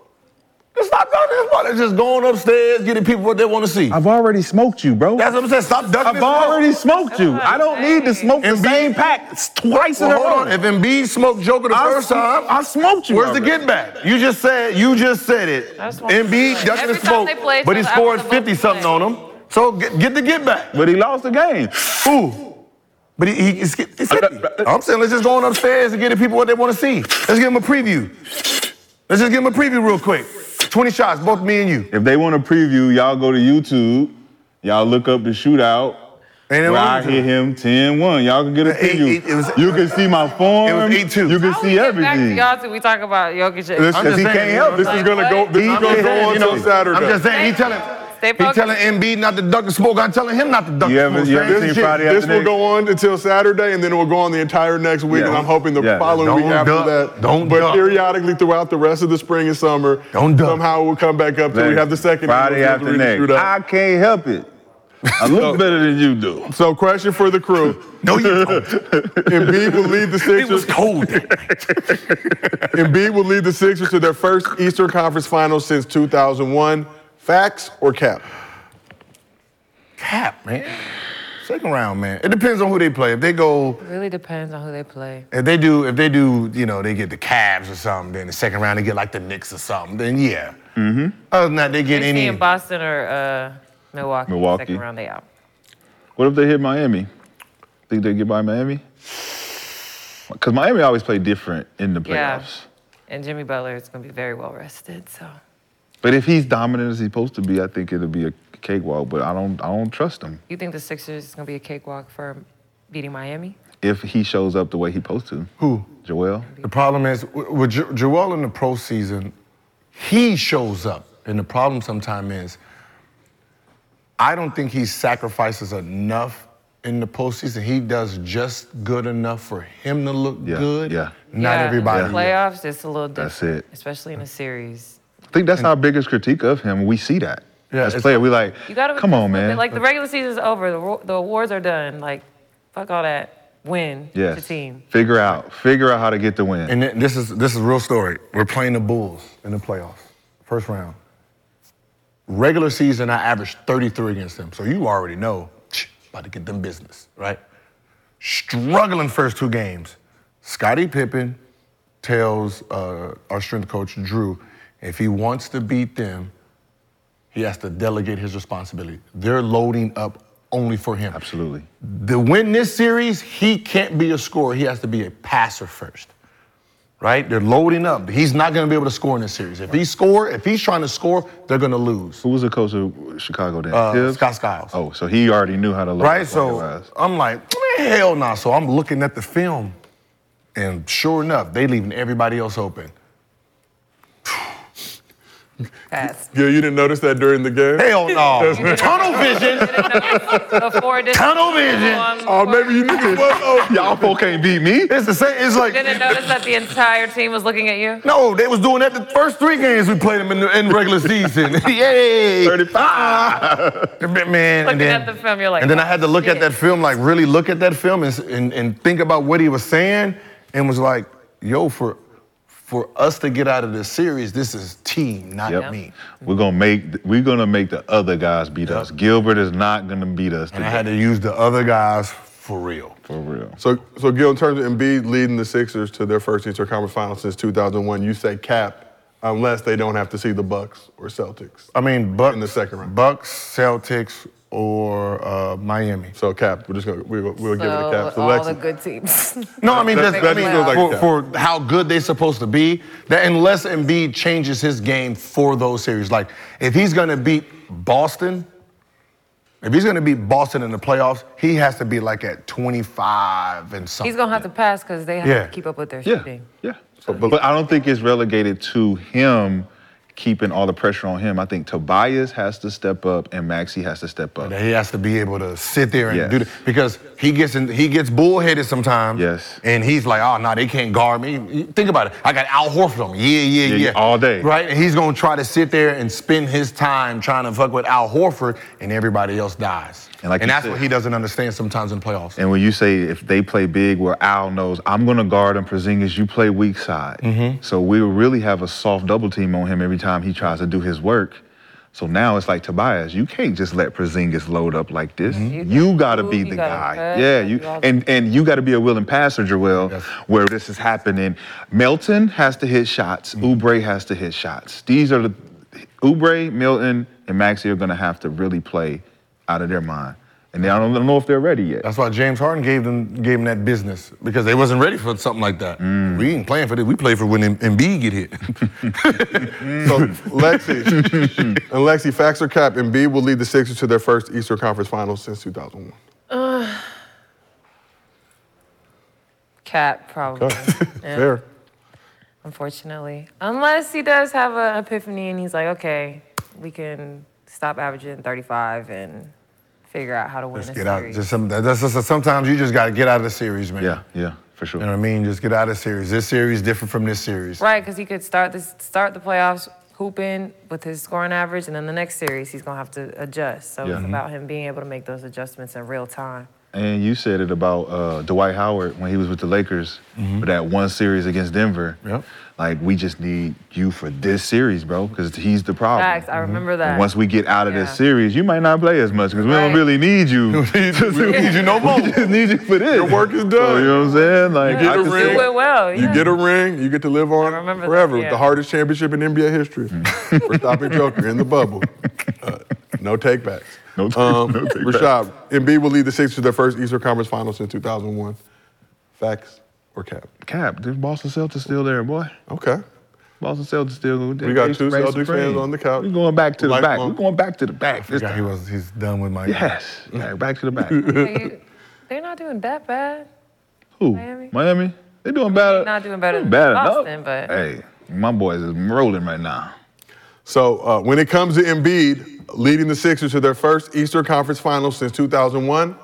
G: It's not ducking the smoke. It's just going upstairs, getting people what they want to see.
H: I've already smoked you, bro.
G: That's what I'm saying. Stop ducking
H: I've
G: the smoke.
H: already smoked you. I don't need to smoke the same pack twice
G: Well,
H: in a
G: hold
H: row.
G: on. If Embiid smoked Joker the
H: I
G: first
H: sm-
G: time,
H: I smoked you
G: Where's the
H: already.
G: get back? You just said you just said it.
D: just want to
G: Embiid
D: play.
G: ducking
D: Every
G: the
D: time
G: smoke,
D: they play each
G: but he
D: other, I
G: scored
D: want them both
G: fifty
D: to
G: something
D: play.
G: on him. So get, get the get back.
H: But he lost the game.
G: Ooh. But he, he, he's, he's hitting. I'm saying let's just go on upstairs and get the people what they want to see. Let's give them a preview. Let's just give them a preview real quick. 20 shots, both me and you.
H: If they want to preview, y'all go to YouTube. Y'all look up the shootout.
G: And it
H: where I
G: was-
H: hit him 10-1. Y'all can get a
G: Eight-
H: preview.
G: eight- it was-
H: you can see my form. It was 8-2. You can
D: Back
H: see
D: to
H: everything.
D: y'all till we talk about Jokic.
H: This-
D: I'm
H: this-
D: just
H: he
D: saying,
H: can't
D: you
H: help.
D: know,
H: This is
D: like,
H: gonna go-
D: what?
H: this is
G: I'm
H: gonna
G: just
H: go
G: saying,
H: on
G: you know,
H: till Saturday.
G: I'm just saying, he telling,
D: Stay
G: he
D: focused.
G: telling Embiid not to duck the smoke. I'm telling him not to duck
H: You
G: the
H: haven't-
G: smoke.
H: you
G: man.
H: haven't
G: This
H: seen
G: shit-
H: Friday
F: This
H: afternoon?
F: will go on until Saturday, and then it will go on the entire next week.
H: Yeah.
F: And I'm hoping the
H: Yeah.
F: following week
G: Don't
F: after
G: duck.
F: that.
G: Don't
F: But
G: duck.
F: periodically throughout the rest of the spring and summer,
G: Don't duck.
F: somehow it will come back up till we
H: Like,
F: have the second.
H: Friday
F: annual Field
H: after
F: Arena
H: next.
F: Shootout.
H: I can't help it. I look better than you do.
F: So, question for the crew:
G: No, you don't.
F: Embiid will lead the Sixers. It was
G: cold.
F: Embiid will lead the Sixers to their first Eastern Conference Finals since 2001. Facts or cap?
G: cap, man. Second round, man. It depends on who they play. If they go,
D: It really depends on who they play.
G: if they do, if they do, you know, they get the Cavs or something. Then the second round they get like the Knicks or something. Then yeah. Mm-hmm. Other than that, they get
D: They see in
G: any.
D: Boston or uh, Milwaukee.
H: Milwaukee.
D: Second round, they out.
H: What if they hit Miami? Think they get by Miami? Because Miami always play different in the playoffs.
D: Yeah. And Jimmy Butler is going to be very well rested. So
H: But if he's dominant as he's supposed to be, I think it'll be a cakewalk. But I don't, I don't trust him
D: you think the Sixers is going to be a cakewalk for beating Miami?
H: if he shows up the way he's supposed to.
G: Who?
H: Joel.
G: The problem is with with Jo- Joel in the pro season, he shows up, and the problem sometimes is I don't think he sacrifices enough in the postseason. He does just good enough for him to look
H: Yeah,
G: good.
H: yeah.
G: Not
D: Yeah,
G: everybody.
D: In the playoffs, it's a little different.
H: That's it.
D: Especially in a series.
H: I think that's our biggest critique of him. We see that
G: Yeah,
H: as
G: it's-
H: player. We like,
D: You got to
H: come on, man.
D: Like the regular season's over. The, ro- the awards are done. Like, fuck all that. Win
H: yes.
D: the team.
H: Figure out, figure out how to get the win.
G: And th- this is this is a real story. We're playing the Bulls in the playoffs, first round. Regular season, I averaged 33 against them. So you already know, about to get them business, right? Struggling first two games. Scottie Pippen tells uh, our strength coach Drew, if he wants to beat them, he has to delegate his responsibility. They're loading up only for him.
H: Absolutely.
G: To win this series, he can't be a scorer. He has to be a passer first right? They're loading up. He's not going to be able to score in this series. If he score, if he's trying to score, they're going to lose,
H: Who was the coach of Chicago then?
G: Uh,
H: Tibbs?
G: Scott Skiles.
H: Oh, so he already knew how to look.
G: right? So I'm like, "Man, hell no. So I'm looking at the film, and sure enough, they leaving everybody else open.
D: Pass.
F: Yeah, you didn't notice that during the game.
G: Hell no.
D: You didn't
G: Tunnel
D: know-
G: vision.
D: you didn't know Before this.
G: Tunnel vision.
D: Um,
F: Oh, maybe you niggas was open.
H: y'all folk can't beat me.
G: It's the same. It's
D: you didn't
G: like.
D: notice that the entire team was looking at you?
G: No, they was doing that the first three games we played them in, the, in regular season. Yay!
H: 35.
G: Man,
D: Looking
G: and then,
D: at the film, you're like,
G: and then I
D: "Oh,
G: had to look at
D: shit."
G: that film, like really look at that film and, s- and, and think about what he was saying, and was like, yo, for for us to get out of this series, this is team, not
H: Yep.
G: me.
H: We're gonna make we're gonna make the other guys beat us. Gilbert is not gonna beat us
G: And I
H: today.
G: had to use the other guys for real.
H: for real.
F: So, so Gil, in terms of Embiid leading the Sixers to their first Eastern Conference Finals since 2001, you say cap. unless they don't have to see the Bucks or Celtics.
G: I mean, Bucks in the
F: second round.
G: Bucks, Celtics, or uh, Miami.
F: So cap. We're just gonna we'll, we'll give it a cap. So
D: all
F: Lex,
D: the good teams.
G: No, I mean,
D: They
G: that's,
D: make
G: that's
D: the
G: for-
D: playoffs.
G: for, how good they're supposed to be. That unless Embiid changes his game for those series, like if he's going to beat Boston, if he's going to beat Boston in the playoffs, he has to be like at 25 and something.
D: He's gonna have to pass because they have
H: Yeah.
D: to keep up with their shooting.
H: Yeah. but, I don't think it's relegated to him keeping all the pressure on him. I think Tobias has to step up and Maxi has to step up.
G: That he has to be able to sit there and
H: Yes.
G: do that because he gets in, he gets bullheaded sometimes. Yes. And he's like, oh no, they can't guard me. You- Think about it. I got Al Horford on me. Yeah, yeah,
H: Yeah,
G: yeah,
H: all day.
G: Right. And he's gonna try to sit there and spend his time trying to fuck with Al Horford, and everybody else dies.
H: And like you
G: that's
H: said-
G: what he doesn't understand sometimes in playoffs.
H: And when you say if they play big, where Al knows I'm gonna guard him, Porzingis, you play weak side.
G: Mhm.
H: So we really have a soft double team on him every time he tries to do his work. So now it's like Tobias, you can't just let Porzingis load up like this. You gotta be the guy. yeah, you and and you gotta be a willing passer, Joel, where this is happening. Melton has to hit shots. Oubre has to hit shots. These are the Oubre, Milton, and Maxi are gonna have to really play out of their mind. And I don't know if they're ready yet.
G: That's why James Harden gave them gave them that business because they wasn't ready for something like that.
C: Mm.
G: We ain't playing for this. We play for when M- Embiid get hit.
F: so Lexi and Lexi, facts or cap? Embiid will lead the Sixers to their first Eastern Conference Finals since 2001.
D: Uh, Cat probably. Yeah.
F: Fair.
D: Unfortunately, unless he does have an epiphany and he's like, okay, we can stop averaging 35 and figure out how to win
G: Just
D: a
G: get out.
D: series.
G: Just some, that's just, sometimes you just got to get out of the series, man. Yeah,
H: yeah, for sure.
G: You know what I mean? Just get out of the series. This series different from this series.
D: Right, because he could start this start the playoffs hooping with his scoring average, and then the next series he's gonna have to adjust. So
H: Yeah.
D: it's
H: Mhm.
D: about him being able to make those adjustments in real time.
H: And you said it about uh, Dwight Howard when he was with the Lakers
F: Mm-hmm.
H: for that one series against Denver. Like, we just need you for this series, bro, because he's the problem.
D: Facts, I remember
H: And
D: that.
H: once we get out of this
D: Yeah.
H: series, you might not play as much because we don't
D: Right.
H: really need you.
D: we don't need you
F: no more.
H: We just need you for this. Your
F: work is done.
H: you know what I'm saying? Like,
F: You get
H: I
F: a
H: can see-
F: ring.
D: went well,
F: You get a ring. You get to live on
D: remember that,
F: forever. with
D: yeah.
F: The hardest championship in NBA history for stopping Joker in the bubble. Uh, no takebacks. Um,
H: No, take- no take
F: Rashad, Embiid will lead the Sixers to their first Eastern Conference Finals since 2001. Facts or cap?
H: Cap, the Boston Celtics still there, boy.
F: Okay.
H: Boston Celtics still.
F: We got two Celtics fans on the couch.
H: We're going back to the back.
F: Lifelong.
H: We're going back to the back. This
G: Yeah, he was. He's done with my.
H: Yes. Back, back to the back.
D: you- They're not doing that bad.
H: Who?
D: Miami?
H: Miami? They doing better.
D: Not doing better than
H: better, no.
D: Boston, but
H: Hey, my boys is rolling right now.
F: So uh, when it comes to Embiid leading the Sixers to their first Eastern Conference Finals since 2001,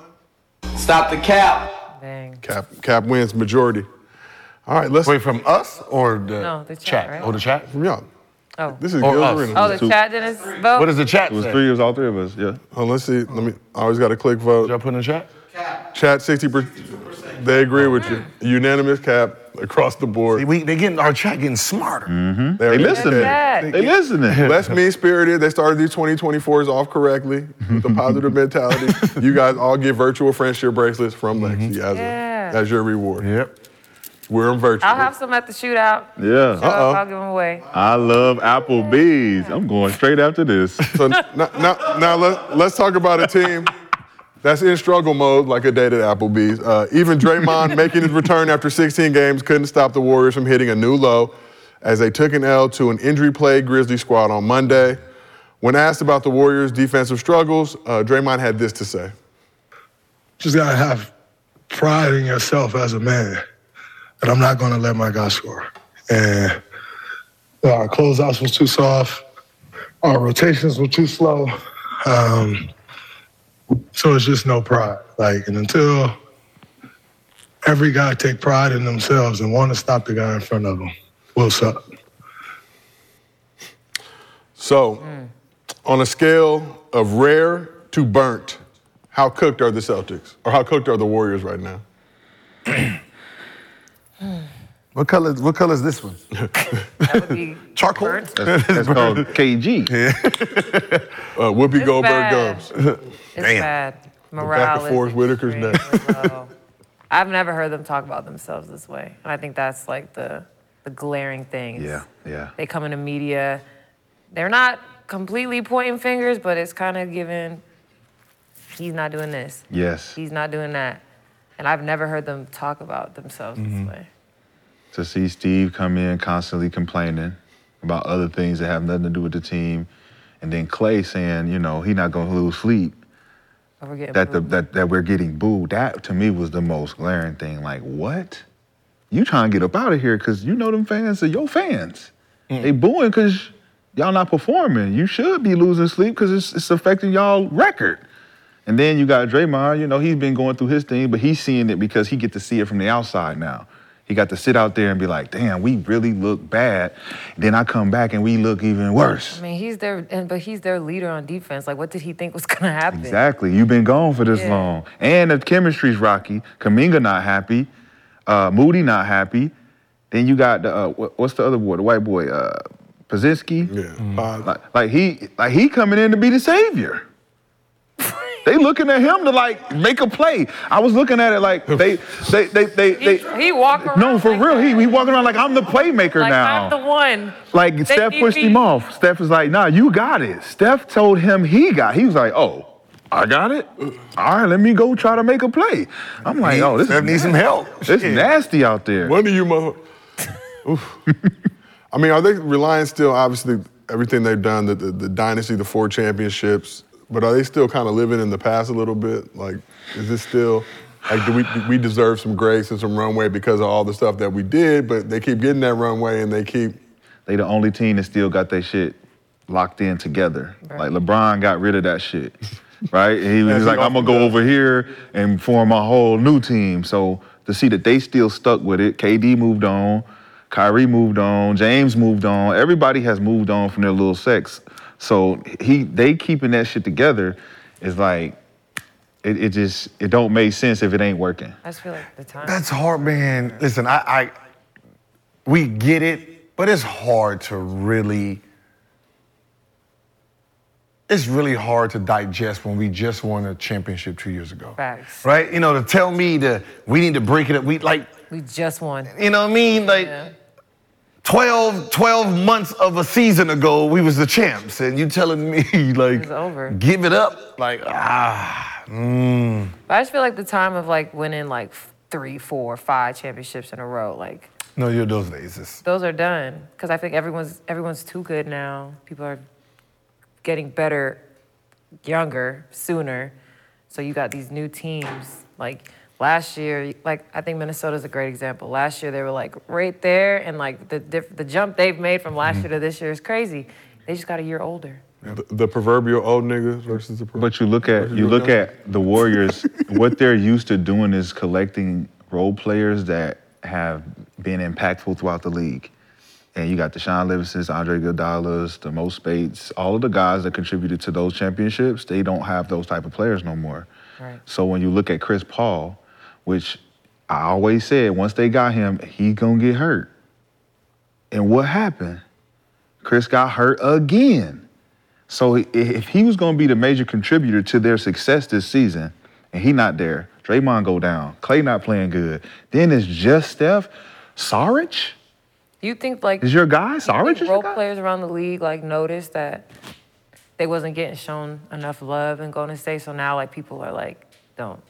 P: Stop the cap.
F: cap cap wins majority. All right, let's
G: wait from us or the
D: No, the chat, chat? right? Oh, the
G: chat
F: from y'all.
D: oh,
F: This is
D: oh,
F: Gil's
D: the chat didn't vote.
F: chat?
H: It was say? three. It was all three of us. Yeah.
F: Oh, let's see. Let me. I always got to click vote.
G: y'all put in the chat?
F: Chat sixty percent. They agree with you. Unanimous cap across the board.
G: we, they getting our chat getting smarter.
C: Mm.
F: Mm-hmm.
H: They listening. They They listening.
F: Less mean spirited. They started these 2024s off correctly with a positive mentality. You guys all get virtual friendship bracelets from Lexi as,
D: Yeah.
F: a, as your reward. Yep. We're in virtual.
D: I'll have some at the shootout. Show
H: Yeah.
D: up, I'll give them away.
H: I love Applebee's. I'm going straight after this.
F: So now, now, now let, let's talk about a team that's in struggle mode like a day at Applebee's. Uh, even Draymond making his return after 16 games couldn't stop the Warriors from hitting a new low as they took an L to an injury-plagued Grizzly squad on Monday. When asked about the Warriors' defensive struggles, uh, Draymond had this to say.
C: Just gotta have pride in yourself as a man. And I'm not gonna let my guy score. And well, our closeouts was too soft. Our rotations were too slow. Um, so it's just no pride. Like, and until every guy take pride in themselves and want to stop the guy in front of them, we'll suck.
F: So,
D: Mm.
F: on a scale of rare to burnt, how cooked are the Celtics? Or how cooked are the Warriors right now?
G: What color? What color is this one?
D: Charcoal.
H: That's, that's called KG.
F: Uh, Whoopi
D: It's
F: Goldberg
D: bad.
F: Gums.
D: It's bad. Morale
F: Back
D: is
F: and forth, Whitaker's
D: extremely
F: neck.
D: low. I've never heard them talk about themselves this way, and I think that's like the the glaring things.
H: Yeah, yeah.
D: They come into media. They're not completely pointing fingers, but it's kind of giving, he's not doing this.
H: Yes.
D: He's not doing that. And I've never heard them talk about themselves
H: Mhm.
D: this way.
H: To see Steve come in constantly complaining about other things that have nothing to do with the team, and then Clay saying, you know, he's not gonna lose sleep
D: But we're getting
H: that the,
D: booed.
H: that that we're getting booed. That to me was the most glaring thing. Like what? You trying to get up out of here because you know them fans are your fans. They booing because y'all not performing. You should be losing sleep because it's, it's affecting y'all record. And then you got Draymond. You know he's been going through his thing, but he's seeing it because he get to see it from the outside now. He got to sit out there and be like, "Damn, we really look bad." Then I come back and we look even worse.
D: I mean, he's their, and, but he's their leader on defense. Like, what did he think was going to happen?
H: Exactly. You've been gone for this
D: Yeah.
H: long. And the chemistry's rocky. Kaminga not happy. Uh, Moody not happy. Then you got the uh, wh- what's the other boy? The white boy, uh, Pazinski. Yeah.
D: Mm.
H: Like, like he like he coming in to be the savior. they looking at him to like make a play. I was looking at it like they they they they, they
D: He walked around.
H: no for real. He he walking around like I'm the playmaker
D: like,
H: now.
D: I'm the one.
H: Like
D: They
H: Steph
D: need
H: pushed
D: me.
H: him off. Steph was like, "Nah, you got it." Steph told him he got. He was like, "Oh, I got it. All right, let me go try to make a play." I'm like, "Oh, this
F: Steph needs some
H: nasty.
F: help.
H: It's
F: Shit.
H: nasty out there."
F: One of you, mother. Oof. I mean, are they relying still, obviously, everything they've done, the, the, the dynasty, the four championships, but are they still kind of living in the past a little bit? Like, is this still, like, do we, do we deserve some grace and some runway because of all the stuff that we did, but they keep getting that runway and they keep.
H: They the only team that still got their shit locked in together. Like LeBron got rid of that shit, right? And he was
F: As he
H: like, "I'm gonna go over here and form a whole new team." So to see that they still stuck with it, KD moved on, Kyrie moved on, James moved on. Everybody has moved on from their little sex. So he, they keeping that shit together is like, it, it just, it don't make sense if it ain't working.
D: I just feel like the time.
G: That's hard, man. Listen, I, I we get it, but it's hard to really. It's really hard to digest when we just won a championship two years ago,
D: Facts.
G: right? You know, to tell me that we need to break it up. We like,
D: We just won.
G: you know what I mean? Like, 12, 12 months of a season ago, we was the champs, and you telling me like,
D: over.
G: give it up? Like, ah, mm.
D: But I just feel like the time of like winning like f- three, four, five championships in a row, like
G: no, you're those days. It's,
D: those are done. Because I think everyone's everyone's too good now. People are getting better, younger, sooner. So you got these new teams. Like last year, like I think Minnesota's a great example. Last year they were like right there, and like the diff- the jump they've made from last year to this year is crazy. They just got a year older.
F: The, the proverbial old niggas versus the.
H: But you look at you look at the Warriors. what they're used to doing is collecting role players that have been impactful throughout the league. And you got the Sean Livingston's, Andre Iguodala's, the Mo Spates, all of the guys that contributed to those championships. They don't have those type of players no more.
D: Right.
H: So when you look at Chris Paul, which I always said once they got him, he gonna get hurt. And what happened? Chris got hurt again. So i- if he was gonna be the major contributor to their success this season, and he not there, Draymond go down, Clay not playing good, then it's just Steph, Sarich
D: Do you think like
H: is your guy. Sarich
D: think
H: is
D: role players around the league like noticed that they wasn't getting shown enough love in Golden State, so now like people are like, don't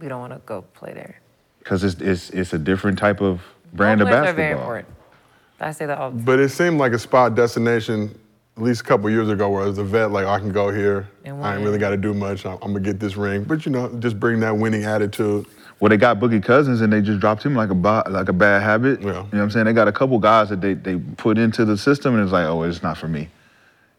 D: we don't want to go play there.
H: because it's, it's it's a different type of brand
D: Role
H: of
D: players
H: basketball.
D: are very important. I say that all the time.
F: But it seemed like a spot destination at least a couple years ago where as a vet, like I can go here.
D: And
F: I ain't really got to do much. I'm, gonna get this ring. But you know, just bring that winning attitude.
H: Well, they got Boogie Cousins and they just dropped him like a bo- like a bad habit. You know what I'm saying? They got a couple guys that they they put into the system and it's like, oh, it's not for me,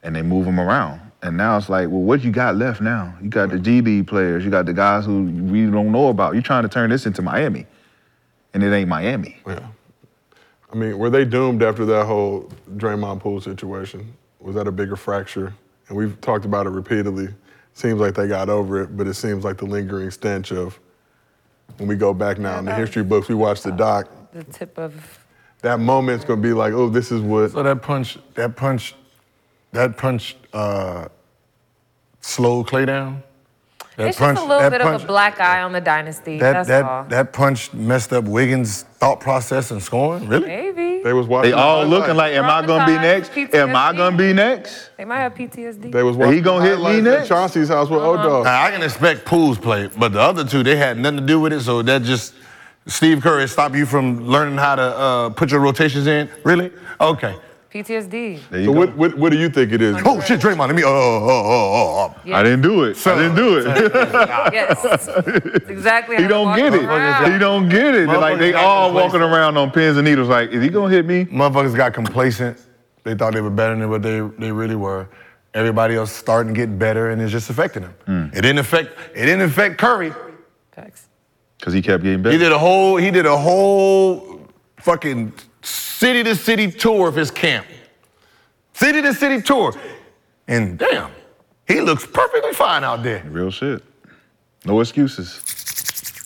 H: and they move them around. And now it's like, well, what you got left now? You got the G League players, you got the guys who we don't know about. You're trying to turn this into Miami, and it ain't Miami.
F: Yeah. I mean, were they doomed after that whole Draymond Poole situation? Was that a bigger fracture? And we've talked about it repeatedly. Seems like they got over it, but it seems like the lingering stench of when we go back now in the history books, we watch the doc.
D: The tip of
F: That moment's gonna be like, oh, this is what.
G: So that punch, that punch, that punch, uh, slowed Clay down. That
D: it's just a little bit of a black eye on the dynasty.
G: that,
D: that's
G: that,
D: all.
G: that punch messed up Wiggins' thought process and scoring. Really?
D: Maybe.
F: They was
H: They
F: watching.
H: all looking like, am I gonna be next? Am I gonna be next?
D: They might have PTSD.
F: They was
H: He gonna hit me next?
F: Chauncey's house with old dog.
D: Uh-huh.
G: Now, I can expect Pools play, but the other two, they had nothing to do with it. So that just Steve Curry stopped you from learning how to uh, put your rotations in. Really? Okay.
D: PTSD.
F: So what, what, what do you think it is?
G: Oh shit, Draymond, let me. Oh, oh, oh, oh.
D: I didn't
G: do it. I didn't
H: do
G: it.
D: yes. Exactly.
H: He don't get it. He don't get it. They're Like they
G: Motherfuckers
H: all
G: got
H: walking around on pins and needles. Like, is he gonna hit me?
G: Motherfuckers got complacent. They thought they were better than what they, they really were. Everybody else starting to get better, and it's just affecting them. It didn't affect. It didn't affect Curry.
H: Because he kept getting
G: He
H: better.
G: did a whole he did a whole fucking city to city tour of his camp. City to city tour. And damn, he looks perfectly fine out there.
H: Real shit. No excuses.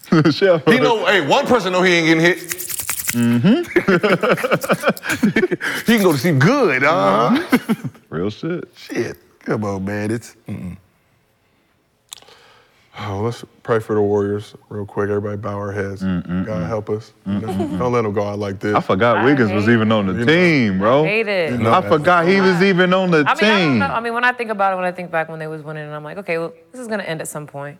H: Chef.
G: He know, hey, one person know he ain't getting hit. Mm-hmm. he can go to sleep good, uh huh.
H: Real shit.
G: Shit. Come on, man. It's mm-mm.
F: Oh, let's pray for the Warriors real quick. Everybody bow our heads. God help us. You know, Don't let them go out like this.
H: I forgot Wiggins was even on the team, bro.
D: I hate it.
F: You know
H: I
F: that.
H: forgot he was even on the
D: I mean, I don't
H: team.
D: know. I mean, when I think about it, when I think back when they was winning, and I'm like, okay, well, this is gonna end at some point.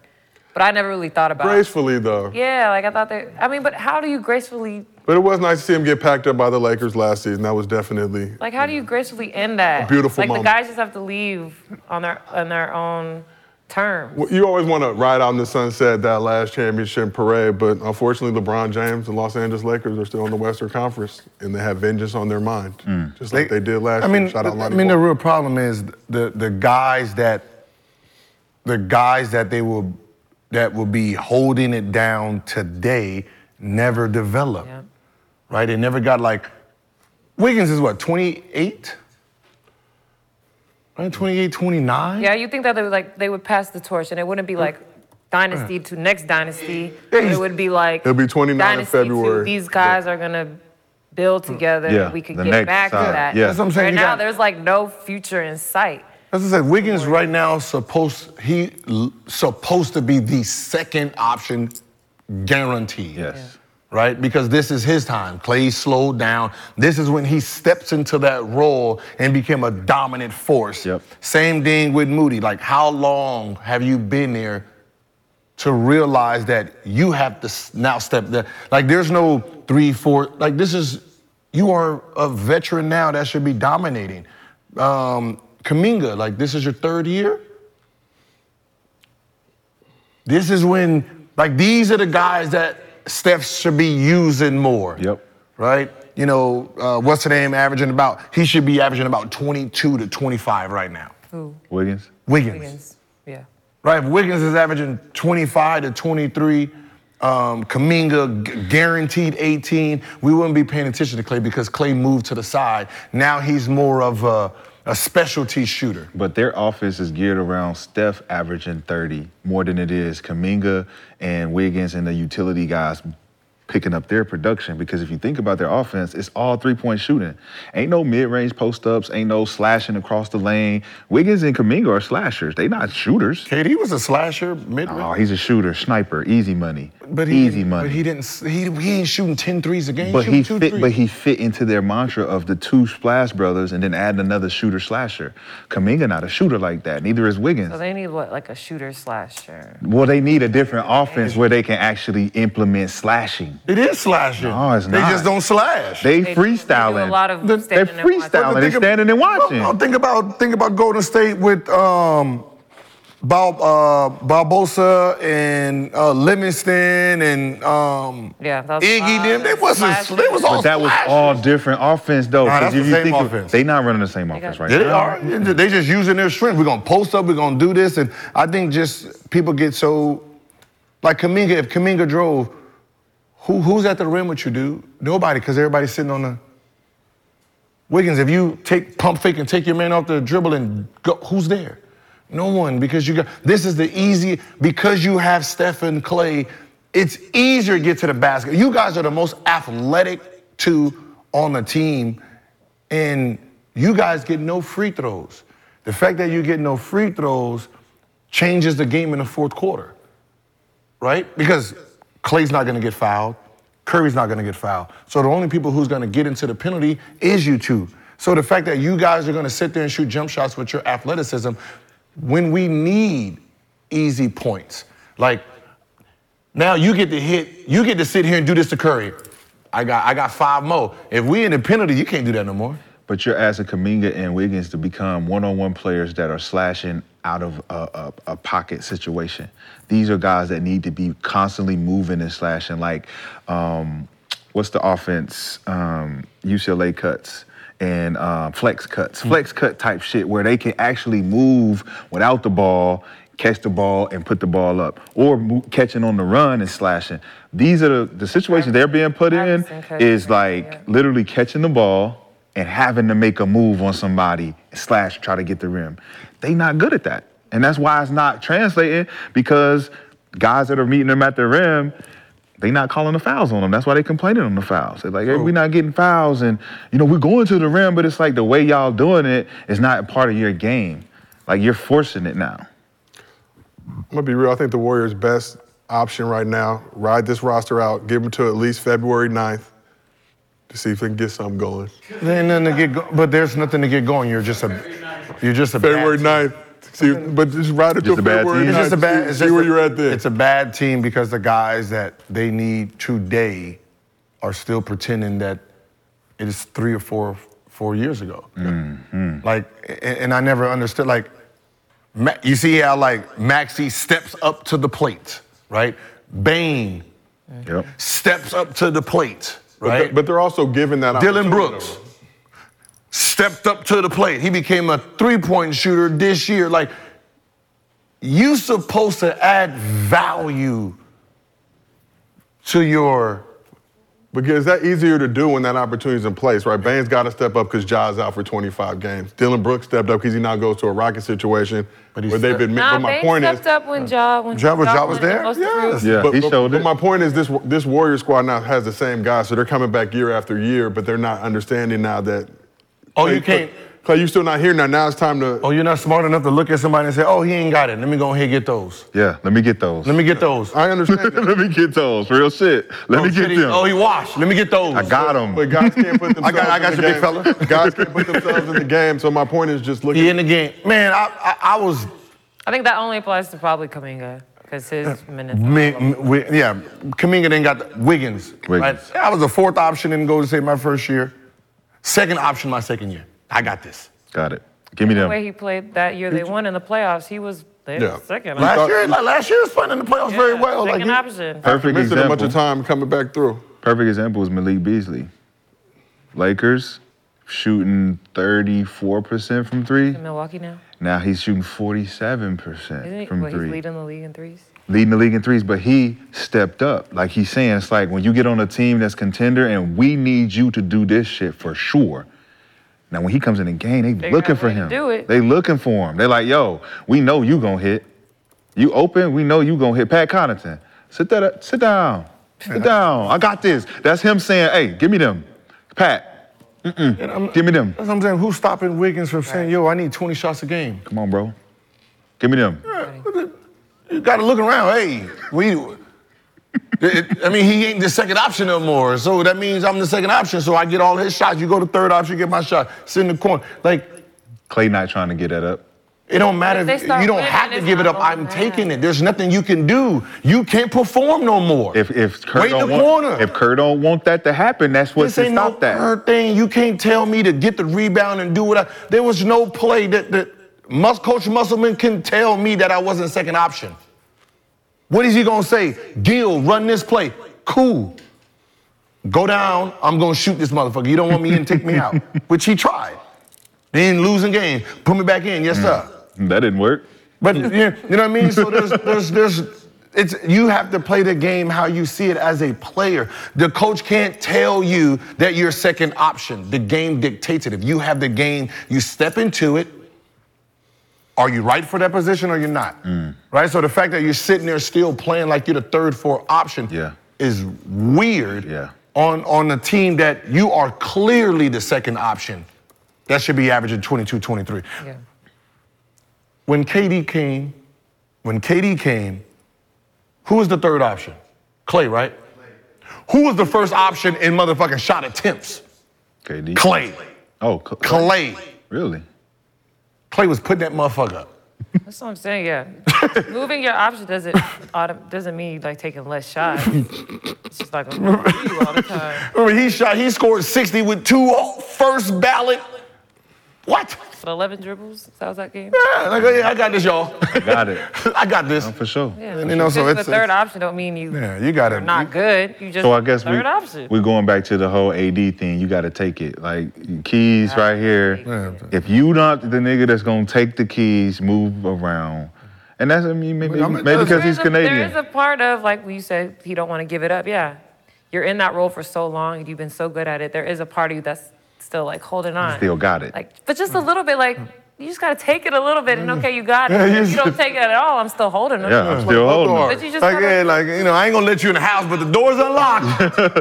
D: But I never really thought about it.
F: Gracefully though.
D: Yeah, like I thought they. I mean, but how do you gracefully,
F: But it was nice to see him get packed up by the Lakers last season. That was definitely
D: like, how do you gracefully end that?
F: A beautiful
D: Like
F: moment.
D: the guys just have to leave on their on their own terms.
F: Well, You always want to ride out in the sunset that last championship parade, but unfortunately, LeBron James and Los Angeles Lakers are still in the Western Conference, and they have vengeance on their mind, just like they, did last
G: I mean,
F: year. Shout out
G: I
F: Lonnie
G: mean, the
F: Walker.
G: real problem is the the guys that the guys that they will that will be holding it down today never develop, right? They never got like Wiggins is what 28, right? 28, 29.
D: Yeah, you think that they would like they would pass the torch, and it wouldn't be like dynasty to next dynasty. but
F: he's-
D: it would be like
F: It'll be 29 in
D: dynasty to
F: February. Mm,
D: these guys are gonna build together. and
G: Yeah,
D: we could
G: the
D: get
G: next
D: back to
G: time.
D: that.
G: Yeah. That's what I'm saying,
D: Right
G: you
D: now,
G: got-
D: there's like no future in sight.
G: As I said, Wiggins right now is supposed he l- supposed to be the second option, guaranteed. Yes. Right, because this is his time. Clay slowed down. This is when he steps into that role and became a dominant force. Yep. Same thing with Moody. Like, how long have you been there to realize that you have to s- now step there? Like, there's no three, four. Like, this is you are a veteran now that should be dominating. Um, Kaminga, like this is your third year. This is when, like, these are the guys that Steph should be using more. Yep. Right? You know, uh, what's the name averaging about? He should be averaging about 22 to 25 right now.
D: Who?
H: Wiggins.
G: Wiggins.
D: Yeah.
G: Right? If Wiggins is averaging 25 to 23. Um, Kaminga gu- guaranteed 18. We wouldn't be paying attention to Clay because Clay moved to the side. Now he's more of a, a specialty shooter.
H: But their offense is geared around Steph averaging 30 more than it is Kaminga and Wiggins and the utility guys picking up their production. Because if you think about their offense, it's all three point shooting. Ain't no mid range post ups, ain't no slashing across the lane. Wiggins and Kaminga are slashers, they not shooters.
G: KD was a slasher mid
H: Oh, he's a shooter, sniper, easy money.
G: But he
H: easy
G: didn't-
H: money.
G: But he didn't. s- He, he ain't shooting 10 threes a game.
H: But
G: shooting
H: he
G: two,
H: fit.
G: threes.
H: But he fit into their mantra of the two Splash Brothers, and then add another shooter slasher. Kaminga not a shooter like that. Neither is Wiggins.
D: So they need what, like a shooter slasher.
H: Well, they need a different offense where they can actually implement slashing.
G: It is slashing.
H: No, it's
G: They
H: not.
G: just don't slash.
H: They,
D: They-
H: freestyling.
D: they do a lot of
H: They're,
D: standing
H: they're
D: and watching.
H: freestyling. They're
G: Think ab-
H: standing and watching.
G: No, no, think about think about Golden State with um, Bal, uh, Barbosa and uh, Livingston and um,
D: Yeah. That was
G: Iggy. Them they wasn't. They was all.
H: but that was
D: Oh,
G: slashers.
H: all different offense, though.
G: Nah,
H: 'cause
G: that's
H: if
G: the
H: you
G: same
H: think of-
G: offense.
H: They not running the same offense right
G: Yeah, they
H: now.
G: are. They just using their strength. We're gonna post up. We're gonna do this, and I think just people get so like Kaminga. If Kaminga drove, who who's at the rim with you, dude? Nobody, because everybody's sitting on the. Wiggins, if you take pump fake and take your man off the dribble and go, who's there? No one, because you got this is the easy because you have Steph and Clay. It's easier to get to the basket. You guys are the most athletic two on the team and you guys get no free throws. The fact that you get no free throws changes the game in the fourth quarter, right? Because Clay's not going to get fouled. Curry's not going to get fouled. So the only people who's going to get into the penalty is you two. So the fact that you guys are going to sit there and shoot jump shots with your athleticism when we need easy points, like now you get to hit, you get to sit here and do this to Curry. I got, I got five more. If we in the penalty, you can't do that no more.
H: But you're asking Kaminga and Wiggins to become one-on-one players that are slashing out of a, a, a pocket situation. These are guys that need to be constantly moving and slashing. Like, um, what's the offense? Um, UCLA cuts and um, flex cuts, flex cut type shit, where they can actually move without the ball, catch the ball and put the ball up, or mo- catching on the run and slashing. These are the, the situations they're being put in is like literally catching the ball and having to make a move on somebody slash try to get the rim. They not good at that, and that's why it's not translating because guys that are meeting them at the rim they not calling the fouls on them. That's why they complaining on the fouls. They're like, hey, we're not getting fouls, and you know, we're going to the rim, but it's like the way y'all doing it is not part of your game. Like you're forcing it now.
F: I'm gonna be real. I think the Warriors' best option right now, ride this roster out, give them to at least February 9th to see if they can get something going.
G: There ain't nothing to get, go- but there's nothing to get going. You're just a, you're just a
F: February 9th. See, but just ride it
G: Just
F: to
G: a bad
F: February
G: team.
F: 9th.
G: It's just a bad-
F: See,
G: it's
F: see
G: just
F: where
G: a-
F: you're at then.
G: It's a bad team because the guys that they need today are still pretending that it is three or four four years ago. Like, a- and I never understood. Like, Ma- you see how like Maxi steps up to the plate, right? Bane steps up to the plate,
F: But
G: right?
F: they- but they're also given that
G: Dylan
F: opportunity,
G: Brooks stepped up to the plate. He became a three-point shooter this year. Like, you supposed to add value to your.
F: Because that easier to do when that opportunity's in place, right? Bane's got to step up because Ja's out for 25 games. Dylan Brooks stepped up because he now goes to a Rocket situation where they've been.
D: Nah,
F: but my
D: Bane
F: point is,
D: stepped up when Ja when
F: Ja was-
D: Ja
F: Ja was
D: wanted the
F: there?
D: most approved.
H: Yeah,
F: but,
H: he
F: but-
H: showed
F: but
H: it.
F: my point is this: this Warrior squad now has the same guys, so they're coming back year after year, but they're not understanding now that.
G: Oh,
F: Clay-
G: you can't-
F: Clay, you're still not here now. Now it's time to.
G: Oh, you're not smart enough to look at somebody and say, "Oh, he ain't got it. Let me go ahead and get those."
H: Yeah, let me get those.
G: Let me get those.
F: I understand.
H: let me get those. Real shit. Let
G: Oh,
H: me get
G: shit, he-
H: them.
G: oh, he washed. Let me get those.
H: I got them.
F: But guys can't put
G: I
F: themselves.
G: got- I got
F: in the
G: you, big
F: game. Guys can't put themselves in the game. So my point is just look.
G: He in the game, man. I I, I was
D: I think that only applies to probably Kaminga because his minutes.
G: Me, m- we, yeah, Kaminga then got the, Wiggins. Right?
D: Wiggins.
G: I was the fourth option in Golden State my first year. Second option my second year. I got this.
H: Got it. Give me
D: The way he played that year, they won in the playoffs. He was there
F: Yeah.
D: second.
G: Last year, like, last year was fun in the playoffs very well. Like,
D: Second
G: he-
D: option.
H: Perfect
F: Missing a
H: example.
F: bunch of time coming back through.
H: Perfect example is Malik Beasley. Lakers shooting 34% from three.
D: In Milwaukee now.
H: Now he's shooting 47%
D: Isn't he?
H: from
D: Well, he's
H: three.
D: leading the league in threes.
H: leading the league in threes, but he stepped up. Like he's saying, it's like when you get on a team that's contender and we need you to do this shit for sure. Now when he comes in the game, they
D: Figure
H: looking
D: out a
H: for
D: way to
H: him.
D: do it.
H: They looking for him. They like, yo, we know you gonna hit. You open, we know you gonna hit. Pat Connaughton, sit that up, sit down. Sit down. I got this. That's him saying, hey, give me them. Pat, mm-mm, give me them.
G: That's what I'm saying. Who's stopping Wiggins from saying, yo, I need 20 shots a game?
H: Come on, bro. Give me them.
G: You got to look around. Hey, we. It- I mean, he ain't the second option no more. So that means I'm the second option. So I get all his shots. You go to third option, you get my shot. Sit in the corner. Like,
H: Clay not trying to get that up.
G: It don't matter.
D: If they
G: If
D: start
G: you don't
D: winning,
G: have to
D: it's
G: give it
D: not
G: up. I'm taking it. There's nothing you can do. You can't perform no more.
H: If if Kerr
G: Wait in
H: don't
G: the
H: want,
G: corner.
H: if Kerr don't want that to happen, that's what
G: this
H: to
G: ain't no
H: stop that.
G: her thing. You can't tell me to get the rebound and do what I. There was no play that that Mus- Coach Musselman can tell me that I wasn't second option. What is he gonna say? Gil, run this play. Cool. Go down. I'm gonna shoot this motherfucker. You don't want me in? Take me out. Which he tried. Then losing game. Put me back in. Yes, sir.
H: That didn't work.
G: But you know, you know what I mean? So there's, there's, there's, it's, you have to play the game how you see it as a player. The coach can't tell you that you're second option. The game dictates it. If you have the game, you step into it. Are you right for that position or you're not? Right? So the fact that you're sitting there still playing like you're the third, fourth option is weird on, on a team that you are clearly the second option. That should be averaging 22, 23
D: Yeah.
G: when KD came, when KD came, who was the third option? Clay, right? Who was the first option in motherfucking shot attempts?
H: KD.
G: Clay.
H: Oh,
G: Clay.
H: Really?
G: Clay was putting that motherfucker up.
D: That's what I'm saying. Yeah, moving your option doesn't autom- doesn't mean like taking less shots. It's just like I'm gonna beat you all the time.
G: Remember, he shot, he scored 60 with two first ballot. What?
D: Eleven dribbles. That was that game.
G: Yeah, like, yeah, I got this, y'all.
H: Got it.
G: I got this.
H: for sure.
D: Yeah.
G: And, you know, so
D: Just
G: it's-
D: the third
G: it's-
D: option don't mean you.
H: Yeah, you gotta-
D: are Not good. You just
H: so I guess
D: third
H: we,
D: option.
H: we're going back to the whole AD thing. You got to take it. Like keys right here. If you not the nigga that's gonna take the keys, move around, and that's I mean maybe maybe because he's
D: There's a- There
H: Canadian.
D: is a part of like when you said he don't want to give it up. Yeah, you're in that role for so long and you've been so good at it. There is a part of you that's still like holding on.
H: Still got it.
D: Like, but just a little bit. Like you just gotta take it a little bit and okay, you got it.
G: Yeah,
D: If
G: you
D: you don't take it at all, I'm still holding it.
H: Yeah, I'm still holding
G: Door.
H: on.
D: But you just
G: like,
D: gotta-
G: yeah, like, you know, I ain't gonna let you in the house, but the door's unlocked.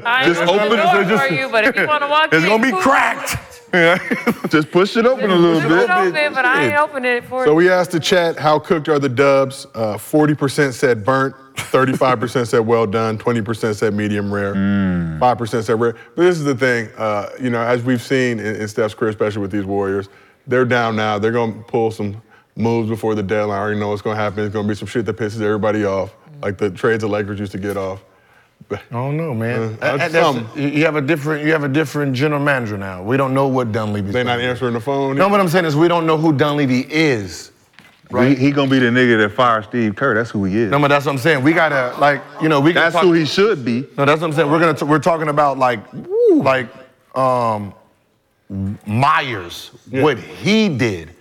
D: I ain't
G: Just
D: gonna
G: open it
D: door
G: so just-
D: for you, but if you want to walk
G: it's
D: in,
G: gonna be
D: cool.
G: cracked.
H: Just push it open a little
D: Just
H: bit.
D: it open, but I ain't opening it for
F: So
D: you.
F: we asked the chat how cooked are the dubs. Uh, 40% said burnt, 35% said well done, 20% said medium rare, 5% said rare. But this is the thing, uh, you know, as we've seen in, in Steph's career, especially with these Warriors, they're down now. They're going to pull some moves before the deadline. I already know what's going to happen. It's going to be some shit that pisses everybody off, like the trades the Lakers used to get off. I
G: don't know, man.
F: Uh,
G: Uh, that's-
F: some.
G: you you have a different you have a different general manager now. We don't know what Dunleavy's
F: They're not
G: doing.
F: answering the phone.
G: No, what I'm saying is we don't know who Dunleavy is.
H: Right. He, he gonna be the nigga that fired Steve Kerr. That's who he is.
G: No, but that's what I'm saying. We gotta like, you know, we.
H: That's who he should be.
G: No, that's what I'm saying. We're gonna t- we're talking about like, like, um, Myers, what he did.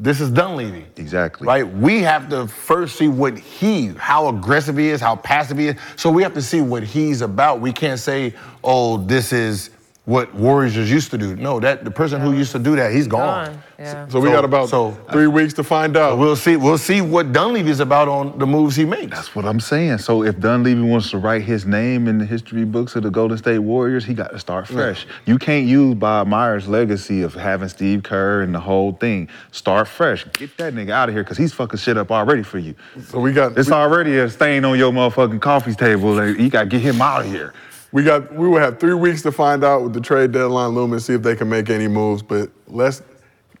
G: This is Dunleavy.
H: Exactly.
G: Right. We have to first see what he, how aggressive he is, how passive he is. So we have to see what he's about. We can't say, oh, this is what Warriors used to do. No, that the person who used to do that, he's gone.
D: Gone, Yeah.
F: So we got about three weeks to find out.
G: We'll see. We'll see what Dunleavy's about on the moves he makes.
H: That's what I'm saying. So if Dunleavy wants to write his name in the history books of the Golden State Warriors, he got to start fresh. You can't use Bob Myers' legacy of having Steve Kerr and the whole thing. Start fresh. Get that nigga out of here because he's fucking shit up already for you.
F: So we got
H: It's already a stain on your motherfucking coffee table. Like, you got to get him out of here.
F: We got we will have three weeks to find out with the trade deadline looming, see if they can make any moves. But let's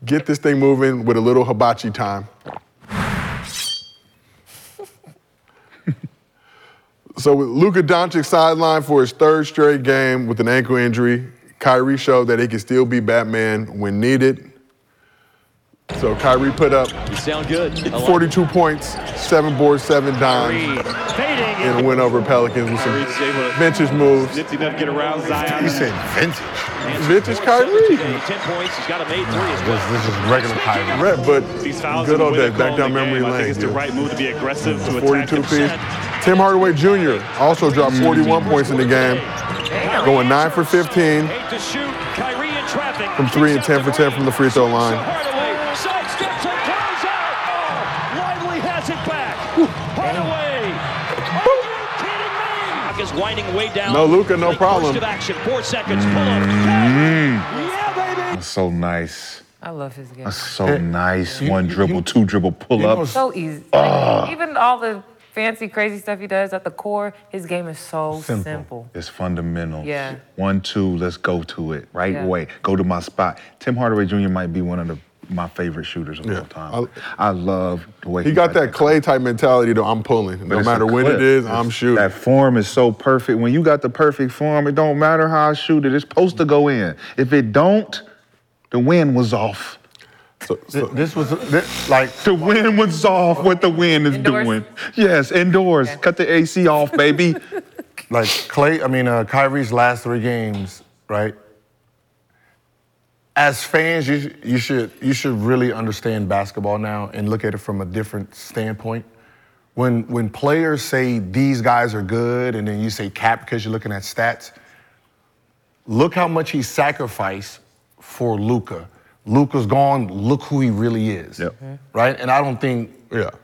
F: get this thing moving with a little hibachi time. so with Luka Doncic sidelined for his third straight game with an ankle injury, Kyrie showed that he can still be Batman when needed. So Kyrie put up
R: You sound good. I like
F: 42 points, seven boards, seven dimes, and a win over Pelicans with some vintage moves.
R: it. Enough to get around Zion.
F: He said vintage. Vintage Kyrie.
R: Ten points. He's got a made three as
G: well. This is regular Kyrie.
F: Red, but
R: These fouls
F: good
R: and the
F: old
R: way they're
F: days, back
R: calling
F: down
R: the
F: memory
R: game, I
F: lane.
R: think it's the
F: yeah.
R: right move to be aggressive to attack
F: 42
R: the
F: piece.
R: set.
F: Tim Hardaway Jr. also dropped
H: Mm-hmm.
F: 41 points in the game, going 9 for 15
R: Hate to shoot. Kyrie in traffic.
F: from 3 and 10 for 10 from the free throw line.
R: Hardaway sidesteps and comes out. Oh, Lively has it back. Hardaway. Are you kidding me? Clock Is winding way down.
F: No Luka, no
R: Late burst
F: problem.
R: of action. Four seconds.
H: That's so nice.
D: I love his game.
H: That's so nice. One dribble, two dribble, pull up.
D: so easy. Like, even all the fancy, crazy stuff he does at the core, his game is so simple.
H: It's fundamental.
D: Yeah.
H: One, two, let's go to it right
D: Yeah.
H: away. Go to my spot. Tim Hardaway Jr. might be one of the, my favorite shooters of all time. I, love the way
F: He got that clay type mentality, though. I'm pulling.
H: But
F: No
H: it's a
F: matter when
H: clip.
F: it is,
H: It's-
F: I'm shooting.
H: That form is so perfect. When you got the perfect form, it don't matter how I shoot it. It's supposed to go in. If it don't, the wind was off.
G: this was like
H: the wind was off. What the wind is
G: Indoors?
H: doing? Yes, indoors. Cut the AC off, baby.
G: like Clay, I mean uh, Kyrie's last three games, right? As fans, you sh- you should you should really understand basketball now and look at it from a different standpoint. When when players say these guys are good, and then you say cap because you're looking at stats. Look how much he sacrificed for Luca. Luca's gone. Look who he really is. Right? And I don't think,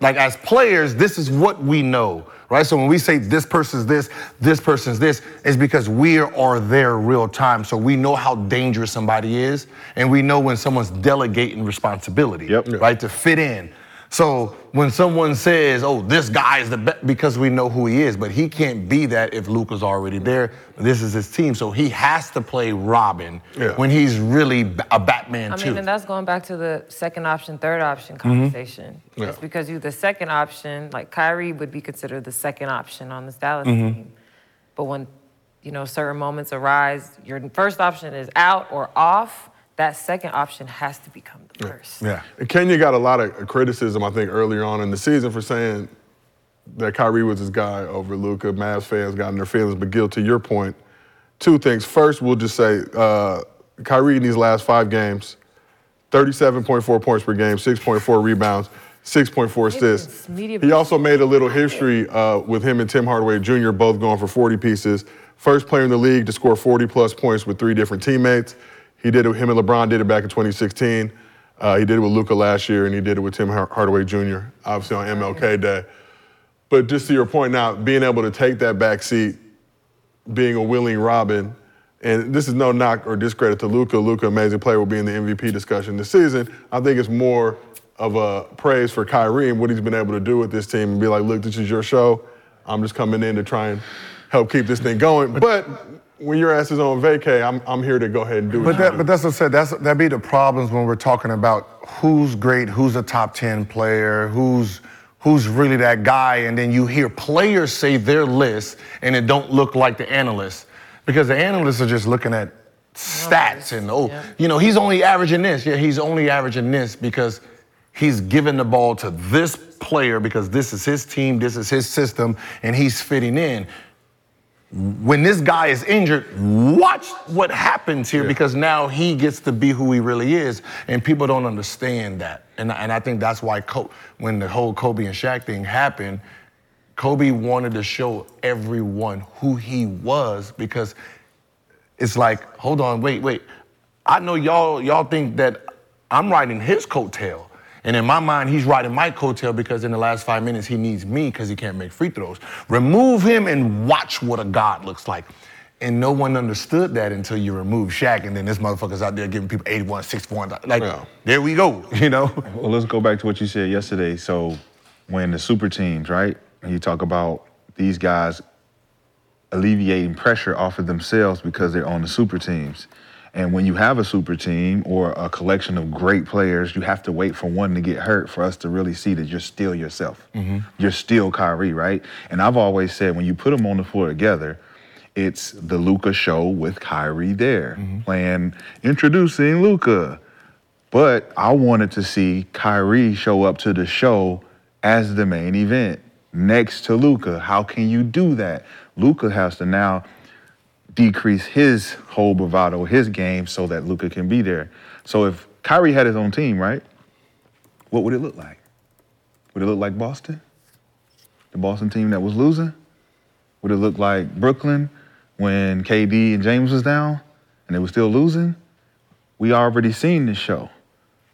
G: like, as players, this is what we know. Right? So when we say this person's this, this person's this, it's because we are there real time. So we know how dangerous somebody is, and we know when someone's delegating responsibility, right, to fit in. So when someone says, "Oh, this guy is the best," because we know who he is, but he can't be that if Luca's already there. This is his team, so he has to play Robin when he's really b- a Batman
D: I
G: too.
D: mean, and that's going back to the second option, third option
G: Mhm.
F: Mm-hmm.
D: conversation.
G: Yeah.
D: It's because you're the second option, like Kyrie would be considered the second option on this Dallas
F: Mm-hmm.
S: Mhm.
D: team. But when, you know, certain moments arise, your first option is out or off. That second option has to become the first.
F: Yeah. And Kenya got a lot of criticism, I think, earlier on in the season for saying that Kyrie was his guy over Luca. Mavs fans got in their feelings. But Gil, to your point, two things. First, we'll just say uh, Kyrie in these last five games, 37.4 points per game, 6.4 rebounds, 6.4 assists.
D: media-
F: He also made a little history uh, with him and Tim Hardaway Jr. both going for 40 pieces. First player in the league to score 40 plus points with three different teammates. He did it. Him and LeBron did it back in 2016. Uh, he did it with Luca last year, and he did it with Tim Har- Hardaway Jr. Obviously on MLK Day. But just to your point now, being able to take that back seat, being a willing Robin, and this is no knock or discredit to Luca. Luca, amazing player, will be in the MVP discussion this season. I think it's more of a praise for Kyrie and what he's been able to do with this team and be like, look, this is your show. I'm just coming in to try and help keep this thing going. But when your ass is on vacay, I'm, I'm here to go ahead and do it.
G: But that, but that's what I said. That's that be the problems when we're talking about who's great, who's a top ten player, who's who's really that guy, and then you hear players say their list, and it don't look like the analysts because the analysts are just looking at stats and oh, you know, he's only averaging this. Yeah, he's only averaging this because he's giving the ball to this player because this is his team, this is his system, and he's fitting in when this guy is injured, watch what happens here because now he gets to be who he really is, and people don't understand that. And, and I think that's why Co- when the whole Kobe and Shaq thing happened, Kobe wanted to show everyone who he was because it's like, hold on, wait, wait. I know y'all y'all think that I'm riding his coattail. And in my mind, he's riding my coattail because in the last five minutes, he needs me because he can't make free throws. Remove him and watch what a god looks like. And no one understood that until you remove Shaq, and then this motherfucker's out there giving people 81, 61. Like, there we go, you know?
H: Well, let's go back to what you said yesterday. So, when the super teams, right, and you talk about these guys alleviating pressure off of themselves because they're on the super teams. And when you have a super team or a collection of great players, you have to wait for one to get hurt for us to really see that you're still yourself. You're still Kyrie, right? And I've always said when you put them on the floor together, it's the Luca show with Kyrie there, playing introducing Luca. But I wanted to see Kyrie show up to the show as the main event next to Luca. How can you do that? Luca has to now decrease his whole bravado, his game, so that Luca can be there. So if Kyrie had his own team, right? What would it look like? Would it look like Boston? The Boston team that was losing? Would it look like Brooklyn when KD and James was down and they were still losing? We already seen this show.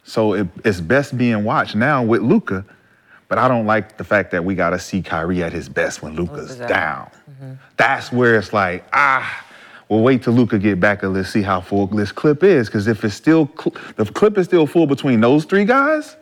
H: So it, it's best being watched now with Luca. But I don't like the fact that we gotta see Kyrie at his best when Luca's
T: Luka's out. Mm-hmm.
H: down. That's where it's like, ah, well, wait till Luca get back and let's see how full this clip is. Because if it's still cl- the clip is still full between those three guys,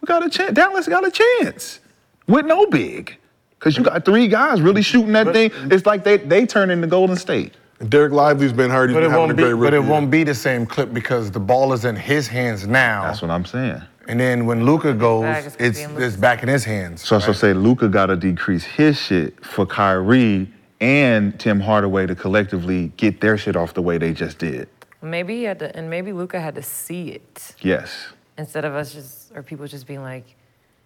H: we got a chance. Dallas got a chance with no big. Because you got three guys really shooting that thing. It's like they they turn into Golden State.
F: Derek Lively's been hurt. He's
G: But
F: been
G: it,
F: having a
G: won't be,
F: great
G: but
F: rookie
G: it
F: year.
G: won't be the same clip because the ball is in his hands now. That's
H: what I'm saying.
G: And then when Luca goes,
H: back,
G: it's,
H: it's gonna
G: it's,
H: be in Luka's-
G: back in his hands.
H: So, so say Luca got to decrease his shit for Kyrie and Tim Hardaway to collectively get their shit off the way they just did.
D: Maybe he had to, and maybe Luca had to see it
H: Yes.
D: instead of us just, or people just being like,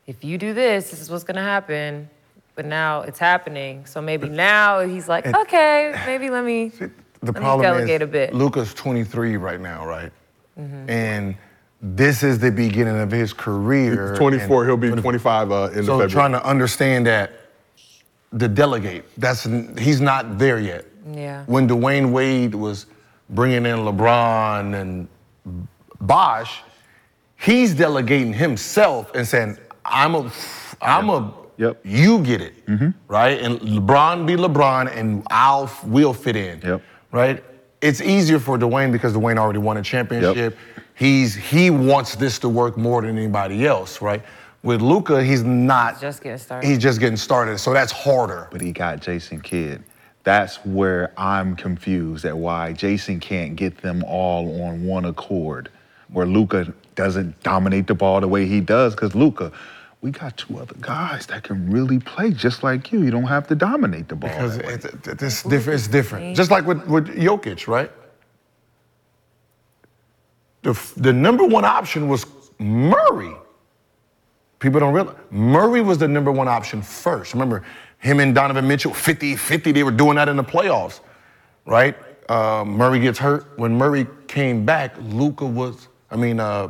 D: if you do this, this is what's gonna happen. But now it's happening. So maybe now he's like,
G: And-
D: okay, maybe let me,
G: The
D: let me
G: problem
D: delegate
G: is
D: a bit.
G: Luca's 23 right now, right? And this is the beginning of his career.
F: He's 24, he'll be
G: 25
F: uh, in
G: so
F: February.
G: trying to understand that the delegate. That's n- he's not there yet.
D: Yeah.
G: When Dwayne Wade was bringing in LeBron and Bosh, he's delegating himself and saying, "I'm a, I'm a, you get it, right? And LeBron be LeBron, and I'll will fit in, right? It's easier for Dwayne because Dwayne already won a championship. He's he wants this to work more than anybody else, right? With Luca, he's not.
D: Just getting started.
G: He's just getting started, so that's harder.
H: But he got Jason Kidd. That's where I'm confused at why Jason can't get them all on one accord, where Luca doesn't dominate the ball the way he does, because Luca, we got two other guys that can really play just like you. You don't have to dominate the ball.
G: Because it's, it's, it's different. It's different. Just like with, with Jokic, right? The, f- the number one option was Murray. People don't realize. Murray was the number one option first. Remember, him and Donovan Mitchell, 50 50, they were doing that in the playoffs, right? Uh, Murray gets hurt. When Murray came back, Luca was, I mean, uh,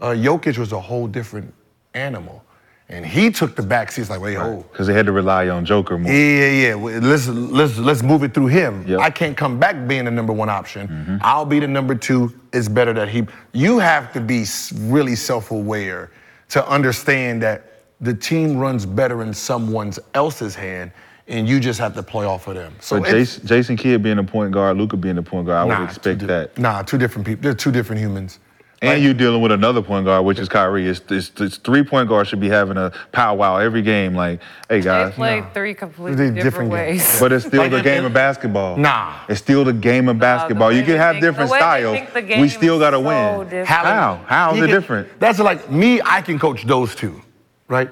G: uh, Jokic was a whole different animal. And he took the backseat. It's like, wait, hold.
H: Because they had to rely on Joker more.
G: Yeah, yeah, yeah. Well, Let's let's let's move it through him. I can't come back being the number one option. Mm-hmm. I'll be the number two. It's better that he. You have to be s- really self-aware to understand that the team runs better in someone else's hand, and you just have to play off of them.
H: So
G: it's-
H: Jason, Jason Kidd being a point guard, Luca being a point guard, I
G: Nah,
H: would expect that.
G: Nah, two different people. They're two different humans.
H: And you dealing with another point guard, which is Kyrie. It's, it's, it's three point guards should be having a powwow every game. Like, hey
D: They
G: uh,
H: guys,
D: play three completely different, ways.
H: But it's still the game of basketball. Nah. It's still the game of basketball.
D: way
H: you can
D: they
H: have
D: think- the
H: different
D: way they
H: styles.
D: think the game
H: We still got to win.
D: different.
H: How? How
G: He
H: is it
G: can-
H: different?
G: That's like me. I can coach those two, right?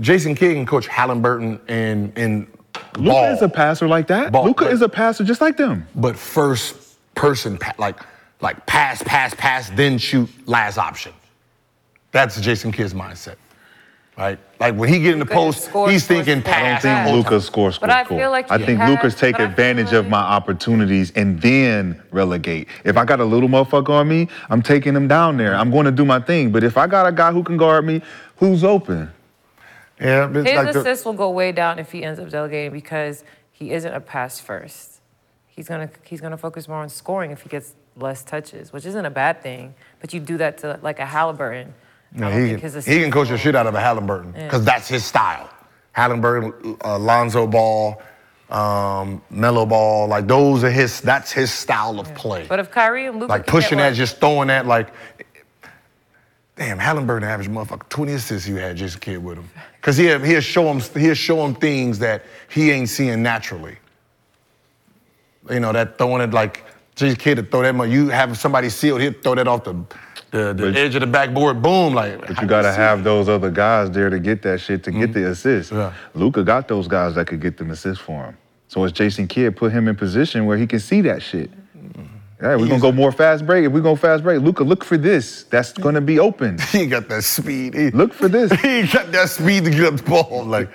G: Jason Kidd can coach Halliburton and and Luca is a
H: passer like that.
G: Luca
H: is a passer just like them.
G: But first person, pa- like like pass, pass, pass, then shoot, last option. That's Jason Kidd's mindset, right? Like when he get in the post, he's thinking pass.
H: I
G: all
H: don't think
G: time.
H: Luca scores.
G: But I feel like
H: I
G: you
H: think
G: have-
H: Luca's take
G: but I feel
H: advantage of my opportunities and then relegate. If I got a little motherfucker on me, I'm taking him down there. I'm going to do my thing. But if I got a guy who can guard me, who's open?
G: Yeah,
D: His assist will go way down if he ends up delegating because he isn't a pass first. He's gonna he's gonna focus more on scoring if he gets less touches, which isn't a bad thing. But you do that to like a Halliburton.
G: No,
D: don't
G: he,
D: think
G: can,
D: his
G: he can coach the shit out of a Halliburton
D: Yeah.
G: because that's his style. Halliburton, Alonzo Ball, um, Mellow Ball, like those are his. That's his style of play.
D: But if Kyrie and Luka
G: like
D: can get
G: pushing
D: one-
G: that, just throwing that, like. Damn, Halliburton average motherfucker, 20 assists you had just a kid with him. Cause he'll, he'll show him he'll show him things that he ain't seeing naturally. You know, that throwing it like just kid to throw that much. You have somebody sealed, he'll throw that off the the, the edge of the backboard, boom, like
H: But you gotta have those other guys there to get that shit to
G: Mm-hmm.
H: get the assist. Luca got those guys that could get them assists for him. So it's Jason Kidd put him in position where he can see that shit. All right, we're gonna go more fast break. If we're gonna fast break, Luca, look for this. That's gonna be open.
G: He got that speed.
H: look for this.
G: he got that speed to get up the ball. Like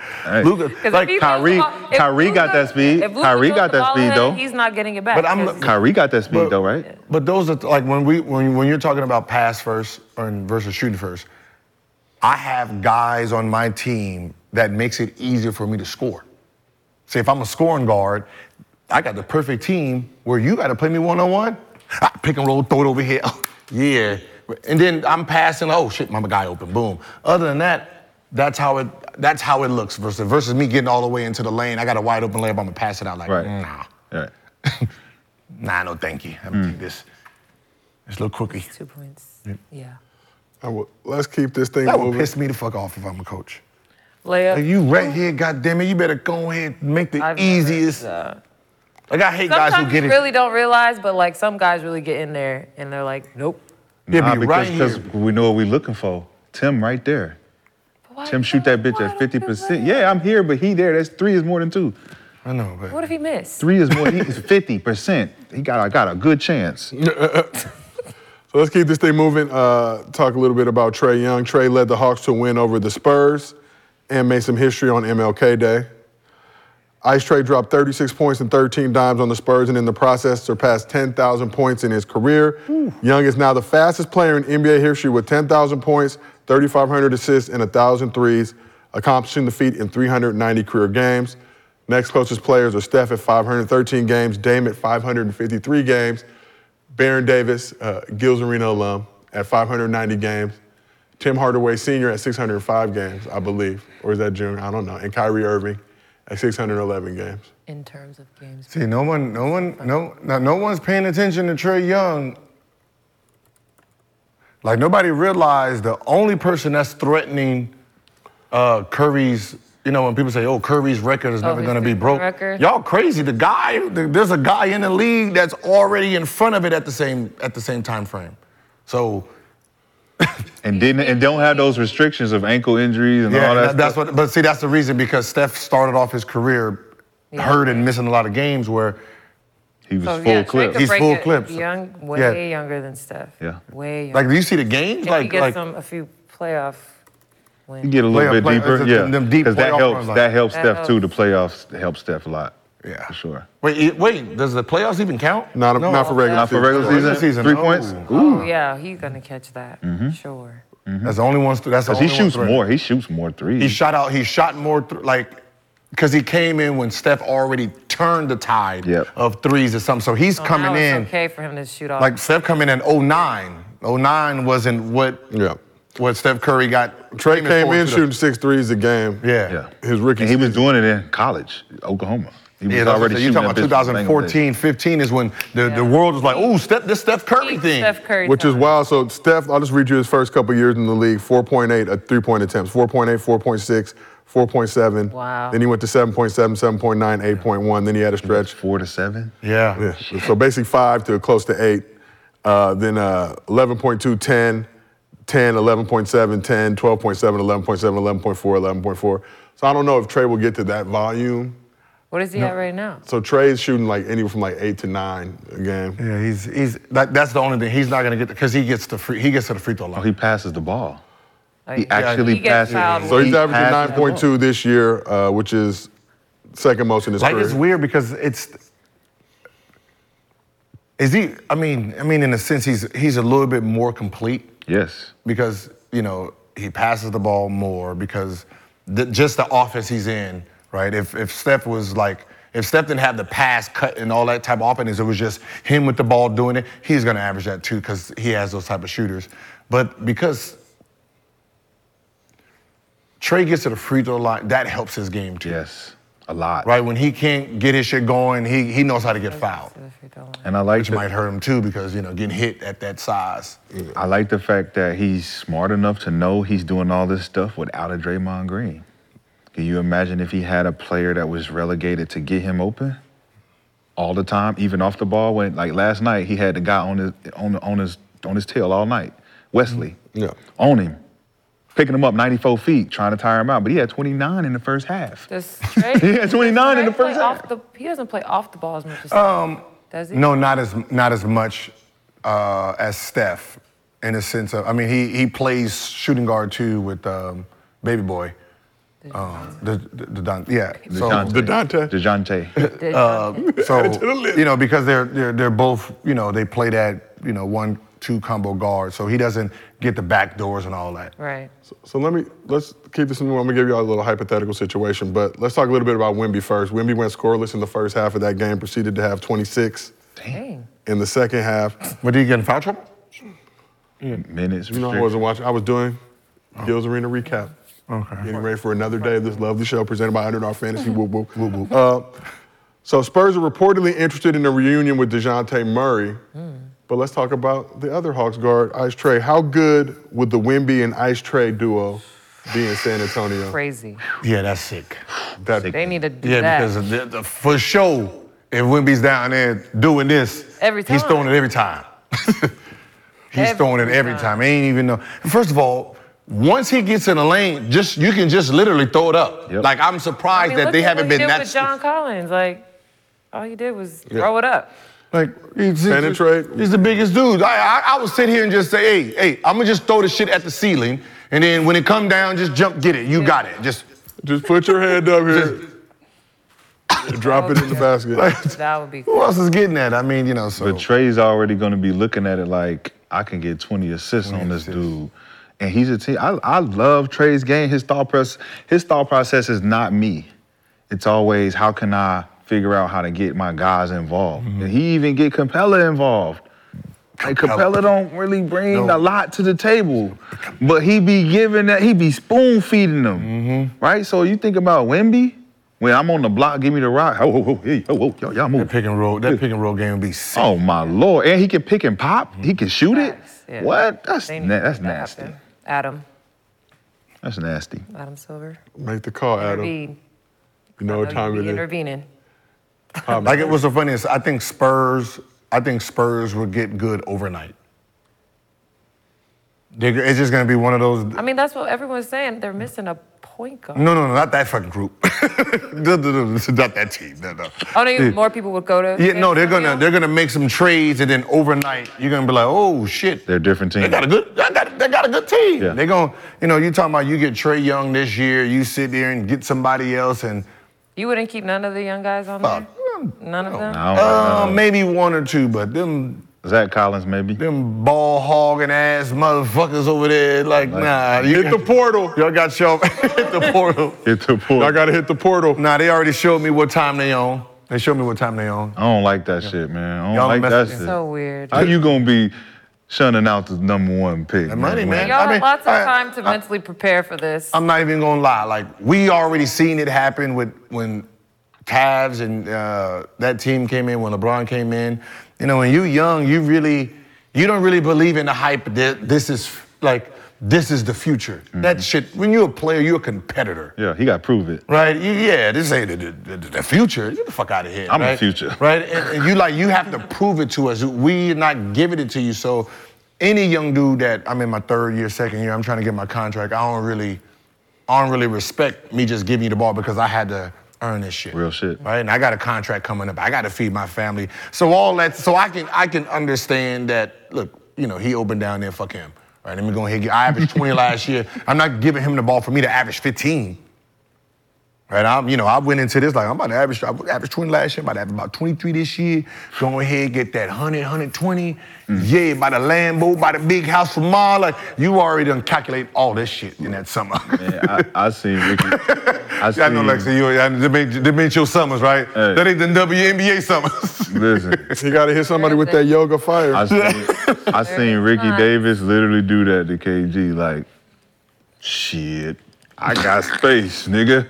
G: Luka-
D: 'Cause if
G: like
D: he throws the
G: Kyrie-
D: ball- if
H: Kyrie got that speed.
D: if Luka
H: Kyrie
D: throws
H: got
D: the
H: that
D: ball
H: speed,
D: ahead,
H: though.
D: He's not getting it back.
G: But I'm
D: 'cause-
H: Kyrie got that speed though, right?
G: But those are like when we when when you're talking about pass first or in- versus shooting first. I have guys on my team that makes it easier for me to score. Say if I'm a scoring guard, I got the perfect team where you got to play me one on one. Pick and roll, throw it over here. Oh, yeah, and then I'm passing. Oh shit, my guy open. Boom. Other than that, that's how it that's how it looks versus versus me getting all the way into the lane. I got a wide open layup. I'm gonna pass it out like nah.
H: Right.
G: Nah, no, thank you. I'm gonna take this. This little cookie.
D: two points. Yeah.
F: I will, let's keep this thing
G: That would
F: moving.
G: piss me the fuck off if I'm a coach.
D: Layup.
G: Like, you right here, goddamn it. You better go ahead and make the easiest. Like I hate guys who
D: Sometimes
G: get
D: you
G: it.
D: really don't realize, but like some guys really get in there and they're like, nope.
G: Yeah,
H: Nah,
G: be
H: Ah, because
G: right
H: 'cause we know what we're looking for. Tim right there. Tim shoot that bitch at 50%. Yeah, I'm here, but he there. That's three is more than two.
G: I know, but
D: What if he missed?
H: three is more. He's 50%. He got, I got a good chance.
F: So let's keep this thing moving. Uh, talk a little bit about Trey Young. Trey led the Hawks to a win over the Spurs and made some history on MLK Day. Ice Trey dropped 36 points and 13 dimes on the Spurs and in the process surpassed 10,000 points in his career. Young is now the fastest player in NBA history with 10,000 points, 3,500 assists, and 1,000 threes, accomplishing the feat in 390 career games. Next closest players are Steph at 513 games, Dame at 553 games, Baron Davis, uh, Gills Arena alum, at 590 games. Tim Hardaway Sr. at 605 games, I believe. Or is that Junior? I don't know. And Kyrie Irving at 611 games.
D: In terms of games.
G: See, no one, no one, no, no, no one's paying attention to Trey Young. Like nobody realized the only person that's threatening uh, Curry's. You know, when people say, "Oh, Curry's record is
U: Oh,
G: never
U: his
G: going to be
U: season
G: broke,"
U: record.
G: y'all crazy. The guy, th- there's a guy in the league that's already in front of it at the same at the same time frame. So
H: and didn't and don't have those restrictions of ankle injuries and all
G: yeah,
H: that.
G: that- that's what. But see, that's the reason because Steph started off his career hurt and missing a lot of games where
H: he
D: So, yeah, Drake could
G: He's
D: break
G: full
D: it
G: clips.
D: Young, way
G: Yeah.
D: younger than Steph.
H: Yeah.
D: Way.
G: Like,
D: younger.
G: do you see the games?
D: If
G: Like-
D: you get
G: like-
D: some a few playoff. Wins.
H: You get a little
G: Playoff-
H: bit
G: playoff-
H: deeper,
G: it's
H: yeah.
G: them deep
H: that
G: playoff
H: helps.
G: runs, like-
H: that helps
D: That
H: Steph too. The
D: helps.
H: playoffs help Steph a lot.
G: Yeah,
H: for sure.
G: Wait, it- wait. Does the playoffs even count?
F: Not, not for regular
H: Not for
F: season.
H: regular season. Three points.
D: Oh yeah, he's gonna catch that. Sure.
G: That's the only one. That's the
H: Mm-hmm. 'Cause
G: only
H: he
G: one
H: shoots
G: threat.
H: more. He shoots more threes.
G: He shot out. He shot more. Th- like, because he came in when Steph already turned the tide of threes or something. So he's
D: So Oh, now
G: coming
D: it's
G: in.
D: Okay for him to shoot off.
G: Like Steph coming in 09. 09 wasn't what. Yeah. What Steph Curry got.
F: Trey
G: famous
F: came
G: for
F: in
G: to the-
F: shooting six threes a game.
G: Yeah.
F: His rookie.
H: And he was doing it in college, Oklahoma. He was
G: Yeah, that's what
H: already
G: I'm saying.
H: shooting
G: You're talking about
H: that bitch from Bangladesh.
G: 2014, 15 is when the, the world was like, oh, Steph, this Steph Curry thing.
F: Which is wild. So Steph, I'll just read you his first couple years in the league: 4.8 at uh, three-point attempts, 4.8, 4.6, 4.7.
D: Wow.
F: Then he went to 7.7, 7.9, 8.1. Then he had a stretch.
H: Four to seven.
G: Yeah.
F: So basically five to close to eight. Uh, then uh, 11.2, 10, 10, 11.7, 10, 12.7, 11.7, 11.4, 11.4. So I don't know if Trey will get to that volume.
D: what is he at right now?
F: So Trey's shooting like anywhere from like eight to nine a game.
G: Yeah, he's he's that, that's the only thing he's not gonna get because he gets the free he gets to the free throw line.
H: he passes the ball.
D: Like,
H: He actually
D: he gets
H: passes.
D: fouled
F: So he's
D: way.
F: averaging nine point two this year, uh, which is second most in his
G: Like
F: career.
G: it's weird because it's is he? I mean, I mean, in a sense, he's he's a little bit more complete
H: Yes.
G: because you know he passes the ball more because the, just the office he's in, right? If if Steph was like. If Steph didn't have the pass cut and all that type of offense, it was just him with the ball doing it. He's going to average that too because he has those type of shooters. But because Trey gets to the free throw line, that helps his game too.
H: Yes, a lot.
G: Right when he can't get his shit going, he he knows how to get fouled.
H: And I like
G: which
H: the-
G: might hurt him too because you know getting hit at that size.
H: I like the fact that he's smart enough to know he's doing all this stuff without a Draymond Green. Can you imagine if he had a player that was relegated to get him open all the time, even off the ball? When like last night, he had the guy on his on on his on his tail all night, Wesley.
F: Mm-hmm.
H: Yeah. On him, picking him up 94 feet, trying to tire him out, but he had 29 in the first half.
D: Does Trey,
H: He had
D: does
H: 29 in
D: Trey
H: the first
D: play off the- he doesn't play off the ball as much as
G: Um,
D: does he?
G: No, not as not as much uh, as Steph in a sense of I mean he he plays shooting guard too with um, Baby Boy. Um, the, the, the Don, yeah.
H: DeJounte.
G: Dante.
H: DeJounte.
G: Uh, so you know because they're they're they're both you know they play that you know one two combo guard so he doesn't get the back doors and all that.
D: Right.
F: So, so let me let's keep this in mind. I'm gonna give y'all a little hypothetical situation, but let's talk a little bit about Wimby first. Wimby went scoreless in the first half of that game, proceeded to have 26
D: Dang.
F: in the second half.
G: What did he get in foul trouble?
H: Minutes.
F: You know, I wasn't watching. I was doing Gills Arena recap. Okay. Getting ready for another day of this lovely show presented by Underdog Fantasy. whoop, whoop, whoop, whoop. Uh, so Spurs are reportedly interested in a reunion with DeJounte Murray. But let's talk about the other Hawks guard, Ice Trey. How good would the Wimby and Ice Trey duo be in San Antonio?
D: Crazy.
G: Yeah, that's sick. That,
D: They need to do
G: yeah,
D: that.
G: because of the, the, for sure, if Wimby's down there doing this,
D: Every
G: he's
D: time.
G: throwing it every time. he's
D: Every
G: throwing it every time. He ain't even know. First of all, once he gets in the lane, just you can just literally throw it up. Like I'm surprised
D: I mean,
G: that
D: look at
G: they
D: what
G: haven't
D: he
G: been
D: did
G: that.
D: with John Collins. Like, all he did was throw it up.
G: Like he's, he's-
F: Penetrate.
G: he's the biggest dude. I, I I would sit here and just say, hey, hey, I'm gonna just throw the shit at the ceiling, and then when it come down, just jump, get it. You got it. Just
F: just put your hand up here. Drop it in the basket.
D: That would be.
G: Who else is getting that? I mean, you know, so.
H: But Trey's already going to be looking at it like I can get 20 assists on this dude, and he's a team. I, I love Trey's game. His thought press, his thought process is not me. It's always how can I figure out how to get my guys involved. And he even get Capella involved. Like Mm-hmm. Capella don't really bring a lot to the table, but he be giving that. He be spoon feeding them, right? So you think about Wimby. When I'm on the block, give me the rock. Oh, oh, oh, hey, oh, oh, y'all- y'all move. That
G: pick and roll, that pick and roll game would be sick.
H: Oh my lord! And he can pick and pop. He can shoot it.
D: Yeah.
H: What? That's
D: They
H: na-
D: need to
H: that's
D: make that
H: nasty.
D: happen. Adam.
H: That's nasty.
D: Adam Silver.
F: Make the call, Adam.
D: Intervene.
F: You know what time
D: Be
F: it is.
D: intervening.
G: like it was the funniest. I think Spurs. I think Spurs would get good overnight. They're- It's just gonna be one of those.
D: I mean, that's what everyone's saying. They're missing a point guard.
G: No, no, no, not that fucking group. No, no, no, this is not that team. No, no.
D: Oh, no, you-
G: Yeah.
D: more people would go to.
G: Yeah, no, they're gonna they're gonna make some trades and then overnight you're gonna be like, oh shit.
H: They're a different team.
G: They got a good they got, they got a good team. They're gonna, you know, you talking about you get Trey Young this year, you sit there and get somebody else and
D: You wouldn't keep none of the young guys on
G: Fuck.
D: there. None of them.
G: uh, maybe one or two, but them
H: Zach Collins maybe.
G: Them ball hogging ass motherfuckers over there, like, nah. You, hit the portal. Y'all got y'all hit the portal.
H: Hit the portal.
G: Y'all gotta hit the portal. Nah, they already showed me what time they on. They showed me what time they on.
H: I don't like that shit, man. I don't
G: Y'all
H: like that
G: messed-
H: shit.
D: So weird.
H: How you gonna be shunning out the number one pick?
G: money, man.
D: Y'all
G: I
D: have
G: mean,
D: lots of
G: I-
D: time to
G: I-
D: mentally prepare for this.
G: I'm not even gonna lie. Like we already seen it happen with when Cavs and uh, that team came in when LeBron came in. You know, when you young, you really you don't really believe in the hype. that This is like this is the future. That shit. When you're a player, you're a competitor.
H: Yeah, he got to prove it.
G: Right? You, yeah, this ain't the, the, the- the future. Get the fuck out of here.
H: I'm the
G: right?
H: future.
G: Right? And, and you like you have to prove it to us. We're not giving it to you. So any young dude that I'm in my third year, second year, I'm trying to get my contract. I don't really, I don't really respect me just giving you the ball because I had to earn this shit. Real
H: shit.
G: Right? And I got a contract coming up. I got to feed my family. So all that. So I can I can understand that. Look, you know, he opened down there. Fuck him. All right, let me go ahead. and get- I averaged 20 last year. I'm not giving him the ball for me to average 15. Right, I'm, you know, I went into this like I'm about to average, I averaged 20 last year, I'm about to average about 23 this year. Go ahead, get that 100, 120.
H: Mm.
G: Yeah, by the Lambo, by the big house from Ma. Like, you already done calculate all this shit in that summer.
H: I, I seen Ricky. I,
G: I know,
H: seen-
G: Lexi, you, I, they, made, they made your summers, right? That ain't the WNBA summers.
H: Listen,
F: You gotta hit somebody with that yoga fire.
H: I seen, I seen Ricky
F: not.
H: Davis literally do that to KG. Like, shit, I got space, nigga.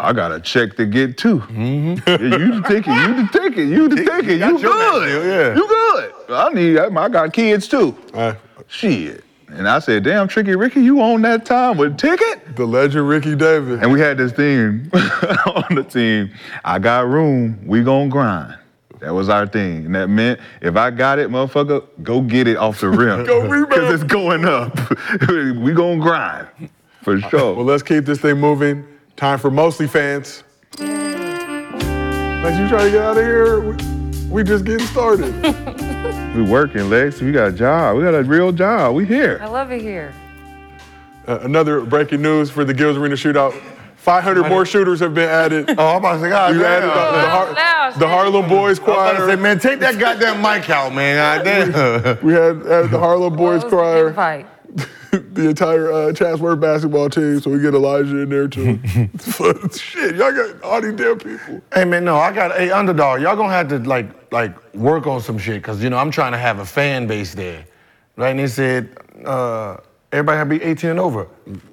H: I got a check to get too. Yeah, you the ticket, you the ticket, you the ticket,
F: Mm-hmm.
H: you,
F: got your
H: good,
F: man deal, yeah.
H: you good. I need, I, I got kids too.
F: Uh,
H: Shit. And I said, damn, Tricky Ricky, you on that time with ticket?
F: The legend Ricky Davis.
H: And we had this thing on the team. I got room, we gonna grind. That was our thing. And that meant if I got it, motherfucker, go get it off the rim.
F: Go rebound.
H: Because it's going up. we gonna grind. For sure.
F: Well, let's keep this thing moving. Time for mostly fans. Lex, you trying to get out of here? We, we just getting started. Uh,
H: We working, Lex. We got a job. We got a real job. We here.
D: I love it here.
F: Uh, another breaking news for the Gills Arena shootout. 500 more shooters have been added.
G: Oh, I'm about to say, God,
F: You added
G: damn.
F: the, the, Har- the Harlem Boys Choir.
G: I say, man, take that goddamn mic out, man. Goddamn.
F: We had, had the
G: Oh,
F: Harlem Boys Choir,
D: Fight.
F: the entire uh, Chatsworth basketball team, so we get Elijah in there too. Shit, y'all got all these damn people.
G: Hey man, no, I got hey underdog. Y'all gonna have to like like work on some shit because you know I'm trying to have a fan base there, right? And they said uh, everybody have to be 18 and over.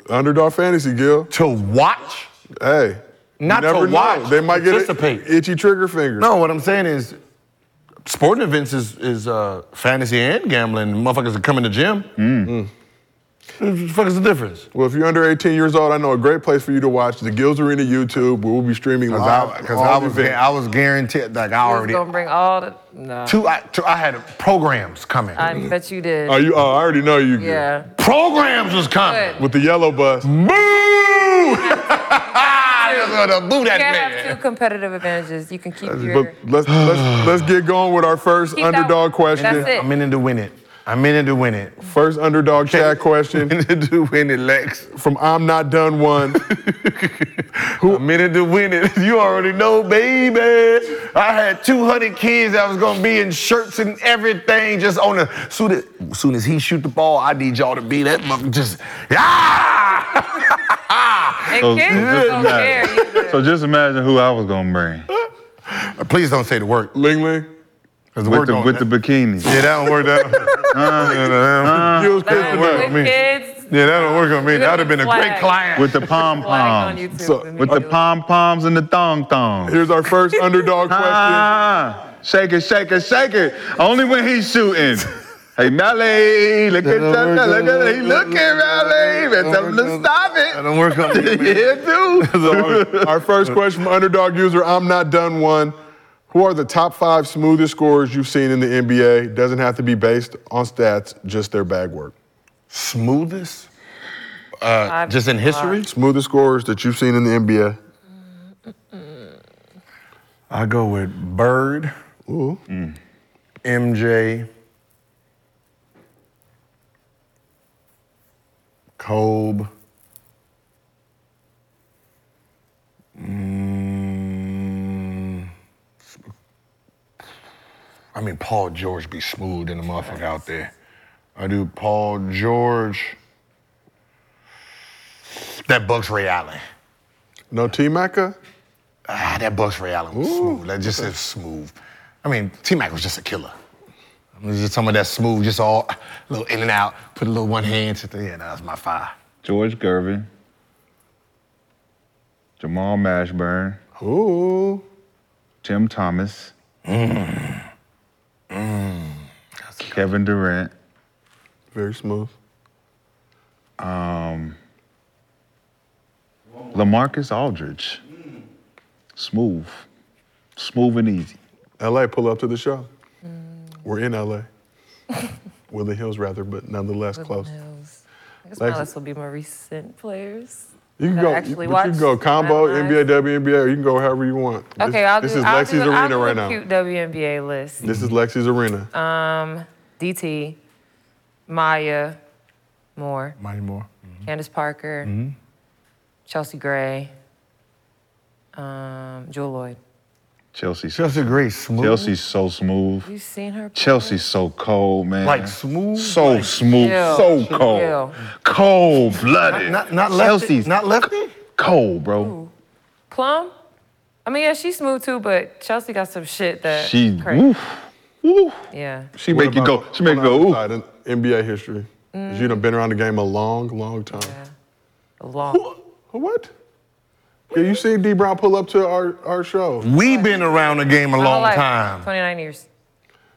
F: Underdog fantasy, Gil.
G: To watch?
F: Hey, you
G: Not to
F: never know.
G: watch,
F: They might get
G: participate.
F: an itchy trigger finger.
G: No, what I'm saying is, sporting events is is uh, fantasy and gambling. Motherfuckers are coming to gym. What the fuck is the difference?
F: Well, if you're under 18 years old, I know a great place for you to watch the Gills Arena YouTube. We'll be streaming
G: Because
F: live.
G: I, 'cause I was I was guaranteed like I
D: Who's
G: already
D: gonna bring all the? No.
G: two I, two I had programs coming.
D: I bet you did.
F: Oh, you, oh, I already know you. Gil.
D: yeah.
G: programs was coming.
D: Good.
F: With the yellow bus.
G: I gonna boo
D: You
G: that
D: can't
G: man.
D: have two competitive advantages. You can keep your.
F: But let's, let's, let's get going with our first
D: Keep that-
F: underdog question.
D: that's it.
G: I'm in it to win it. I'm in it to win it.
F: First underdog chat question
G: I'm in it to win it, Lex.
F: from I'm Not Done One.
G: I'm in it to win it. You already know, baby. I had 200 kids that was gonna be in shirts and everything, just on the soon as, soon as he shoot the ball, I need y'all to be that mother. Just ah!
D: And
H: So-
D: kids
H: so just
D: don't care
H: imagine-
D: either.
H: So just imagine who I was gonna bring.
G: Please don't say the word.
F: Ling Ling.
G: 'cause the
H: With
G: word
H: the,
G: don't-
H: with the bikinis.
G: yeah, that don't work. Uh, That don't,
F: You was
D: That
F: kicking
D: was
F: back.
D: with
G: me.
D: kids.
G: yeah, that don't work on me. That would have been a great
D: Flag.
G: client.
H: With the pom
D: Flag on
H: poms.
D: YouTube.
F: So-
D: and
H: With the
D: make it look-
H: pom poms and the thong thongs.
F: Here's our first
G: Uh,
F: underdog question.
H: Ah, shake it, shake it, shake it. Only when he's shooting. Hey, Malay, look at that. Look at that. He looking, Malay. Man, tell him to stop it.
G: I don't work on it.
H: Yeah, dude.
F: So our, our first question from underdog user, I'm not done one. Who are the top five smoothest scorers you've seen in the NBA? Doesn't have to be based on stats, just their bag work.
G: Smoothest? Uh,
D: I've-
G: just in history?
F: Smoothest scorers that you've seen in the NBA.
G: I go with Bird, Mm. MJ, Kobe. Mm, I mean, Paul George be smooth in the motherfucker out there. I do Paul George. That Bucks Ray Allen.
F: No T Maca?
G: Ah, that Bucks Ray Allen was smooth. That just is smooth. I mean, T Mac was just a killer. I mean, just some of that smooth, just all little in and out, put a little one hand to the yeah, that was my five.
H: George Gervin, Jamal Mashburn,
F: Ooh.
H: Tim Thomas, Kevin Durant.
F: Very smooth.
H: Um, Lamarcus Aldridge. Smooth. Smooth and easy.
F: LA, pull up to the show. We're in LA. Woodland Hills, rather, but nonetheless close.
D: I guess
F: Like-
D: my list will be more recent players.
F: You can
D: that I
F: go.
D: actually
F: but you
D: watched
F: can go combo
D: and
F: NBA, WNBA, or you can go however you want. This-
D: Okay, I'll
F: this
D: do.
F: is
D: I'll
F: Lexi's
D: do,
F: arena
D: I'll do
F: right
D: the
F: now.
D: Cute WNBA list.
F: This is Lexi's arena.
D: Um, DT, Maya, Moore,
F: Mm-hmm.
G: Mighty Moore.
D: Candace Parker,
G: Mm-hmm.
D: Chelsea Gray, um, Jewel Lloyd.
H: Chelsea's,
G: Chelsea Gray, smooth.
H: Chelsea's so smooth.
D: You seen her?
H: Chelsea's so cold, man.
G: Like smooth?
H: So
G: Like-
H: smooth.
D: Ew.
H: So cold.
D: Ew.
H: Cold blooded.
G: Not, not lefty.
H: Chelsea's
G: Not lefty.
H: cold, bro.
D: Plum? I mean, yeah, she's smooth too, but Chelsea got some shit that.
H: She,
D: crazy.
H: woof, woof.
D: Yeah.
H: She make you go. She make you go. Ooh.
F: In NBA history,
D: Mm.
F: 'Cause you done been around the game a long, long time.
D: A long.
F: What? Yeah, you seen D Brown pull up to our, our show.
H: Mm.
G: We've been around the game a
D: My whole
G: long
D: life,
G: time.
D: 29 years.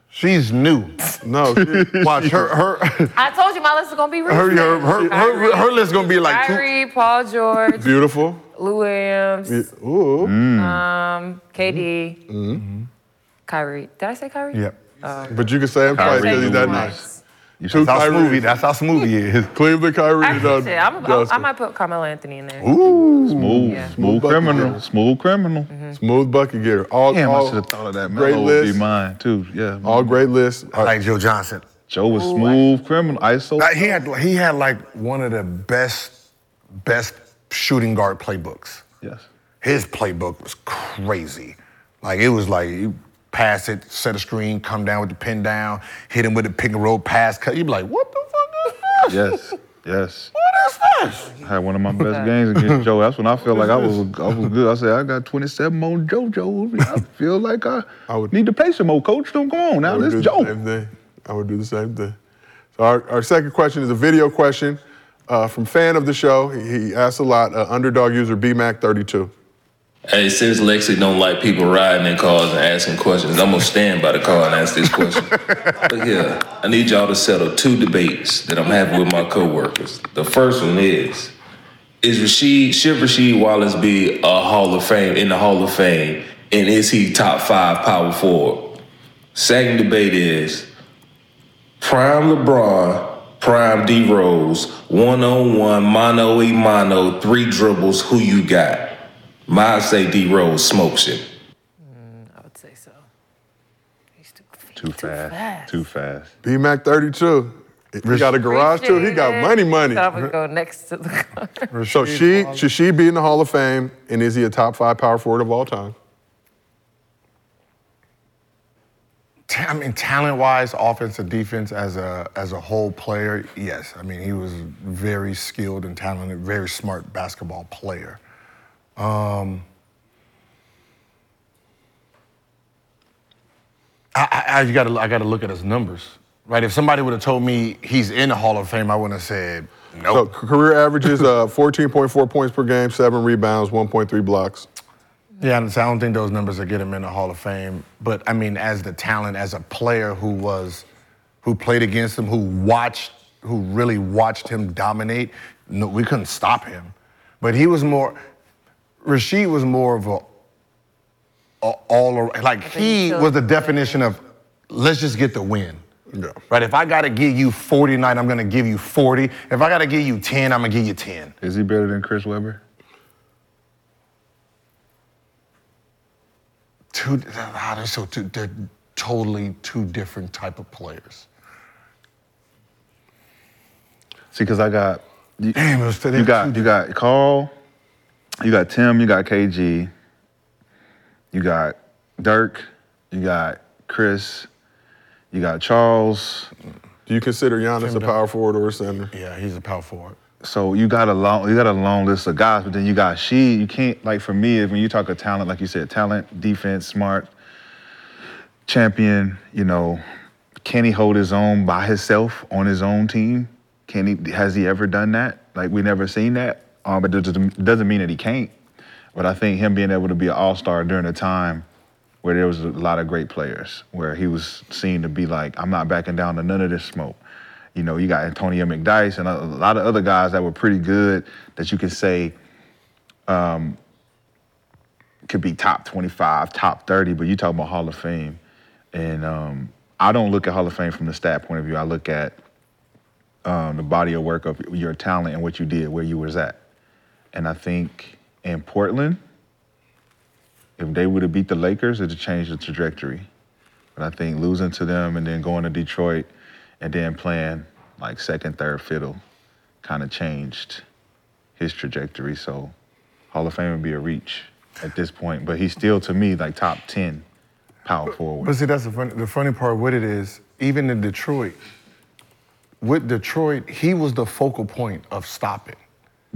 G: She's new.
F: No, she-
G: watch her. Her, her,
D: I told you my list is gonna be
G: her,
D: recent.
G: her, her, her, her list gonna be like two.
D: Kyrie, Paul George,
F: beautiful.
D: Lou Williams,
F: Yeah, Mm-hmm. Ooh.
H: Mm.
D: um, KD, Kyrie. Did I say Kyrie?
G: Yep.
F: But you can say him twice
D: Kyrie
F: because he's that
D: Irving.
F: nice.
H: You
F: Two
G: That's how smooth.
F: Kyrie.
G: That's how smooth he is.
F: Cleveland Kyrie.
D: Actually,
F: done-
D: shit, I'm, I'm,
F: done
D: I
F: some-
D: might put Carmelo Anthony in there.
F: Ooh.
H: Smooth,
D: Yeah.
H: smooth
F: bucket
H: criminal,
F: getter.
H: smooth criminal.
F: Smooth bucket getter. All,
H: Damn, I
F: Mm-hmm. all
H: should have thought of that.
F: Great
H: Melo would be
F: list.
H: mine too. Yeah,
F: All great lists.
G: I like Joe Johnson.
H: Joe was smooth criminal. ISO.
G: Like, he had he had like one of the best best shooting guard playbooks.
H: Yes.
G: His playbook was crazy. Like it was like you pass it, set a screen, come down with the pin down, hit him with a pick and roll pass cut. You'd be like, what the fuck is this?
H: Yes. Yes.
G: What is this?
H: I had one of my best games against Joe. That's when I felt like I was I was good. I said I got 27 on JoJo. I feel like I,
F: I would-
H: need to play some more. Coach, don't come on
F: I
H: now.
F: would
H: Let's
F: do
H: Joe.
F: the same thing. I would do the same thing. So our, our second question is a video question uh, from fan of the show. He, he asked a lot. Uh, underdog user BMAC32.
R: Hey, since Lexi don't like people riding in cars and asking questions, I'm gonna stand by the car and ask this question. Look here, I need y'all to settle two debates that I'm having with my coworkers. The first one is, is Rasheed, should Rasheed Wallace be a Hall of Fame in the Hall of Fame? And is he top five power forward? Second debate is Prime LeBron, Prime D Rose, one on one, mono e mono, three dribbles, who you got? Mine say D Rose smokes it.
D: I would say so.
H: Too fast. Too fast.
F: BMAC32. He got a garage too. He got money,
D: Appreciate it.
F: money.
D: So I would go next to the car.
F: So she should she be in the Hall of Fame? And is he a top five power forward of all time?
G: Ta- I mean, talent-wise, offense and defense as a as a whole player, yes. I mean, he was very skilled and talented, very smart basketball player. Um, I, I, I gotta I gotta look at his numbers, right? If somebody would have told me he's in the Hall of Fame, I wouldn't have said no.
F: So c- career averages uh, 14.4 points per game, seven rebounds, 1.3 blocks.
G: Yeah, and so I don't think those numbers are get him in the Hall of Fame. But I mean, as the talent, as a player who was who played against him, who watched, who really watched him dominate. No, we couldn't stop him. But he was more, Rasheed was more of a, a all around, like he was the definition of let's just get the win. Right? If I got to give you 40 tonight, I'm going to give you 40. If I got to give you 10, I'm going to give you 10.
H: Is he better than Chris Webber?
G: two ah, they're so two, they're totally two different type of players.
H: See, because I got you, you got you got Carl, you got Tim, you got KG, you got Dirk, you got Chris, you got Charles.
F: Do you consider Giannis a power forward or a center?
G: Yeah, he's a power forward.
H: So you got a long you got a long list of guys, but then you got she. You can't like for me if when you talk of talent, like you said, talent, defense, smart, champion. You know, can he hold his own by himself on his own team? Can he? Has he ever done that? Like we never seen that. Um, but it doesn't doesn't mean that he can't. But I think him being able to be an all star during a time where there was a lot of great players, where he was seen to be like, I'm not backing down to none of this smoke. You know, you got Antonio McDice and a, a lot of other guys that were pretty good that you could say um, could be top 25, top 30, but you talk about Hall of Fame. And um, I don't look at Hall of Fame from the stat point of view. I look at um, the body of work of your talent and what you did, where you was at. And I think in Portland, if they would have beat the Lakers, it'd have changed the trajectory. But I think losing to them and then going to Detroit and then playing like second, third fiddle kind of changed his trajectory. So Hall of Fame would be a reach at this point. But he's still to me like top ten power forward.
G: But see, that's the funny, the funny part with it is, even in Detroit, with Detroit, he was the focal point of stopping.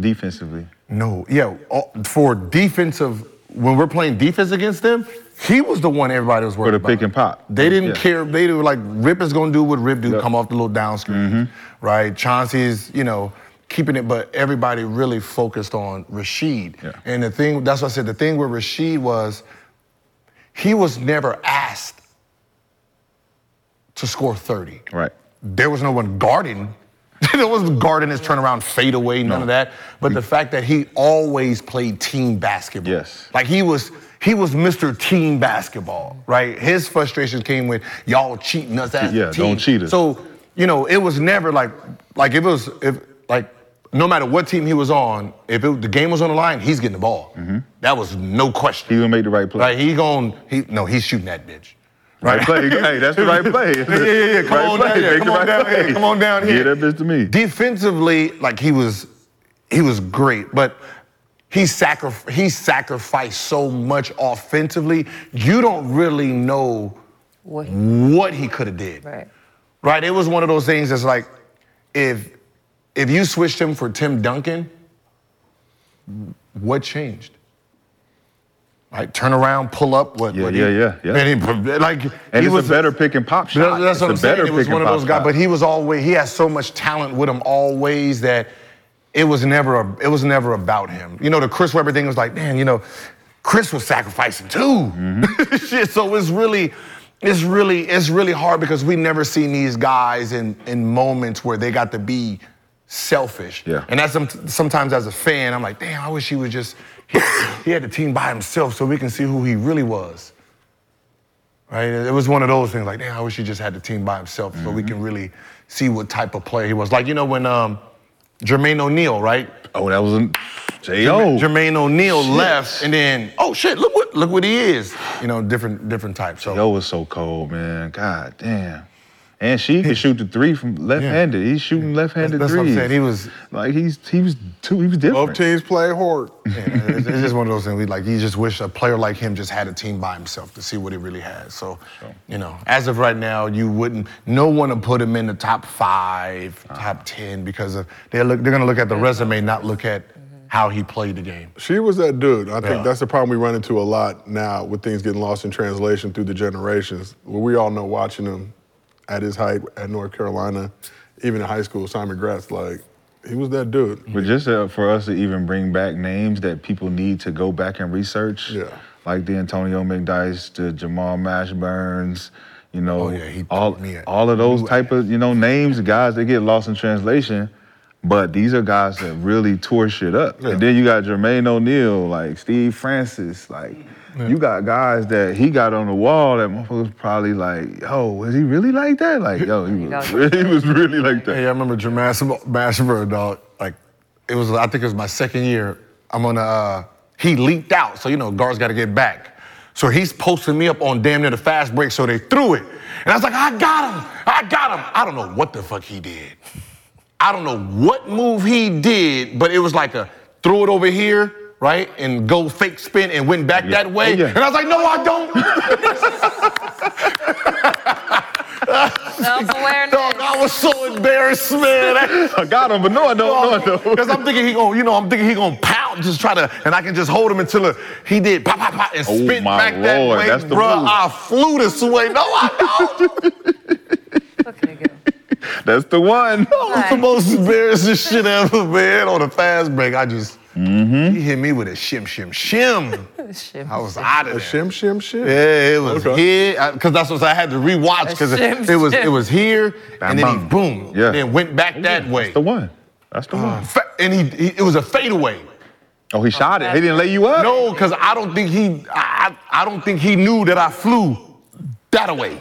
H: Defensively.
G: No, yeah, all- for defensive, when we're playing defense against them, he was the one everybody was worried
H: the
G: about.
H: pick and pop.
G: They didn't
H: Yeah.
G: care. They were like, Rip is gonna do what Rip do, come off the little down screen,
H: Mm-hmm.
G: right? Chauncey's, you know, keeping it, but everybody really focused on Rashid. And the thing, that's what I said, the thing with Rashid was, he was never asked to score 30.
H: Right.
G: There was no one guarding. there wasn't guarding his turnaround fadeaway, none of that. But the fact that he always played team basketball. Yes. Like he was he was Mr. Team Basketball, right? His frustration came with y'all cheating us as
H: Yeah,
G: a team.
H: don't cheat us.
G: So, you know, it was never like like if it was if like no matter what team he was on, if it, the game was on the line, he's getting the ball.
H: Mm-hmm.
G: That was no question. He
H: gonna make the right play.
G: Like he gonna he no, he's shooting that bitch.
H: Right play. Hey, that's the right play.
G: yeah, yeah, yeah. Come
H: Right
G: on
H: play.
G: down here.
H: Make
G: Come
H: the
G: on
H: right
G: down
H: play.
G: here. Come on down here.
H: Yeah, that bitch to me.
G: Defensively, like he was, he was great, but he sacrif- he sacrificed so much offensively. You don't really know what he, could have did. Right. Right. It was one of those things that's like, if if you switched him for Tim Duncan, what changed? Like turn around, pull up. What?
H: Yeah,
G: what
H: yeah,
G: he-
H: yeah, yeah.
G: Man, he- like
H: And
G: he
H: it's
G: was
H: a better pick and pop shot.
G: that's what I'm
H: it's a better
G: saying. It was
H: pick
G: one
H: and
G: of
H: pop
G: those guys,
H: shot.
G: but he was always he has so much talent with him always that it was never a, it was never about him. You know, the Chris Webber thing was like, man, you know, Chris was sacrificing too.
H: Mm-hmm.
G: Shit, so it's really it's really it's really hard because we never seen these guys in in moments where they got to be selfish.
H: Yeah.
G: And that's some- sometimes as a fan, I'm like, damn, I wish he was just he, he had the team by himself so we can see who he really was. Right? It was one of those things like, damn, I wish he just had the team by himself so we can really see what type of player he was. Like, you know, when um, Jermaine O'Neal, right?
H: Oh, that was an
G: Jermaine,
H: J.O.
G: Jermaine O'Neal
H: Shit.
G: left, and then, oh shit, look what look what he is. You know, different different types. So
H: Yo was so cold, man. God damn. And she can shoot the three from left-handed. He's shooting left-handed
G: That's- that's what I'm
H: threes.
G: saying. He was-
H: like he's he was too he was different.
F: Both teams play hard.
G: Yeah, it's, it's just one of those things. We like you just wish a player like him just had a team by himself to see what he really has. So, you know, as of right now, you wouldn't. No one would put him in the top 5 top ten because of they look. Uh-huh. They're gonna look at the resume, not Mm-hmm. look at how he played the game.
F: She was that dude. I think
G: Yeah.
F: that's the problem we run into a lot now with things getting lost in translation through the generations. Well, we all know watching him at his height at North Carolina, even in high school, Simon Gratz, like, he was that dude.
H: But just uh, for us to even bring back names that people need to go back and research,
F: Yeah.
H: like the Antonio McDice, the Jamal Mash Burns, You
G: Oh,
H: know, all, all of those type of, you know, names, guys that get lost in translation. But these are guys that really tore shit up. And then you got Jermaine O'Neal, like Steve Francis, like you got guys that he got on the wall that motherfuckers probably like, yo, was he really like that? Like, yo, he was, he was really like that.
G: Yeah, I remember Jermaine Massiver, dog. Like, it was, I think it was my second year. I'm on a, uh, he leaped out, so you know, guards got to get back. So he's posting me up on damn near the fast break, so they threw it. And I was like, I got him, I got him. I don't know what the fuck he did. I don't know what move he did, but it was like a throw it over here, right? And go fake spin and went back that way. And I was like, no, I don't.
D: Self-awareness.
G: Dog, I was so embarrassed, man. I
H: got him, but no, I
G: don't. No, Because I'm thinking he gonna, you know, I'm thinking he gonna pound, just try to, and I can just hold him until uh, he did pop, pop, pop, and
H: Oh,
G: spin
H: my
G: back
H: Lord,
G: that way,
H: that's the
G: Bruh,
H: move.
G: I flew this way. No, I
H: That's the one.
G: That was the most embarrassing shit ever, man. On a fast break, I just
H: Mm-hmm.
G: he hit me with a shim, shim, shim. I was out of there.
F: Shim, shim, shim.
G: Yeah, it was
F: Okay.
G: here because that's what I had to rewatch because
F: shim,
G: it, it was
F: shim.
G: it was here and then he
F: Bam, bam.
G: boom
F: Yeah.
G: and then went back that way. That's
H: the one. Oh, That's the
G: one. and he, he- it was a fadeaway.
H: Oh, he shot it. He didn't lay you up.
G: No, because I don't think he I, I I don't think he knew that I flew that way.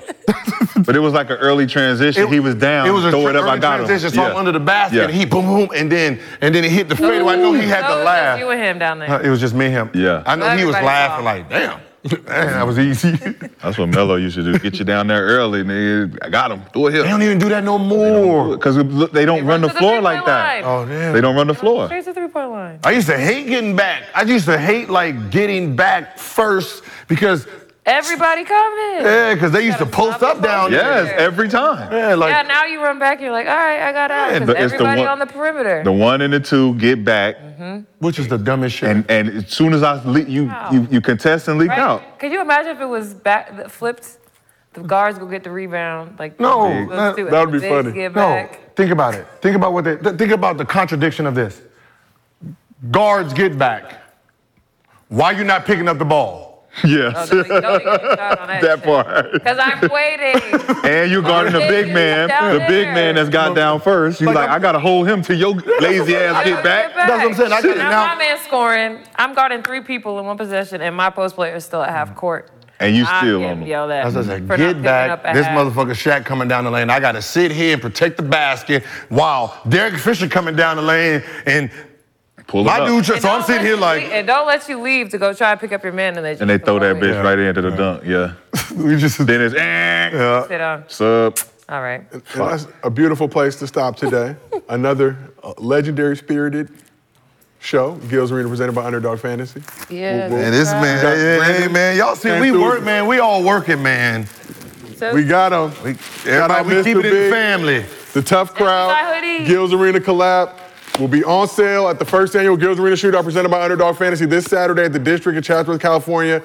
H: But it was like an early transition. he was down.
G: It was a
H: throw it up.
G: early
H: I got
G: transition,
H: him.
G: so I'm under the basket.
H: Yeah.
G: And he boom boom, and then and then it hit the fadeaway. I know he had
D: No, it
G: to
D: was
G: laugh.
D: just You and him down there.
G: Uh, It was just me and him. Yeah. I know he was
D: Everybody
G: laughing
D: saw.
G: like, damn. Man, that was easy.
H: That's what Melo used to do. Get you down there early, nigga. I got him. Do it here. They
G: don't even do that no more.
H: Because they don't, run the
D: to the
H: floor
D: three-point
H: like that.
D: line. Oh,
G: damn.
H: They don't run the floor.
D: Straight to the three-point line.
G: I used to hate getting back. I used to hate like getting back first because
D: Everybody coming.
G: yeah, because they used to post up down there.
H: Yes, every time.
G: Yeah, like
D: yeah, now you run back and you're like, all right, I got out.
H: Yeah,
D: 'cause
H: but it's the
D: everybody
H: one-
D: on the perimeter.
H: The one and the two get back,
G: which is the dumbest shit.
H: And and as soon as I leak, you, you you contest and leak
D: Right?
H: out.
D: Could you imagine if it was back the- flipped? The guards go get the rebound. Like
G: No,
D: those
G: that,
D: two, and
G: that would
D: the
G: be
D: bigs
G: funny.
D: Get
G: No,
D: back.
G: think about it. Think about what they. th- think about the contradiction of this. Guards get back. Why you not picking up the ball?
H: Yes.
D: Don't even start on that
H: That part.
D: Because I'm waiting.
H: And you guarding the big man,
D: Down
H: the big
D: there.
H: man that's got down first. You like, I gotta hold him till your lazy ass get back.
D: now, my man scoring. I'm guarding three people in one possession, and my post player is still at half court.
G: And you
D: I'm
G: still
D: getting
G: on them.
D: yelled at
G: That's what I
D: for
G: said.
D: not
G: Get
D: picking up
G: back.
D: at
G: This
D: half.
G: motherfucker Shaq coming down the lane. I gotta sit here and protect the basket while Derek Fisher coming down the lane and
H: Pull
G: my dude.
D: And
G: So I'm
D: don't
G: sitting
D: let
G: here
D: you
G: like
D: leave- and don't let you leave to go try and pick up your man, and they just
H: And they throw that bitch right into the dunk. Yeah.
G: we just
H: then it's eh.
D: sit down.
H: Sup.
D: All right.
G: Oh,
F: And that's a beautiful place to stop today. Another uh, legendary spirited show, Gil's Arena, presented by Underdog Fantasy.
D: Yeah.
G: Man, this man,
F: Got
G: hey, hey,
F: Brandon
G: man, y'all see,
F: came
G: we
F: through.
G: work, man. We all working, man.
D: So-
F: We got him.
G: We, everybody, we keep it in the family.
F: The tough
D: my
F: crowd.
D: hoodie.
F: Gills Arena collab will be on sale at the first annual Gills Arena Shootout presented by Underdog Fantasy this Saturday at the District in Chatsworth, California.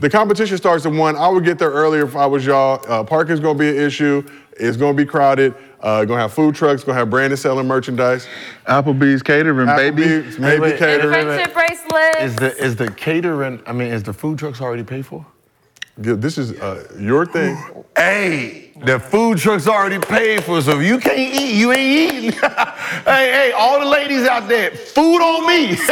F: The competition starts at one. I would get there earlier if I was y'all. Uh, parking's gonna be an issue. It's gonna be crowded. Uh, gonna have food trucks. Gonna have Brandon selling merchandise.
H: Applebee's catering,
F: Applebee's,
H: baby.
F: Maybe
G: wait.
F: catering.
D: Friendship bracelet.
G: Is the is the catering? I mean, is the food trucks already paid for?
F: Gil, This is uh, your thing.
G: Hey, the food trucks already paid for, so if you can't eat, you ain't eating. hey, hey, all the ladies out there, food on me.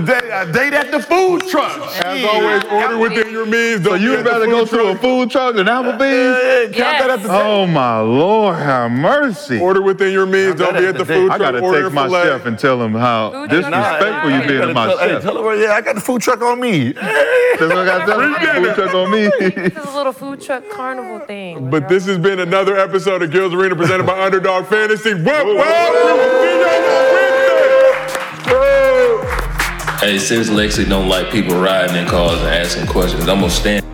G: date, a date at the food truck.
F: As always, order within your means.
H: So you'd rather go to a food truck than Applebee's? Oh my Lord, have mercy.
F: Order within your means. Don't be at the food
H: I
F: truck.
H: gotta
F: ordering
H: take my
F: filet.
H: chef and tell him how
F: Food truck.
H: disrespectful
F: Nah,
H: you being to my
G: tell, hey,
H: chef.
G: tell her, yeah, I got the food truck on me.
H: That's what I got Food truck on me.
D: This is a little food truck carnival thing.
F: But this has been another episode of Girls Arena presented by Underdog Fantasy. Whoop, whoop, we will see y'all on Wednesday. Whoop.
A: Hey, since Lexi don't like people riding in cars and asking questions, I'm gonna stand.